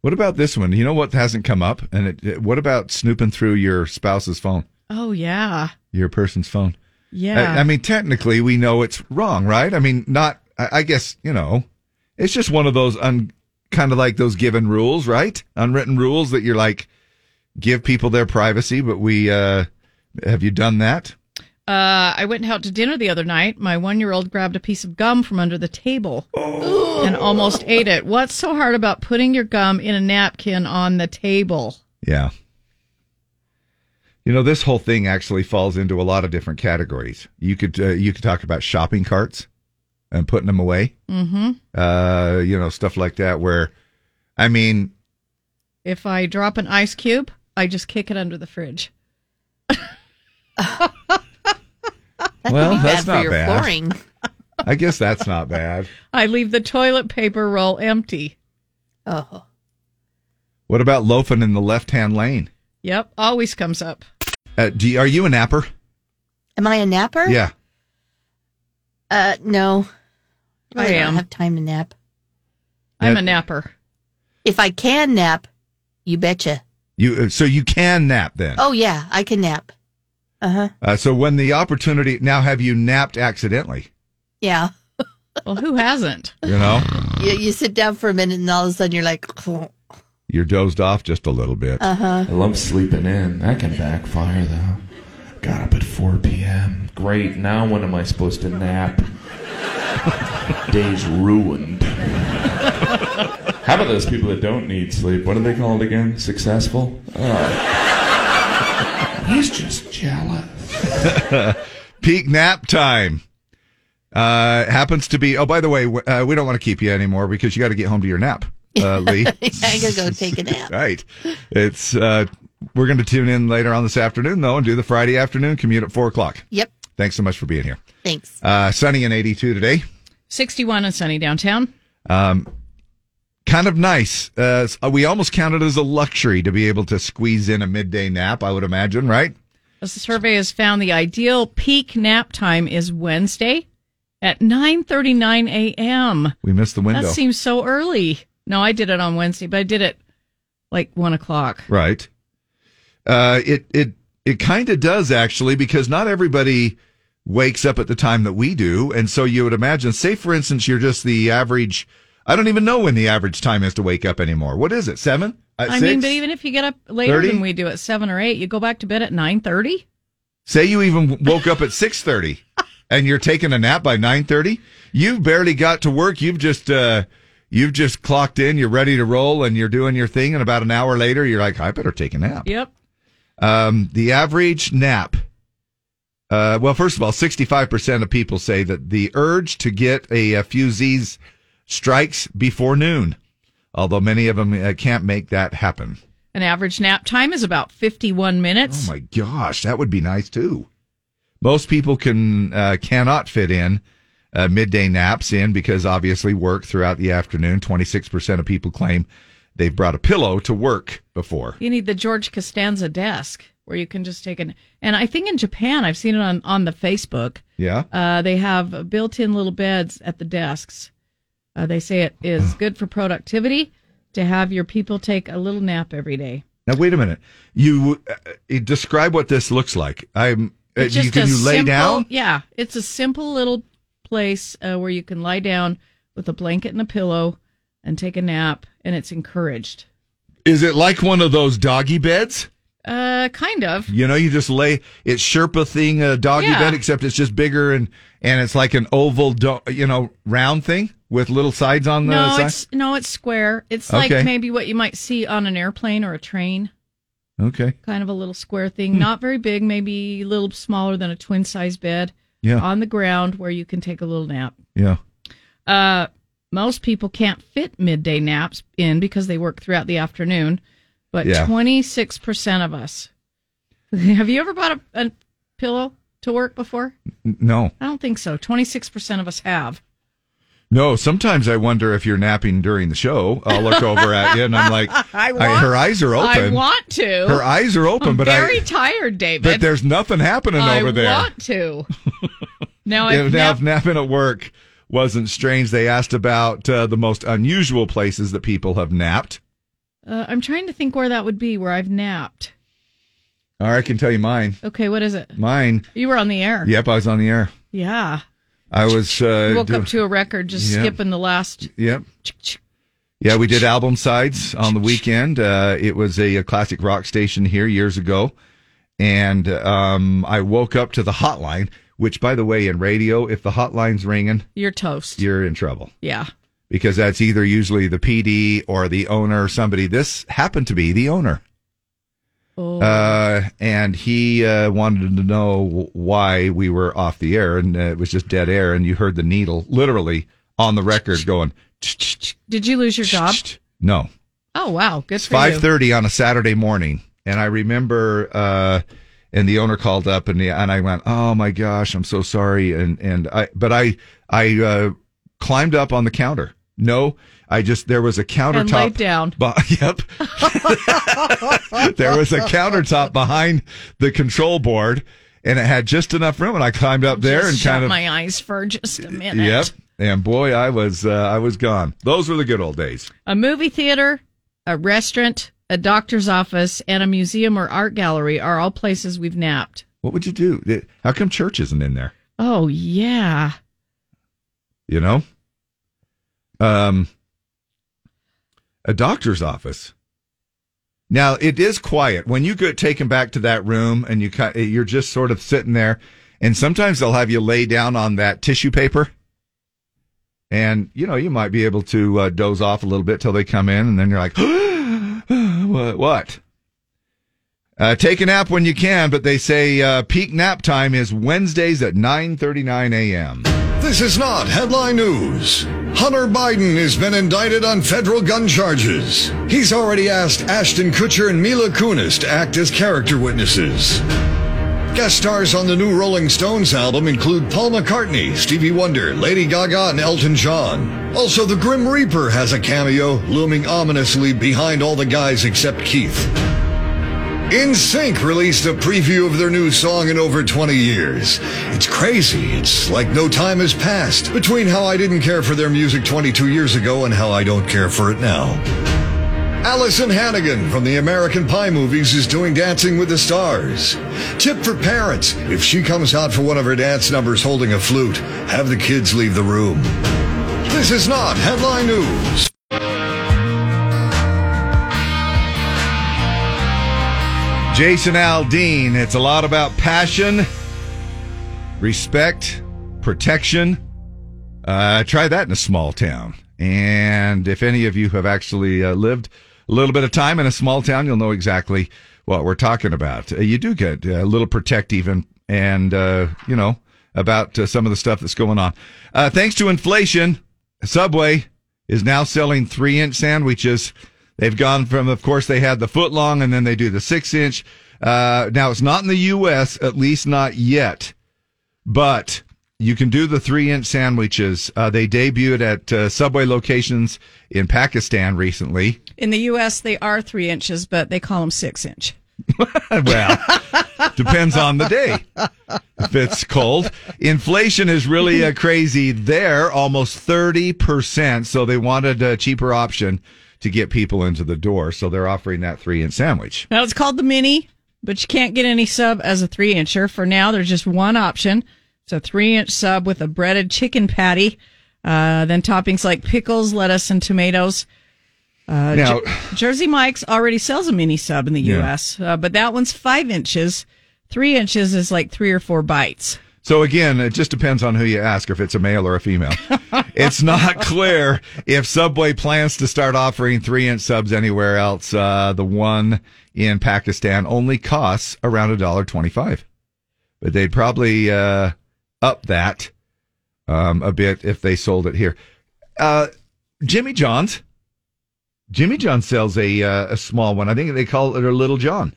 Speaker 2: What about this one? You know what hasn't come up, and it, it- what about snooping through your spouse's phone,
Speaker 1: Oh yeah,
Speaker 2: your person's phone?
Speaker 1: yeah.
Speaker 2: I, I mean, technically, we know it's wrong, right? I mean, not. I, I guess you know, it's just one of those un, kind of like those given rules, right? Unwritten rules that you're like, give people their privacy, but we uh have you done that?
Speaker 1: Uh, I went out to dinner the other night. My one year old grabbed a piece of gum from under the table and almost ate it. What's so hard about putting your gum in a napkin on the table?
Speaker 2: Yeah. You know, this whole thing actually falls into a lot of different categories. You could uh, you could talk about shopping carts and putting them away.
Speaker 1: Mm-hmm.
Speaker 2: Uh, you know, stuff like that. Where, I mean,
Speaker 1: If I drop an ice cube, I just kick it under the fridge.
Speaker 2: well, that's not bad. I guess that's not bad.
Speaker 1: I leave the toilet paper roll empty.
Speaker 3: Oh.
Speaker 2: What about loafing in the left hand lane?
Speaker 1: Yep. Always comes up.
Speaker 2: Uh, do you, are you a napper?
Speaker 3: Am I a napper?
Speaker 2: Yeah.
Speaker 3: Uh, no.
Speaker 1: I
Speaker 3: Really
Speaker 1: am.
Speaker 3: Don't have time to nap.
Speaker 1: I'm a napper.
Speaker 3: If I can nap, you betcha.
Speaker 2: You uh, so you can nap then.
Speaker 3: Oh yeah, I can nap. Uh huh.
Speaker 2: Uh, so when the opportunity now, have you napped accidentally?
Speaker 3: Yeah.
Speaker 1: well, who hasn't?
Speaker 2: You know,
Speaker 3: You, you sit down for a minute, and all of a sudden you're like, "Oh,
Speaker 2: you're dozed off just a little bit.
Speaker 3: Uh-huh.
Speaker 7: I love sleeping in. That can backfire though. Got up at 4 p.m. Great. Now when am I supposed to nap? Day's ruined. How about those people that don't need sleep? What do they call it again? Successful? Oh. He's just jealous.
Speaker 2: Peak nap time. Uh, happens to be. Oh, by the way, w- uh, we don't want to keep you anymore because you got to get home to your nap, uh, Lee.
Speaker 3: yeah, I gotta go take a nap.
Speaker 2: right. It's uh, we're going to tune in later on this afternoon though and do the Friday afternoon commute at four o'clock.
Speaker 3: Yep.
Speaker 2: Thanks so much for being here.
Speaker 3: Thanks.
Speaker 2: Uh, sunny and eighty-two today.
Speaker 1: 61 and sunny downtown.
Speaker 2: Um, kind of nice. Uh, we almost count it as a luxury to be able to squeeze in a midday nap. I would imagine, right?
Speaker 1: As the survey has found, the ideal peak nap time is Wednesday at 9.39 a.m.
Speaker 2: We missed the window.
Speaker 1: That seems so early. No, I did it on Wednesday, but I did it like 1 o'clock.
Speaker 2: Right. Uh, it it it kind of does actually because not everybody wakes up at the time that we do, and so you would imagine. Say for instance, you're just the average. I don't even know when the average time is to wake up anymore. What is it? Seven? At
Speaker 1: I
Speaker 2: six?
Speaker 1: mean, but even if you get up later
Speaker 2: 30?
Speaker 1: than we do at 7 or 8, you go back to bed at 9.30?
Speaker 2: Say you even woke up at six thirty, and you're taking a nap by nine thirty. You've barely got to work. You've just uh, you've just clocked in. You're ready to roll, and you're doing your thing. And about an hour later, you're like, I better take a nap.
Speaker 1: Yep.
Speaker 2: Um, the average nap. Uh, well, first of all, 65% of people say that the urge to get a, a few Z's strikes before noon, although many of them uh, can't make that happen.
Speaker 1: An average nap time is about 51 minutes.
Speaker 2: Oh my gosh, that would be nice too. Most people can uh, cannot fit in uh, midday naps in because obviously work throughout the afternoon. 26% of people claim they've brought a pillow to work before.
Speaker 1: You need the George Costanza desk where you can just take an. And I think in Japan, I've seen it on, on the Facebook.
Speaker 2: Yeah.
Speaker 1: Uh, they have built in little beds at the desks. Uh, they say it is
Speaker 2: Hmm.
Speaker 1: good for productivity to have your people take a little nap every day.
Speaker 2: Now wait a minute. You uh, uh, describe what this looks like. I'm. Uh,
Speaker 1: It's
Speaker 2: you,
Speaker 1: just
Speaker 2: can
Speaker 1: a
Speaker 2: you lay
Speaker 1: simple-
Speaker 2: down?
Speaker 1: Yeah, it's a simple little place uh, where you can lie down with a blanket and a pillow and take a nap, and it's encouraged.
Speaker 2: Is it like one of those doggy beds?
Speaker 1: Uh, kind of.
Speaker 2: You know, you just lay. It's Sherpa thing, a doggy
Speaker 1: Yeah.
Speaker 2: bed, except it's just bigger and and it's like an oval, do- you know, round thing with little sides on the
Speaker 1: No,
Speaker 2: side.
Speaker 1: it's no, it's square. It's
Speaker 2: Okay.
Speaker 1: like maybe what you might see on an airplane or a train,
Speaker 2: Okay.
Speaker 1: kind of a little square thing.
Speaker 2: Hmm.
Speaker 1: Not very big, maybe a little smaller than a twin size bed.
Speaker 2: Yeah.
Speaker 1: On the ground where you can take a little nap.
Speaker 2: Yeah.
Speaker 1: Uh, most people can't fit midday naps in because they work throughout the afternoon, but
Speaker 2: Yeah.
Speaker 1: 26% of us. Have you ever bought a, a pillow to work before?
Speaker 2: N- No.
Speaker 1: I don't think so. 26% of us have.
Speaker 2: No. Sometimes I wonder if you're napping during the show. I'll look over at you and I'm like,
Speaker 1: I
Speaker 2: her eyes are open.
Speaker 1: I want to.
Speaker 2: Her eyes are open,
Speaker 1: I'm
Speaker 2: but I-
Speaker 1: very tired, David.
Speaker 2: but there's nothing happening
Speaker 1: I
Speaker 2: over there.
Speaker 1: want to. Now
Speaker 2: Yeah,
Speaker 1: I've
Speaker 2: now,
Speaker 1: nap-
Speaker 2: if napping at work wasn't strange, they asked about uh, the most unusual places that people have napped.
Speaker 1: uh, I'm trying to think where that would be where I've napped.
Speaker 2: Or I can tell you mine.
Speaker 1: Okay, what is it?
Speaker 2: Mine.
Speaker 1: You were on the air.
Speaker 2: Yep, I was on the air.
Speaker 1: Yeah.
Speaker 2: I was. Uh,
Speaker 1: You woke
Speaker 2: do-
Speaker 1: up to a record just
Speaker 2: Yeah.
Speaker 1: skipping the last.
Speaker 2: Yep. Yeah, we did album sides on the weekend. Uh, it was a, a classic rock station here years ago, and um, I woke up to the hotline. Which, by the way, in radio, if the hotline's ringing,
Speaker 1: You're toast.
Speaker 2: you're in trouble
Speaker 1: Yeah.
Speaker 2: because that's either usually the PD or the owner, or somebody. This happened to be the owner.
Speaker 1: Oh.
Speaker 2: Uh, and he uh, wanted to know w- why we were off the air, and uh, it was just dead air. And you heard the needle literally on the record going.
Speaker 1: Did you lose your job?
Speaker 2: No,
Speaker 1: Oh wow, good for
Speaker 2: five
Speaker 1: you.
Speaker 2: thirty on a Saturday morning, and I remember. Uh, and the owner called up, and the, and I went, "Oh my gosh, I'm so sorry." And and I, but I I uh, climbed up on the counter. No, I just there was a countertop
Speaker 1: laid down.
Speaker 2: bu- yep, there was a countertop behind the control board, and it had just enough room. And I climbed up there
Speaker 1: Just
Speaker 2: and
Speaker 1: shut
Speaker 2: kind of
Speaker 1: my eyes for just a minute.
Speaker 2: yep. And boy, I was uh, I was gone. Those were the good old days.
Speaker 1: A movie theater, a restaurant, a doctor's office, and a museum or art gallery are all places we've napped.
Speaker 2: What would you do? How come church isn't in there?
Speaker 1: Oh yeah.
Speaker 2: you know um a doctor's office now it is quiet when you get taken back to that room and you ki- you're just sort of sitting there and sometimes they'll have you lay down on that tissue paper and you know you might be able to uh, doze off a little bit till they come in and then you're like what what uh, take a nap when you can but they say uh, peak nap time is wednesdays at 9.39 a.m
Speaker 17: This is not headline news. Hunter Biden has been indicted on federal gun charges. He's already asked Ashton Kutcher and Mila Kunis to act as character witnesses. Guest stars on the new Rolling Stones album include Paul McCartney, Stevie Wonder, Lady Gaga, and Elton John. Also, the Grim Reaper has a cameo looming ominously behind all the guys except Keith. In Sync released a preview of their new song in over 20 years. It's crazy. It's like no time has passed between how I didn't care for their music 22 years ago and how I don't care for it now. Allison Hannigan from the American Pie movies is doing Dancing with the Stars. Tip for parents if she comes out for one of her dance numbers holding a flute, have the kids leave the room. This is not headline news.
Speaker 2: Jason Aldean. It's a lot about passion, respect, protection. Uh, try that in a small town. And if any of you have actually uh, lived a little bit of time in a small town, you'll know exactly what we're talking about. Uh, you do get uh, a little protective and, and uh, you know, about uh, some of the stuff that's going on. Uh, thanks to inflation, Subway is now selling three inch sandwiches. They've gone from, of course, they had the foot long and then they do the six inch. Uh, now it's not in the U.S., at least not yet, but you can do the three inch sandwiches. Uh, they debuted at uh, Subway locations in Pakistan recently.
Speaker 1: In the U.S., they are three inches, but they call them six inch.
Speaker 2: well, depends on the day. If it's cold, inflation is really uh, crazy there, almost 30%. So they wanted a cheaper option to get people into the door. So they're offering that three inch sandwich.
Speaker 1: Now it's called the mini, but you can't get any sub as a three incher. For now, there's just one option. It's a three inch sub with a breaded chicken patty, uh, then toppings like pickles, lettuce, and tomatoes. Uh,
Speaker 2: Now-
Speaker 1: Jer- Jersey Mike's already sells a mini sub in the
Speaker 2: Yeah.
Speaker 1: U.S., uh, but that one's five inches. Three inches is like three or four bites.
Speaker 2: So again, it just depends on who you ask, if it's a male or a female. it's not clear if Subway plans to start offering three inch subs anywhere else. Uh, the one in Pakistan only costs around a dollar twenty-five, but they'd probably uh, up that um, a bit if they sold it here. Uh, Jimmy John's, Jimmy John sells a uh, a small one. I think they call it a Little John.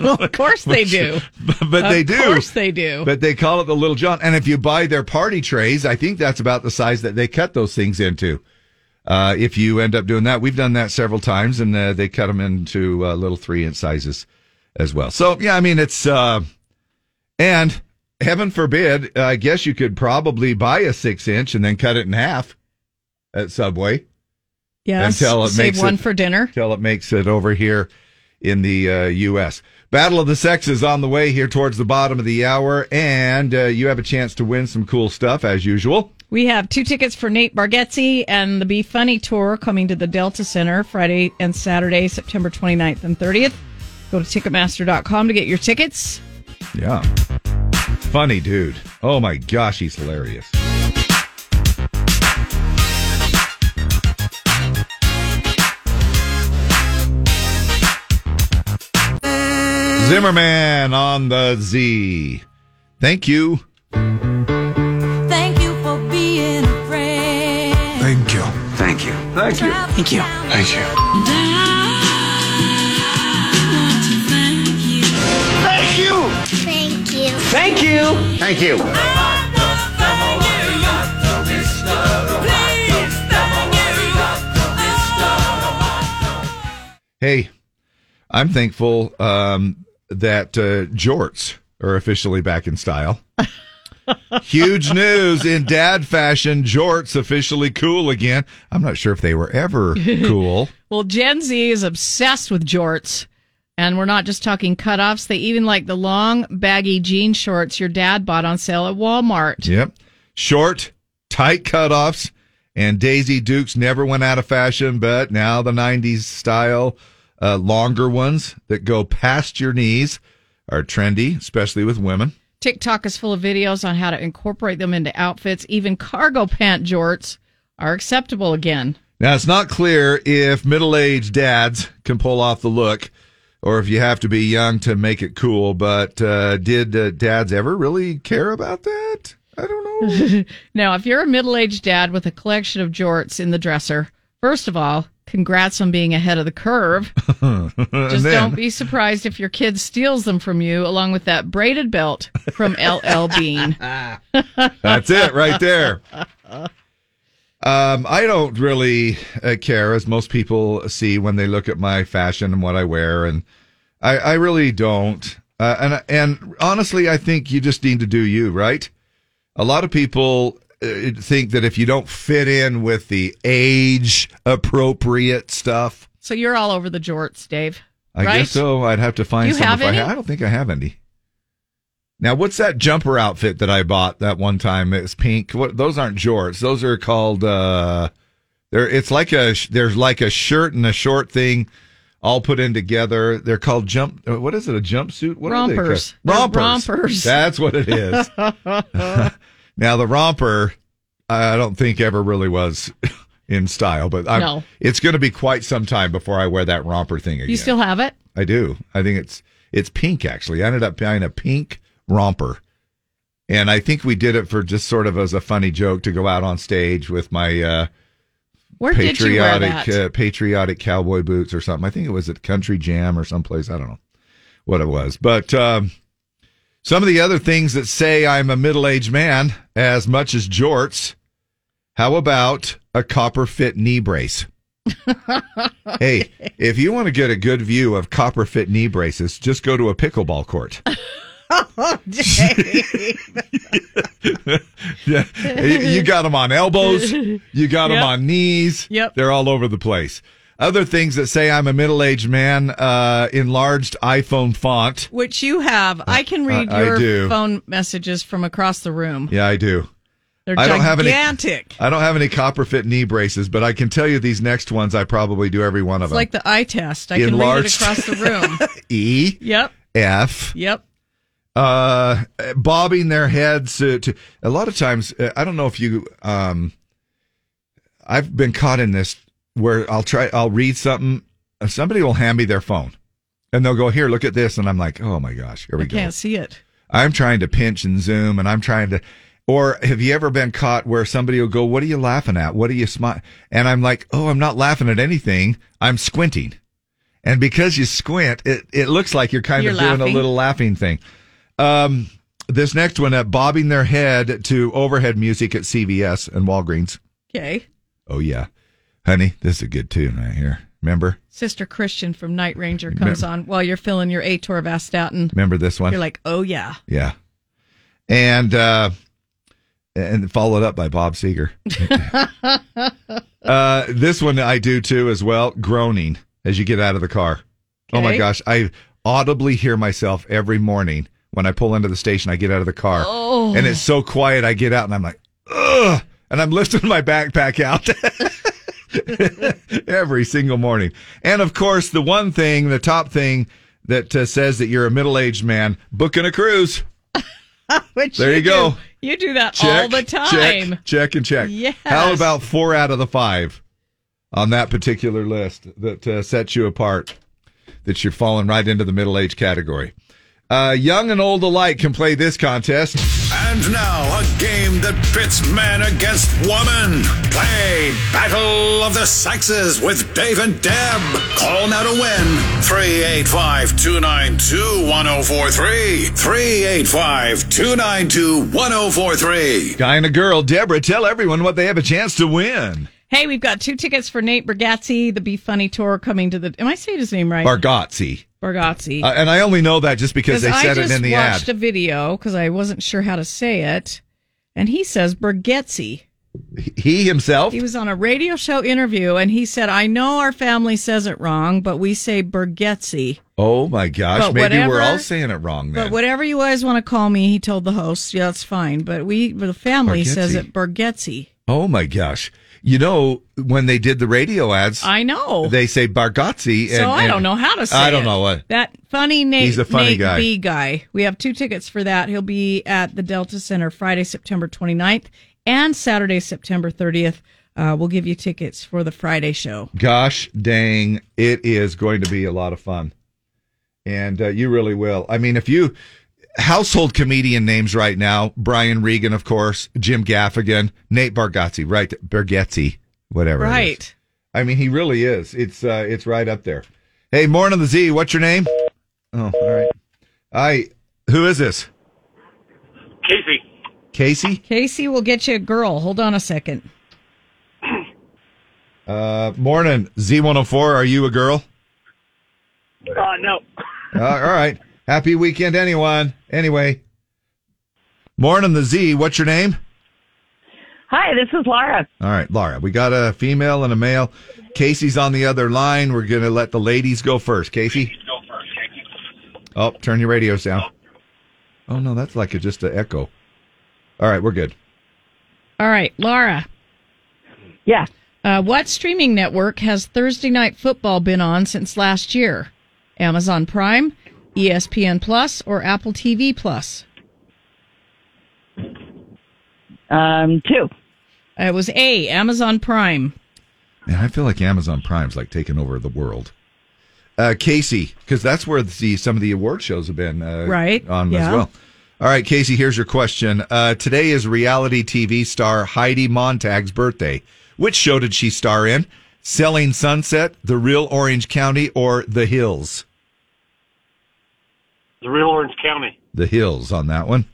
Speaker 1: of course they do.
Speaker 2: but they
Speaker 1: Of
Speaker 2: do.
Speaker 1: course they do.
Speaker 2: But they call it the Little John. And if you buy their party trays, I think that's about the size that they cut those things into. Uh, if you end up doing that, we've done that several times, and uh, they cut them into uh, little three inch sizes as well. So yeah, I mean it's uh, and heaven forbid, I guess you could probably buy a six inch and then cut it in half at Subway
Speaker 1: Yeah,
Speaker 2: until it
Speaker 1: save
Speaker 2: makes
Speaker 1: one
Speaker 2: it,
Speaker 1: for dinner.
Speaker 2: Until it makes it over here in the uh, U.S. Battle of the Sexes on the way here towards the bottom of the hour, and uh, you have a chance to win some cool stuff as usual.
Speaker 1: We have two tickets for Nate Bargatze and the Be Funny Tour coming to the Delta Center Friday and Saturday, September 29th and 30th. Go to Ticketmaster.com to get your tickets.
Speaker 2: Yeah. Funny dude. Oh my gosh, he's hilarious. Zimmerman on the Z. Thank you.
Speaker 8: Thank you for being a friend.
Speaker 2: Thank you. Thank you.
Speaker 8: Thank you. Thank you.
Speaker 2: Thank you.
Speaker 8: Thank you. Thank you. Thank you.
Speaker 9: Thank you.
Speaker 2: Hey, I'm thankful um, that uh, jorts are officially back in style. Huge news in dad fashion. Jorts officially cool again. I'm not sure if they were ever cool.
Speaker 1: Well, Gen Z is obsessed with jorts. And we're not just talking cutoffs. They even like the long, baggy jean shorts your dad bought on sale at Walmart.
Speaker 2: Yep. Short, tight cutoffs, and Daisy Dukes never went out of fashion, but now the 90s style uh, longer ones that go past your knees are trendy, especially with women.
Speaker 1: TikTok is full of videos on how to incorporate them into outfits. Even cargo pant jorts are acceptable again.
Speaker 2: Now, it's not clear if middle aged dads can pull off the look or if you have to be young to make it cool, but uh, did uh, dads ever really care about that?
Speaker 1: now, if you're a middle aged dad with a collection of jorts in the dresser, first of all, congrats on being ahead of the curve.
Speaker 2: Uh,
Speaker 1: Just don't be surprised if your kid steals them from you, along with that braided belt from LL Bean.
Speaker 2: That's it right there. Um, I don't really uh, care, as most people see when they look at my fashion and what I wear, and I, I really don't. Uh, and and honestly, I think you just need to do you, right? A lot of people uh, think that if you don't fit in with the age appropriate stuff,
Speaker 1: So you're all over the jorts, Dave.
Speaker 2: I
Speaker 1: right?
Speaker 2: guess so. I'd have to find
Speaker 1: You
Speaker 2: some.
Speaker 1: have
Speaker 2: if
Speaker 1: any?
Speaker 2: I, ha- I don't think I have any. Now, what's that jumper outfit that I bought that one time? It's pink. What? Those aren't jorts. Those are called. uh They're. It's like a. sh- There's like a shirt and a short thing, all put in together. They're called jump. uh, What is it? A jumpsuit? What
Speaker 1: Rompers.
Speaker 2: Are they
Speaker 1: They're
Speaker 2: called? rompers.
Speaker 1: rompers.
Speaker 2: That's what it is. now the romper, I don't think ever really was in style, but I'm,
Speaker 1: No.
Speaker 2: it's going to be quite some time before I wear that romper thing again.
Speaker 1: you still have it?
Speaker 2: I do. I think it's it's pink actually. I ended up buying a pink romper. And I think we did it for just sort of as a funny joke to go out on stage with my uh,
Speaker 1: Where did you wear
Speaker 2: patriotic
Speaker 1: that?
Speaker 2: uh, patriotic cowboy boots or something. I think it was at Country Jam or someplace. I don't know what it was, but um, some of the other things that say I'm a middle aged man as much as jorts. How about a copper fit knee brace? hey, if you want to get a good view of copper fit knee braces, just go to a pickleball court.
Speaker 1: Oh, Dave.
Speaker 2: yeah, you you got them on elbows. You got them
Speaker 1: Yep.
Speaker 2: on knees.
Speaker 1: Yep.
Speaker 2: They're all over the place. Other things that say I'm a middle aged man, uh, enlarged iPhone font.
Speaker 1: Which you have. I can read
Speaker 2: I- I
Speaker 1: your
Speaker 2: do.
Speaker 1: phone messages from across the room.
Speaker 2: Yeah, I do.
Speaker 1: They're
Speaker 2: I don't have any-
Speaker 1: gigantic.
Speaker 2: I don't have any copper fit knee braces, but I can tell you these next ones, I probably do every one of
Speaker 1: It's
Speaker 2: them.
Speaker 1: like the eye test. I can
Speaker 2: Enlarged.
Speaker 1: read it across the room.
Speaker 2: E,
Speaker 1: yep.
Speaker 2: F,
Speaker 1: Yep.
Speaker 2: uh, bobbing their heads. To, to a lot of times, uh, I don't know if you. Um, I've been caught in this where I'll try. I'll read something. uh, Somebody will hand me their phone, and they'll go, "Here, look at this," and I'm like, "Oh my gosh, here we
Speaker 1: I
Speaker 2: go."
Speaker 1: can't see it.
Speaker 2: I'm trying to pinch and zoom, and I'm trying to. Or have you ever been caught where somebody will go, "What are you laughing at? What are you smiling?" And I'm like, "Oh, I'm not laughing at anything. I'm squinting." And because you squint, it, it looks like you're kind
Speaker 1: You're
Speaker 2: of doing
Speaker 1: laughing.
Speaker 2: a little laughing thing. Um, this next one, uh, bobbing their head to overhead music at CVS and Walgreens.
Speaker 1: Okay.
Speaker 2: Oh yeah, honey, this is a good tune right here. Remember,
Speaker 1: Sister Christian from Night Ranger comes
Speaker 2: Mem-
Speaker 1: on while you're filling your atorvastatin.
Speaker 2: remember this one?
Speaker 1: You're like, oh yeah.
Speaker 2: Yeah. And uh and followed up by Bob Seger. uh this one I do too as well, groaning as you get out of the car. Oh my
Speaker 1: Okay.
Speaker 2: gosh, I audibly hear myself every morning when I pull into the station, I get out of the car.
Speaker 1: Oh.
Speaker 2: And it's so quiet I get out and I'm like, "Ugh." And I'm lifting my backpack out every single morning. And of course, the one thing, the top thing that uh, says that you're a middle aged man booking a cruise.
Speaker 1: Which
Speaker 2: There you
Speaker 1: do.
Speaker 2: go.
Speaker 1: You do that all the time.
Speaker 2: Check, check and check.
Speaker 1: Yes.
Speaker 2: How about four out of the five on that particular list that uh, sets you apart? That you're falling right into the middle age category. Uh, young and old alike can play this contest.
Speaker 20: And now a game that pits man against woman. Play Battle of the Sexes with Dave and Deb. Call now to win 385 292 1043. 385 292 1043.
Speaker 2: Guy and a girl, Deborah, tell everyone what they have a chance to win.
Speaker 1: Hey, we've got two tickets for Nate Bargatze, the Be Funny Tour coming to the. Am I saying his name right?
Speaker 2: Bargatze.
Speaker 1: Bargatze.
Speaker 2: Uh, and I only know that just because they
Speaker 1: I
Speaker 2: said it
Speaker 1: just
Speaker 2: in the ad.
Speaker 1: watched a video because I wasn't sure how to say it, and he says Bargatze.
Speaker 2: He himself?
Speaker 1: He was on a radio show interview, and he said, "I know our family says it wrong, but we say Bargatze."
Speaker 2: Oh my gosh,
Speaker 1: But
Speaker 2: maybe we're
Speaker 1: whatever-
Speaker 2: all saying it wrong then.
Speaker 1: But whatever you guys want to call me, he told the host, yeah, that's fine. But we, the family says
Speaker 2: Bargatze.
Speaker 1: it Bargetzi.
Speaker 2: oh my gosh. You know, when they did the radio ads,
Speaker 1: I know.
Speaker 2: they say Bargatze.
Speaker 1: Oh. so
Speaker 2: and-
Speaker 1: I
Speaker 2: and-
Speaker 1: don't know how to say
Speaker 2: I don't
Speaker 1: it.
Speaker 2: know what.
Speaker 1: That funny Nate,
Speaker 2: He's a funny
Speaker 1: Nate
Speaker 2: guy.
Speaker 1: B guy. We have two tickets for that. He'll be at the Delta Center Friday, September 29th and Saturday, September 30th. Uh, we'll give you tickets for the Friday show.
Speaker 2: Gosh dang, it is going to be a lot of fun. And uh, you really will. I mean, if you household comedian names right now, Brian Regan, of course, Jim Gaffigan, Nate Bargatze, right? Bargatze, whatever. it is.
Speaker 1: Right.
Speaker 2: I mean, he really is. It's uh, it's right up there. Hey, morning on the Z. What's your name? Oh, all right. I who is this?
Speaker 5: Casey.
Speaker 2: Casey.
Speaker 1: Casey will get you a girl. Hold on a second.
Speaker 2: Uh, morning Z one hundred four. Are you a girl?
Speaker 5: Uh, no.
Speaker 2: Uh, all right. Happy weekend, anyone. Anyway. Morning the Z. What's your name?
Speaker 9: Hi, this is Laura.
Speaker 2: All right, Laura. We got a female and a male. Casey's on the other line. We're gonna let the ladies go first. Casey. Oh, turn your radios down. Oh no, that's like a, just an echo. All right, we're good.
Speaker 1: All right, Laura.
Speaker 9: Yeah.
Speaker 1: Uh, what streaming network has Thursday night football been on since last year? Amazon Prime, E ESPN Plus, or Apple TV Plus?
Speaker 9: Um, two.
Speaker 1: It was A, Amazon Prime.
Speaker 2: Man, I feel like Amazon Prime's like taking over the world. Uh, Casey, because that's where the some of the award shows have been uh,
Speaker 1: Right,
Speaker 2: on as
Speaker 1: yeah.
Speaker 2: well. All right, Casey, here's your question. Uh, today is reality TV star Heidi Montag's birthday. Which show did she star in? Selling Sunset, The Real Orange County, or The Hills?
Speaker 5: The real Orange County.
Speaker 2: The Hills on that one.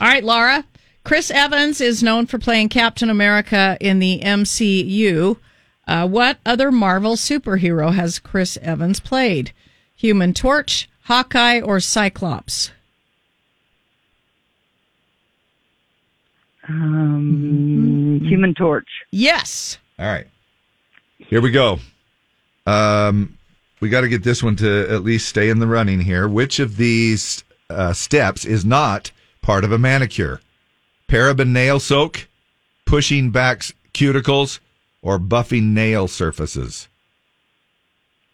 Speaker 1: All right, Laura. Chris Evans is known for playing Captain America in the MCU. Uh, what other Marvel superhero has Chris Evans played? Human Torch, Hawkeye, or Cyclops?
Speaker 9: Um, Human Torch.
Speaker 1: Yes.
Speaker 2: All right. Here we go. Um, we got to get this one to at least stay in the running here. Which of these uh, steps is not part of a manicure? Paraben nail soak, pushing back s- cuticles, or buffing nail surfaces?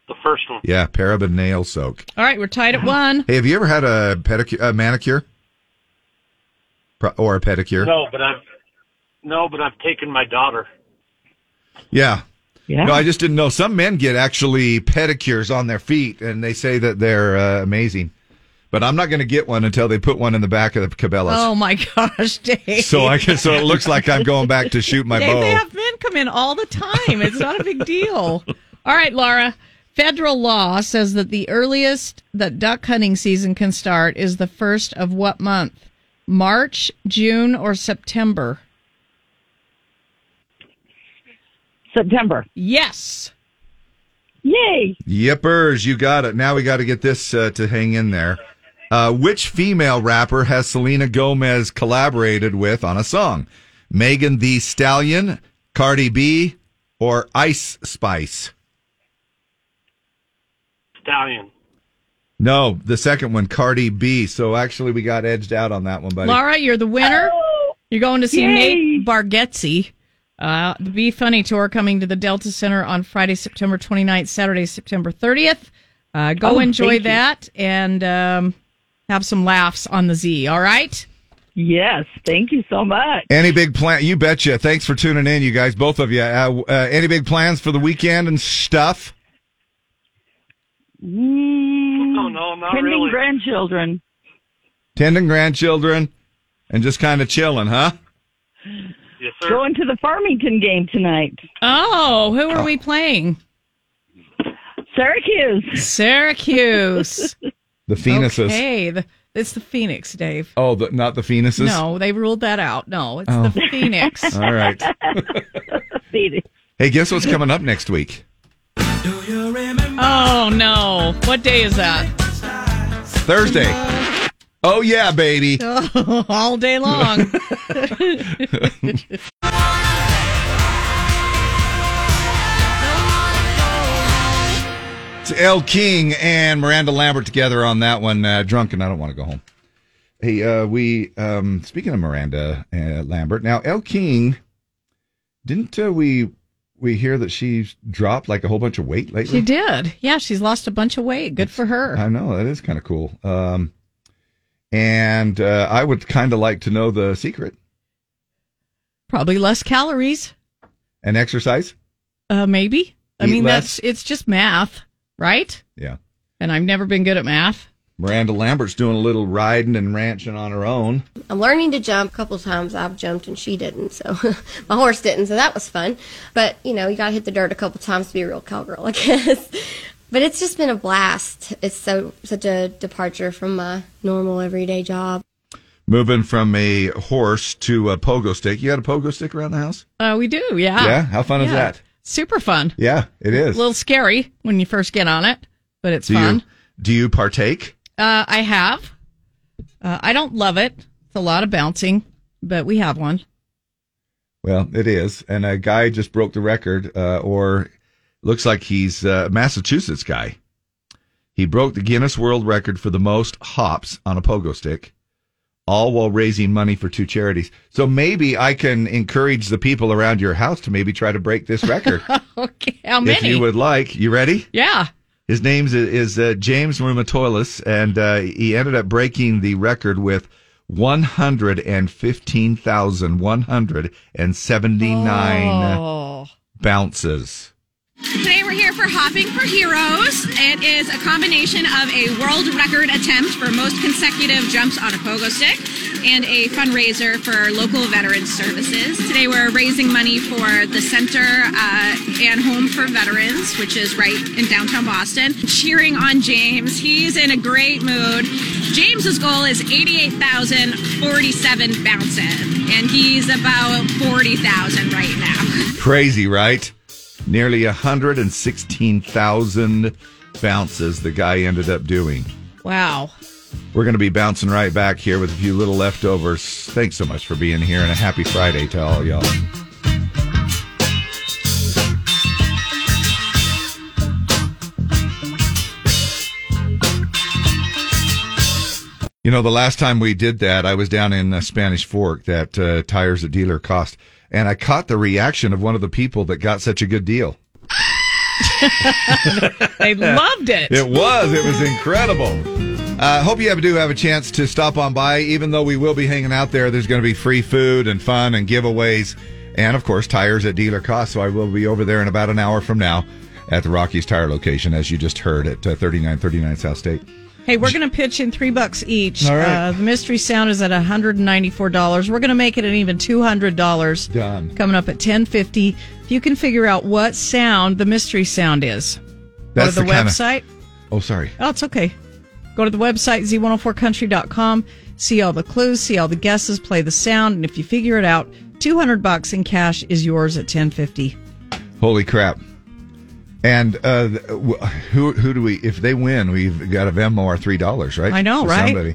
Speaker 5: The first one.
Speaker 2: Yeah, paraben nail soak.
Speaker 1: All right, we're tied at one.
Speaker 2: Hey, have you ever had a pedicure, a manicure, Pro- or a pedicure?
Speaker 5: No, but I've no, but I've taken my daughter.
Speaker 2: Yeah.
Speaker 5: Yeah.
Speaker 2: No, I just didn't know. Some men get actually pedicures on their feet, and they say that they're uh, amazing. But I'm not going to get one until they put one in the back of the Cabela's,
Speaker 1: Oh my gosh, Dave.
Speaker 2: so I can. So it looks like I'm going back to shoot my
Speaker 1: Dave,
Speaker 2: bow.
Speaker 1: Oh, They have men come in all the time. It's not a big deal. All right, Laura. Federal law says that the earliest that duck hunting season can start is the first of what month? March, June, or September?
Speaker 9: September.
Speaker 1: Yes.
Speaker 9: Yay.
Speaker 2: Yippers, you got it. Now we got to get this uh, to hang in there. Uh, which female rapper has Selena Gomez collaborated with on a song? Megan the Stallion, Cardi B, or Ice Spice?
Speaker 5: Stallion.
Speaker 2: No, the second one, Cardi B. So actually, we got edged out on that one, buddy.
Speaker 1: Laura, you're the winner.
Speaker 22: Oh.
Speaker 1: You're going to see
Speaker 2: Yay.
Speaker 1: Nate Bargatze. Uh, the Be Funny Tour coming to the Delta Center on Friday, September 29th, Saturday, September 30th. Uh, go
Speaker 11: Oh,
Speaker 1: enjoy
Speaker 11: thank you.
Speaker 1: that and um, have some laughs on the Z. All right. Yes. Thank you so much.
Speaker 2: Any big plan? You betcha. Thanks for tuning in, you guys, both of you. Uh, uh, any big plans for the weekend and stuff?
Speaker 15: Mm.
Speaker 9: No,
Speaker 5: Oh, no,
Speaker 9: not Pending
Speaker 5: really.
Speaker 9: grandchildren.
Speaker 2: Tending grandchildren and just kind of chilling, huh?
Speaker 9: Going to the Farmington game tonight.
Speaker 1: Oh, who are we playing? Syracuse. Syracuse.
Speaker 2: The phoenuses.
Speaker 1: Okay. The, it's the Phoenix, Dave.
Speaker 2: Oh, the, not the phoenuses.
Speaker 1: No, they ruled that out. No, it's
Speaker 2: Oh.
Speaker 1: the Phoenix.
Speaker 2: All right. Hey, guess what's coming up next week?
Speaker 1: Oh no! What day is that?
Speaker 2: Thursday. Oh yeah, baby.
Speaker 1: Oh, all day long.
Speaker 2: It's El King and Miranda Lambert together on that one. Uh, drunk and I don't want to go home. Hey, uh, we um, speaking of Miranda uh, Lambert. Now, El King, didn't uh, we we hear that she's dropped like a whole bunch of weight
Speaker 1: She
Speaker 2: lately?
Speaker 1: did. Yeah, she's lost a bunch of weight. Good for her.
Speaker 2: I know that is kind of cool. Um, and uh, I would kind of like to know the secret
Speaker 1: Probably less calories.
Speaker 2: and exercise.
Speaker 1: Uh, maybe. I
Speaker 2: Eat
Speaker 1: mean,
Speaker 2: less.
Speaker 1: that's it's just math, right?
Speaker 2: Yeah.
Speaker 1: And I've never been good at math.
Speaker 2: Miranda Lambert's doing a little riding and ranching on her own.
Speaker 13: I'm learning to jump. A couple times I've jumped and she didn't, so my horse didn't, so that was fun. But you know, you gotta hit the dirt a couple times to be a real cowgirl, I guess. But it's just been a blast. It's so such a departure from my normal everyday job.
Speaker 2: Moving from a horse to a pogo stick. You got a pogo stick around the house?
Speaker 1: Uh, we do. Yeah.
Speaker 2: Yeah? How fun is
Speaker 1: Yeah.
Speaker 2: that?
Speaker 1: Super fun.
Speaker 2: Yeah, it
Speaker 1: A
Speaker 2: is.
Speaker 1: little scary when you first get on it, but it's
Speaker 2: do
Speaker 1: fun.
Speaker 2: You, do you partake?
Speaker 1: Uh, I have. Uh, I don't love it. It's a lot of bouncing, but we have one.
Speaker 2: Well, it is. And a guy just broke the record, uh, or looks like he's a Massachusetts guy. He broke the Guinness World Record for the most hops on a pogo stick, all while raising money for two charities. So maybe I can encourage the people around your house to maybe try to break this record.
Speaker 1: Okay. How
Speaker 2: If
Speaker 1: many?
Speaker 2: you would like, you ready?
Speaker 1: yeah.
Speaker 2: His name is, is uh, James Rumatoilis, and uh, he ended up breaking the record with 115,179
Speaker 1: Oh.
Speaker 2: bounces.
Speaker 14: Today we're here for Hopping for Heroes. It is a combination of a world record attempt for most consecutive jumps on a pogo stick and a fundraiser for local veteran services. Today we're raising money for the Center uh, and Home for Veterans, which is right in downtown Boston. Cheering on James. He's in a great mood. James's goal is 88,047 bounces, and he's about 40,000 right now.
Speaker 2: Crazy, right? Nearly 116,000 bounces the guy ended up doing.
Speaker 1: Wow.
Speaker 2: We're going to be bouncing right back here with a few little leftovers. Thanks so much for being here, and a happy Friday to all y'all. You know, the last time we did that, I was down in uh, Spanish Fork, that uh, tires a dealer cost, and I caught the reaction of one of the people that got such a good deal.
Speaker 1: They loved it.
Speaker 2: It was. It was incredible. Uh, hope you have, do have a chance to stop on by. Even though we will be hanging out there, there's going to be free food and fun and giveaways, and of course tires at dealer cost. So I will be over there in about an hour from now at the Rockies Tire location, as you just heard at uh, 3939 South State.
Speaker 1: Hey, we're going to pitch in three bucks each.
Speaker 2: All right.
Speaker 1: Uh, the mystery sound is at one hundred and ninety-four dollars. We're going to make it an even two hundred dollars.
Speaker 2: Done.
Speaker 1: Coming up at ten fifty. If you can figure out what sound the mystery sound is,
Speaker 2: That's
Speaker 1: go to the,
Speaker 2: the kinda-
Speaker 1: website.
Speaker 2: Oh, sorry.
Speaker 1: Oh, it's okay. Go to the website, z104country.com, see all the clues, see all the guesses, play the sound, and if you figure it out, 200 bucks in cash is yours at 1050.
Speaker 2: Holy crap! And uh, th- w- who who do we? If they win, we've got a Venmo our three dollars, right?
Speaker 1: I know,
Speaker 2: For
Speaker 1: right?
Speaker 2: Somebody.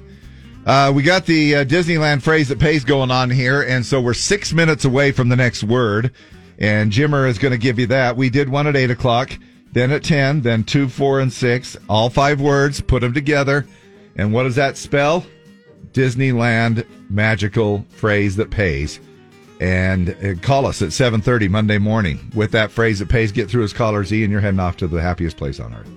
Speaker 2: Uh, we got the uh, Disneyland phrase that pays going on here, and so we're six minutes away from the next word. And Jimmer is going to give you that. We did one at eight o'clock, then at ten, then two, four, and six. All five words. Put them together, and what does that spell? Disneyland magical phrase that pays. And uh, call us at 7:30 Monday morning with that phrase that pays. Get through as caller Z, and you're heading off to the happiest place on earth.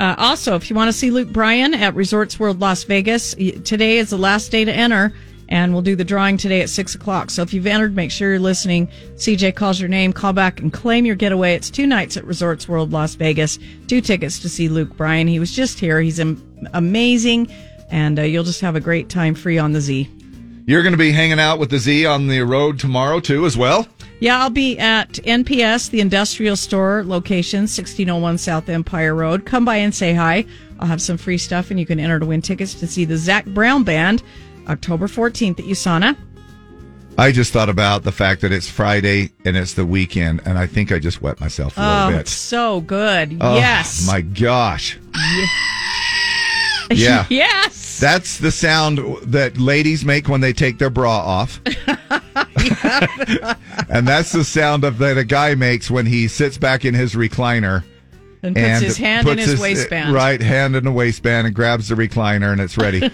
Speaker 1: Uh, Uh, also, if you want to see Luke Bryan at Resorts World Las Vegas, y- today is the last day to enter, and we'll do the drawing today at 6 o'clock. So if you've entered, make sure you're listening. CJ calls your name, call back and claim your getaway. It's two nights at Resorts World Las Vegas, two tickets to see Luke Bryan. He was just here. He's am- amazing, and uh, you'll just have a great time free on the Z.
Speaker 2: You're going to be hanging out with the Z on the road tomorrow, too, as well.
Speaker 1: Yeah, I'll be at NPS, the industrial store location, 1601 South Empire Road. Come by and say hi. I'll have some free stuff, and you can enter to win tickets to see the Zach Brown Band October 14th at USANA.
Speaker 2: I just thought about the fact that it's Friday and it's the weekend, and I think I just wet myself a little
Speaker 1: Oh, it's
Speaker 2: bit.
Speaker 1: so good.
Speaker 2: Oh,
Speaker 1: yes.
Speaker 2: My gosh. Yeah.
Speaker 1: yes.
Speaker 2: That's the sound that ladies make when they take their bra off. and that's the sound of, that a guy makes when he sits back in his recliner
Speaker 1: And puts his hand in
Speaker 2: puts uh,
Speaker 1: his, waistband.
Speaker 2: Right, hand in the waistband and grabs the recliner and it's ready.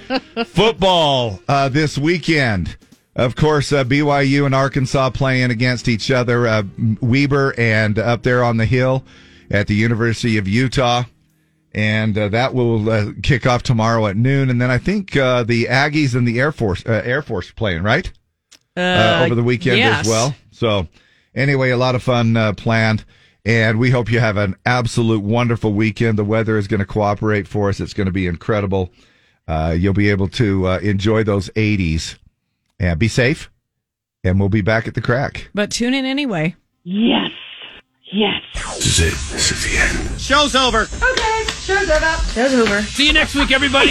Speaker 2: Football uh, this weekend. Of course, uh, BYU and Arkansas playing against each other. Uh, Weber and up there on the hill at the University of Utah. And uh, that will uh, kick off tomorrow at noon. And then I think uh, the Aggies and the Air Force uh, Air Force playing, right? uh, over the weekend
Speaker 1: yes.
Speaker 2: as well. So, anyway, a lot of fun uh, planned, and we hope you have an absolute wonderful weekend. The weather is going to cooperate for us. It's going to be incredible. Uh, you'll be able to uh, enjoy those 80s and be safe. And we'll be back at the crack.
Speaker 1: But tune in anyway.
Speaker 9: Yes. Yes.
Speaker 2: This is it. This is the end.
Speaker 11: Show's over. Okay, show's over. Show's over. See you next week, everybody.